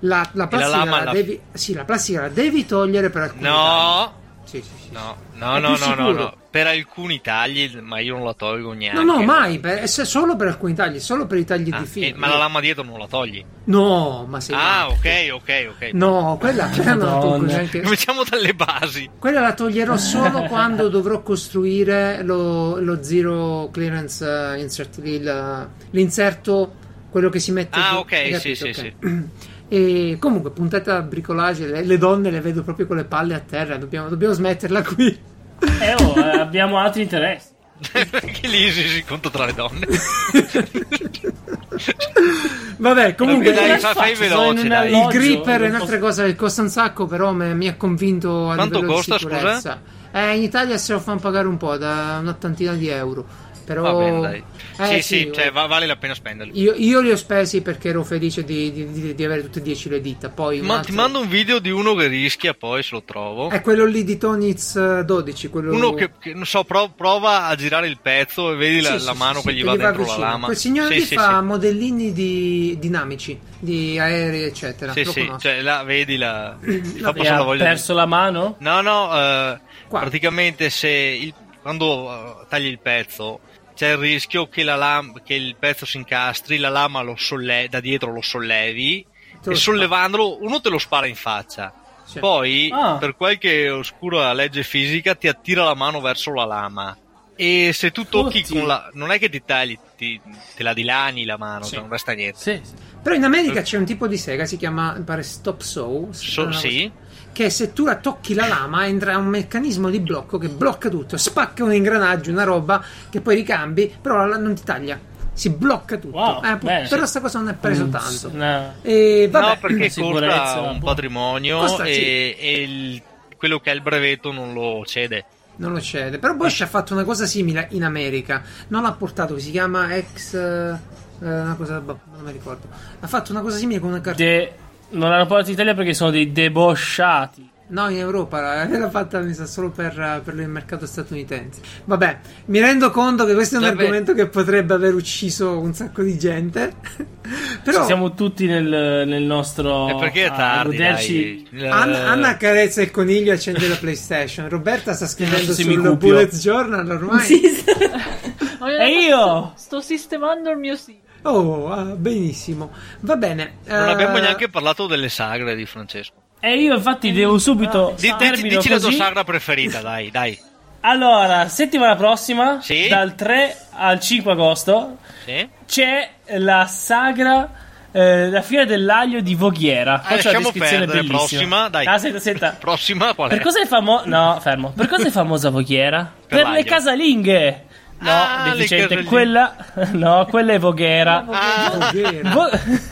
La, la plastica
lama
la
la-
devi, sì, la plastica la devi togliere per alcuni tagli.
No.
Sì, sì, sì.
No, no,
È
no,
più
no, no,
sicuro.
no. Per alcuni tagli, ma io non la tolgo neanche.
No, no, mai, per- è se- solo per alcuni tagli, solo per i tagli
Ah,
di filo.
eh, ma la lama dietro non la togli.
No, ma sei
Ah,
matto.
ok, ok, ok.
No, quella, (laughs) quella non la tolgo
Madonna.
neanche.
Cominciamo dalle basi. (laughs)
Quella la toglierò solo quando dovrò costruire lo, lo zero clearance eh, insert, il, eh, l'inserto, quello che si mette.
Ah,
giù,
ok,
hai
sì,
capito?
sì,
Ok. E comunque, puntata a bricolage, le, le donne le vedo proprio con le palle a terra, dobbiamo, dobbiamo smetterla
(laughs)
qui.
Eh, oh, eh, abbiamo altri interessi.
Anche lì si, si conta tra
(laughs)
le donne.
Vabbè, comunque...
Vabbè, Eh, dai,
Cosa
fa- fai
faccio? Sono in
veloce,
un
dai.
Il
alloggio,
gripper è
non
un'altra
posso-
cosa che costa un sacco, però me- mi ha convinto a
Quanto
livello
costa,
di sicurezza. Eh, in Italia se lo fanno pagare un po', da un'ottantina di euro. Però...
Va bene, dai.
Eh,
sì, sì, cioè,
eh.
va- vale la pena spenderli.
Io, io li ho spesi perché ero felice di, di- di- di avere tutte e dieci le dita. Poi un
Ma
altro-
ti mando un video di uno che rischia, poi se lo trovo.
È quello lì di Toniz eh, 12. Quello...
Uno che, che, non so, pro- prova a girare il pezzo e vedi la,
Sì,
la
sì,
mano
sì,
che
sì,
gli va dentro la
vicino.
lama.
Quel signore
Sì,
lì
sì,
fa
sì. modellini
modellini di- dinamici, di aerei, eccetera.
Sì,
Lo
sì,
conosco.
cioè, là, vedi la... Ti fa
E
passare la
ha
voglia di-
perso la mano?
No, no, eh,
Qua.
praticamente se il- quando eh, tagli il pezzo c'è il rischio che, la lam- che il pezzo si incastri, la lama lo solle- da dietro lo sollevi
Te lo
e
spara.
sollevandolo uno te lo spara in faccia.
Sì.
Poi,
Ah.
per qualche oscura legge fisica, ti attira la mano verso la lama. E se tu tocchi
Oddio.
con la... Non è che ti tagli, ti- te la dilani la mano,
Sì.
cioè non resta niente.
Sì.
Però in America c'è un tipo di sega, si chiama, mi pare, Stop Saw. se
So-
non la-
sì.
Che se tu la tocchi la lama entra un meccanismo di blocco che blocca tutto, spacca un ingranaggio, una roba che poi ricambi, però la- la- non ti taglia, si blocca tutto.
Wow,
Eh, pu-
bene,
però
sì.
sta cosa non è preso
Mm,
tanto.
no.
E vabbè,
no, perché
sicurezza,
costa un
boh.
patrimonio
Costa,
e,
sì.
e il- quello che è il brevetto non lo cede.
non lo cede. Però Bosch ha fatto una cosa simile in America. Non l'ha portato, si chiama ex. eh, una cosa. boh, non mi ricordo. Ha fatto una cosa simile con una carta.
De- non hanno portato in Italia perché sono dei debosciati.
No, in Europa (laughs) eh, l'ha fatta mi sa, solo per, eh, per il mercato statunitense. Vabbè, mi rendo conto che questo è un
Vabbè.
argomento che potrebbe aver ucciso un sacco di gente. (laughs) Però
Ci siamo tutti nel, nel nostro.
E perché è
a
tardi?
ah, goderci-
dai.
Anna,
Eh,
Anna carezza il coniglio e accende la PlayStation. Roberta sta scrivendo
Non so se mi
sul
cupio.
Bullet Journal ormai.
Sì, sì.
Ma in
E
realtà
io?
Sto, sto sistemando il mio sito.
Oh, ah, benissimo. Va bene.
non
eh,
abbiamo neanche parlato delle sagre di Francesco.
E io, infatti, devo subito.
Di- di-
termino
dici la tua
così.
sagra preferita, dai, dai.
Allora, settimana prossima,
Sì.
dal 3 al 5 agosto,
Sì?
c'è la sagra. eh, la fiera dell'aglio di Voghiera. Qua
Eh,
c'è una
lasciamo
descrizione
perdere,
bellissima.
prossima, dai.
Aspetta, aspetta.
(laughs) Prossima qual è?
Per cosa è famosa? No, fermo. Per cosa è famosa Voghiera?
Per
Per,
l'aglio.
le casalinghe. No,
Ah, le
deficiente.
casalinghe.
Quella, (laughs) no, quella è Voghera.
Ah,
Voghera.
Vo- (laughs)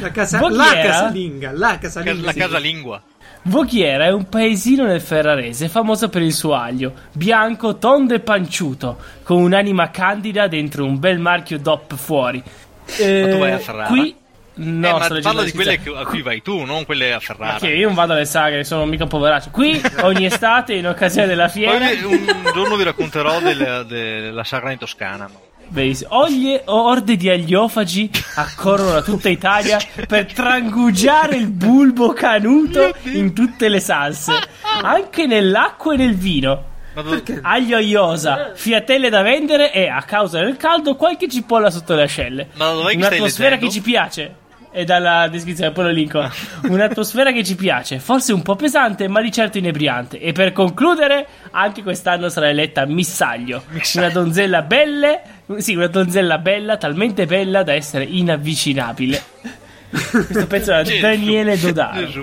la, casa- la
Voghera-
casalinga. La
ca-
casalinga.
la
sì.
casalingua.
Voghiera è un paesino nel Ferrarese famoso per il suo aglio, bianco, tondo e panciuto, con un'anima candida dentro un bel marchio DOP fuori.
Ma tu vai a
Eh,
Ferrara?
Qui... No,
Eh, ma
sto leggendo
parla
la
di quelle
descrizione.
che- a cui vai tu, non quelle a Ferrara.
Perché io non vado alle sagre, sono mica un poveraccio.
(laughs)
Qui ogni estate, in occasione della fiera,
Poi un giorno vi racconterò della, della sagra in Toscana.
Benissimo. Oglie- orde di agliofagi accorrono da tutta Italia per trangugiare il bulbo canuto in tutte le salse, anche nell'acqua e nel vino.
Ma do-
Aglio aiosa, fiatelle da vendere e, a causa del caldo, qualche cipolla sotto le ascelle.
Ma dov'è che stai
Un'atmosfera
leggendo? Ah.
che ci piace. E dalla descrizione, poi lo
(laughs)
linko. Un'atmosfera che ci piace, forse un po' pesante, ma di certo inebriante. E per concludere, anche quest'anno sarà eletta Missaglio. Una donzella belle, sì, una donzella bella, talmente bella da essere inavvicinabile. Questo pezzo è da
Gesù,
Daniele Dodaro.
Gesù.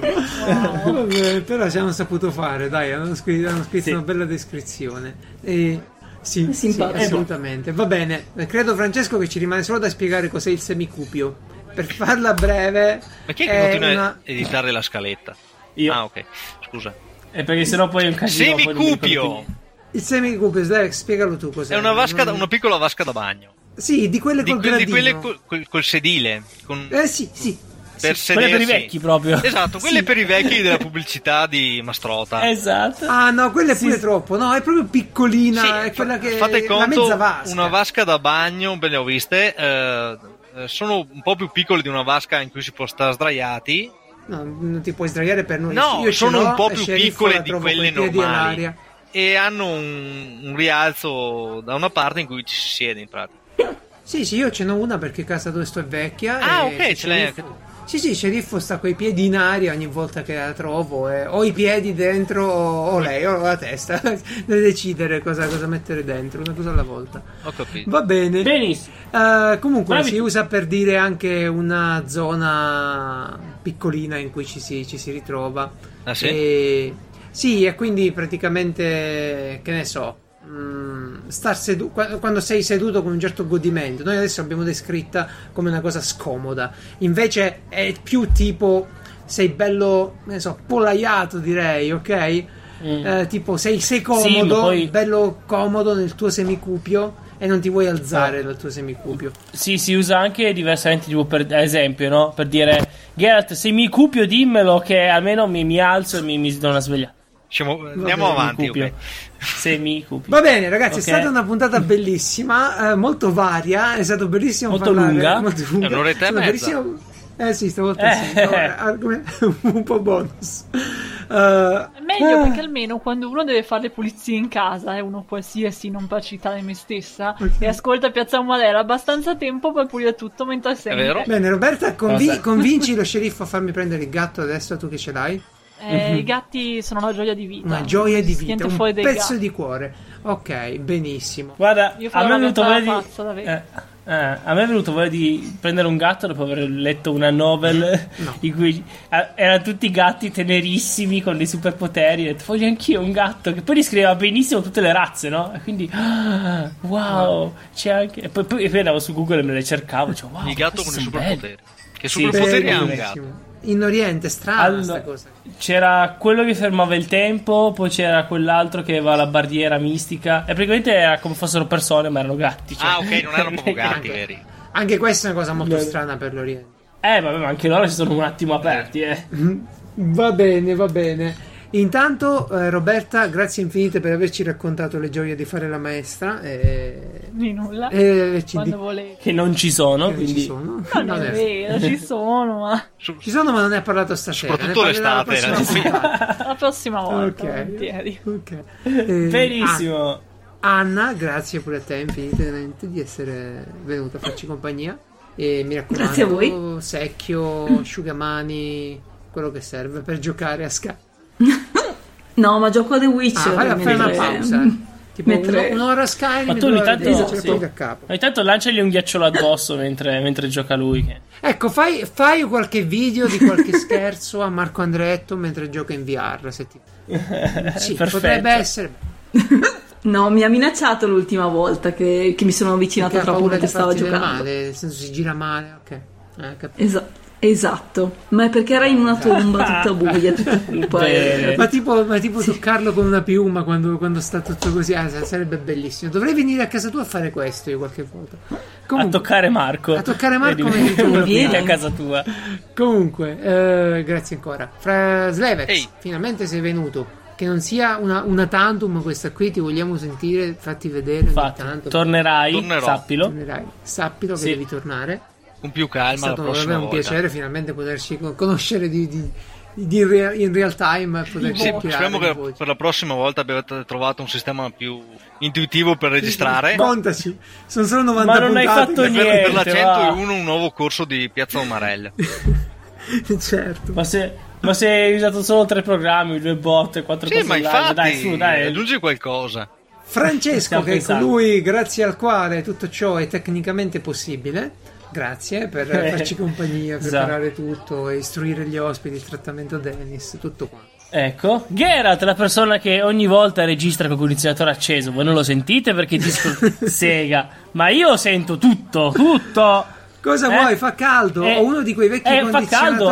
Vabbè, però ci hanno saputo fare, dai, hanno scritto, hanno scritto
Sì.
una bella descrizione. E... Sì, sì,
Simpatico.
assolutamente. Va bene, credo Francesco che ci rimane solo da spiegare cos'è il semicupio. Per farla breve,
Ma chi è che continua
Eh,
a editare la scaletta?
Io.
Ah, ok. Scusa.
E perché sennò poi è un casino. poi non mi ricordo
Semicupio
più.
il semicupio, Derek, spiegalo tu cos'è.
è una, vasca da-
Non-
una piccola vasca da bagno.
Sì, di quelle
Di,
col
que- di
gradino.
quelle col, col- col sedile. Con,
Eh sì, sì.
per
Sì, quelle per i
sedersi.
vecchi proprio.
Esatto, quelle
Sì. Eh,
per i vecchi della pubblicità di Mastrota.
Esatto.
Ah no, quella è pure
Sì.
troppo. No, è proprio piccolina.
Sì,
è quella che
fate
la
conto,
mezza vasca.
una vasca da bagno, ve le ho viste, eh, eh, sono un po' più piccole di una vasca in cui si può stare sdraiati,
No, non ti puoi sdraiare per noi.
No,
Io ce
sono
l'ho,
un po'
e
più
sceriffo
piccole
la
di
trovo
quelle
coi piedi
normali.
all'aria.
e hanno un, un rialzo da una parte in cui ci si siede in pratica.
Sì, sì, io ce n'ho una perché casa dove sto è vecchia.
Ah,
e
ok, ce l'hai
sceriffo-
anche tu.
Sì, sì, sceriffo sta coi piedi in aria ogni volta che la trovo. eh. O i piedi dentro, o o lei, o la testa. (laughs) Deve decidere cosa, cosa mettere dentro, una cosa alla volta.
Ho capito.
Va bene.
Benissimo.
Eh, comunque
Bravi
si
tu.
usa per dire anche una zona piccolina in cui ci si, ci si ritrova.
Ah, sì?
E, sì, e quindi praticamente, che ne so, mh, star sedu- qua- quando sei seduto con un certo godimento. Noi adesso l'abbiamo descritta come una cosa scomoda, invece è più tipo sei bello, che ne so, polaiato direi, ok?
Mm.
Eh, tipo sei, sei
Sì, ma
comodo,
poi-
bello comodo nel tuo semicupio e non ti vuoi alzare
Esatto.
dal tuo semicupio.
Sì, si usa anche diversamente, tipo per ad esempio, no? Per dire, Geralt, se mi cupio dimmelo che almeno mi, mi alzo e mi, mi do una svegliata.
Siamo- andiamo
Mi
avanti.
cupio.
ok.
Se mi cupio.
Va bene, ragazzi,
Ok.
è stata una puntata bellissima, eh, molto varia, è stato bellissimo
Molto
parlare-
lunga.
molto lunga.
È un'oretta e
Stato
mezza.
bellissimo- Eh sì, stavolta
Eh.
sì, allora, argom- (laughs) un po' bonus. Eh,
È meglio
eh,
perché almeno quando uno deve fare le pulizie in casa, è uno qualsiasi, non per citare me stessa,
Ok.
e ascolta Piazza Umadera abbastanza tempo per pulire tutto mentre sei. in
vero?
te.
Bene, Roberta, convi-
Cosa?
convinci lo sceriffo a farmi prendere il gatto adesso, tu che ce l'hai?
Eh,
Mhm.
I gatti sono una gioia di vita.
Una gioia di vita,
Schianto
un
fuori dei
pezzo
gatti.
di cuore. Ok, benissimo.
Guarda,
Io
a
farò
me è
una
venuto voglia di...
piazzata pazza da
eh,
vecchia.
eh, a me è venuto voglia di prendere un gatto dopo aver letto una novel
No.
(laughs) in cui eh, erano tutti gatti tenerissimi con dei superpoteri. Ho detto, voglio anch'io un gatto che poi descriveva benissimo tutte le razze, no? E quindi, ah, wow, c'è anche... E poi, poi- e poi andavo su Google e me le cercavo. Dicevo, wow,
Il gatto
Ah,
con
questi
i
sono belli.
superpoteri. Che
Sì,
superpoteri ha un
Benissimo.
gatto?
In Oriente,
Ah,
strana
Allora-
sta cosa.
C'era quello che fermava il tempo, poi c'era quell'altro che aveva la barriera mistica. E praticamente era come fossero persone, ma erano gatti. cioè.
Ah, ok, non
(laughs)
erano proprio gatti veri.
Anche questa è una cosa molto
Bene.
strana per l'Oriente.
Eh, vabbè, ma anche loro si sono un attimo aperti, eh.
(laughs) Va bene, va bene. Intanto, eh, Roberta, grazie infinite per averci raccontato le gioie di fare la maestra. eh, E,
Di nulla.
e Eh, ci
quando
dici
volete.
Che non ci sono,
che non
quindi...
ci sono.
No, non
Vabbè.
è vero, ci sono, ma
Su-
Ci sono, ma non ne ha parlato stasera.
Soprattutto
ne parlerà la
l'estate,
prossima puntata.
la prossima volta, volentieri.
ok.
(laughs)
ok. Eh,
Benissimo.
ah, Anna, grazie pure a te infinitamente di essere venuta a farci compagnia. E mi raccomando,
Grazie a voi.
secchio, asciugamani, quello che serve per giocare a scacchi.
No, ma gioco a The Witcher. eh.
Ah, fai, fai una
mentre-
pausa. (laughs) Tipo
mentre-
uno- un'ora a Skyrim.
Ma tu
due
ogni
ore
tanto-
di gioco,
sì.
poi da capo.
Ogni tanto lanciagli un ghiacciolo addosso mentre, mentre gioca lui. che- (laughs)
Ecco, fai, fai qualche video di qualche scherzo a Marco Andretto mentre gioca in VR. Se ti... Sì,
Eh, Perfetto.
potrebbe essere.
No, mi ha minacciato l'ultima volta che, che mi sono avvicinata
perché ha
troppo
paura
mentre
di
stava
farti del
giocando.
male, nel senso si gira male. Ok, Eh, capito.
Esa- esatto, ma è perché era in una tomba tutta
(laughs)
buia, tutta cupa.
Bene.
e-
Ma tipo, ma tipo toccarlo con una piuma quando, quando sta tutto così, ah, sarebbe bellissimo. Dovrei venire a casa tua a fare questo io qualche volta.
A toccare Marco.
A toccare Marco
Vedi-
mentre
(laughs)
gioca a
Vieni
VR.
a casa tua.
Comunque, eh, grazie ancora. Fra Slevex,
Ehi.
finalmente sei venuto. Che non sia una, una tantum questa qui, ti vogliamo sentire, fatti vedere ogni
Infatti,
tanto.
tornerai,
Tornerò.
sappilo.
Tornerai. Sappilo che
Sì.
devi tornare.
Con più
È
calma la
stato
prossima
davvero un
volta.
piacere finalmente poterci con- conoscere di, di- di rea- in real time e poterci
Sì,
chiacchierare
speriamo
con
che
voi.
per la prossima volta abbiate trovato un sistema più intuitivo per
(laughs)
registrare.
Boh, Contaci, sono solo 90
Ma non hai
puntate,
fatto
Per, per la
Niente, va.
101 un nuovo corso di Piazza Omarella.
(laughs) certo.
Ma se, ma se hai usato solo tre programmi, due bot e quattro
sì,
cose
ma
in live,
infatti,
dai, su, dai.
aggiungi qualcosa.
Francesco,
Stiamo
che è
pensando.
colui grazie al quale tutto ciò è tecnicamente possibile. Grazie
(laughs)
per
Eh,
farci compagnia,
esatto.
preparare tutto, istruire gli ospiti, il trattamento Dennis, tutto quanto.
Ecco, Geralt, la persona che ogni volta registra col condizionatore acceso,
(laughs)
voi non lo sentite perché ti sega, ma io sento tutto, tutto.
Cosa
Eh?
vuoi? Fa caldo.
Eh,
Ho uno di quei vecchi
eh, fa caldo.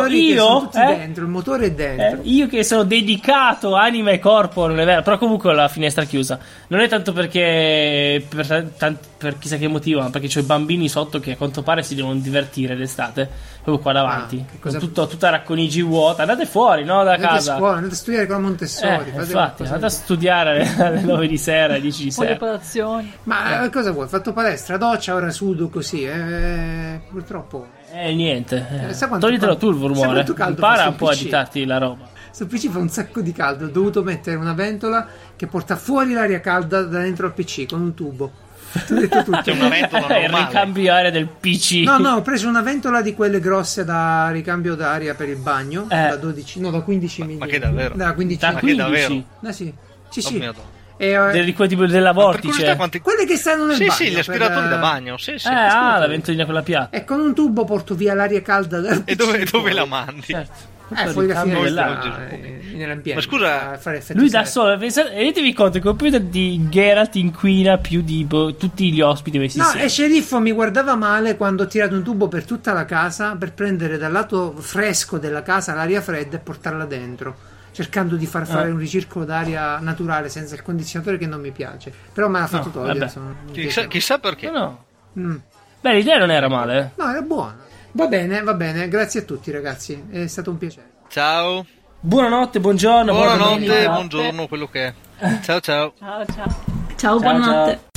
condizionatori che
Io?
sono tutti
Eh?
dentro, il motore è
Eh,
dentro.
io che sono dedicato anima e corpo, non è vero, però comunque ho la finestra chiusa. Non è tanto perché per, tan- per chissà che motivo, ma perché c'ho i bambini sotto che a quanto pare si devono divertire d'estate, proprio qua davanti,
Ah, che cosa-
con tutto- tutta racconigi vuota. Andate fuori, no, da
Andate a
casa.
scuola, andate a studiare con la Montessori.
Eh,
fate
infatti,
qualcosa
andate a
di-
studiare alle 9 di sera, alle 10 di
po' di
sera.
operazioni.
Ma eh, cosa vuoi? Fatto palestra, doccia, ora sudo così. eh, purtroppo
Eh, niente. eh.
Eh, sai quanto
Toglitelo
caldo-
tu il
sai
rumore.
quanto caldo fa
Impara
sul
un po' a
PC?
agitarti la roba.
sul PC fa un sacco di caldo. Ho dovuto mettere una ventola che porta fuori l'aria calda da dentro al PC con un tubo. Ti ho detto tutto.
C'è una ventola
Eh, (laughs) il
normale.
ricambiare del PC. (laughs)
No, no, ho preso una ventola di quelle grosse da ricambio d'aria per il bagno,
Eh.
da 12, no, da 15 mm.
ma che davvero?
Da 15
Da
Ma
mm.
che
15.
davvero?
Ah, sì. Sì,
Oh
sì.
mio Dio.
E, eh,
Del- di quel tipo della
Ma per
vortice.
curiosità quanti-
Quelle che stanno nel
Sì,
bagno.
sì, gli
per,
aspiratori
eh,
da bagno, sì, sì.
eh, ah, la ventolina con la
(laughs)
piatta.
E con un tubo porto via l'aria calda dal
E dove,
PC
dove
fuori.
la mandi?
Certo.
Eh,
Tutto
fuori la
ricambio dell'acqua.
finestra, eh, nell'ambiente.
Ma scusa,
a fare effetto
Lui da
serra.
solo, pensa- rendetevi conto, il computer di Geralt inquina più di boh, tutti gli ospiti messi
No,
insieme.
e sceriffo mi guardava male quando ho tirato un tubo per tutta la casa per prendere dal lato fresco della casa l'aria fredda e portarla dentro, cercando di far fare
Eh.
un ricircolo d'aria naturale senza il condizionatore che non mi piace. Però me l'ha fatto
No,
togliere.
vabbè.
sono- mi
Chissà,
piaceva.
chissà perché.
No, no.
Mm.
Beh, l'idea non era male. eh.
No, era buono. Va bene, va bene. Grazie a tutti, ragazzi. È stato un piacere.
Ciao,
Buonanotte, buongiorno. buona
buonanotte,
domenica.
buongiorno, quello che è. Ciao ciao.
Ciao, ciao.
Ciao,
Ciao,
buonanotte.
ciao.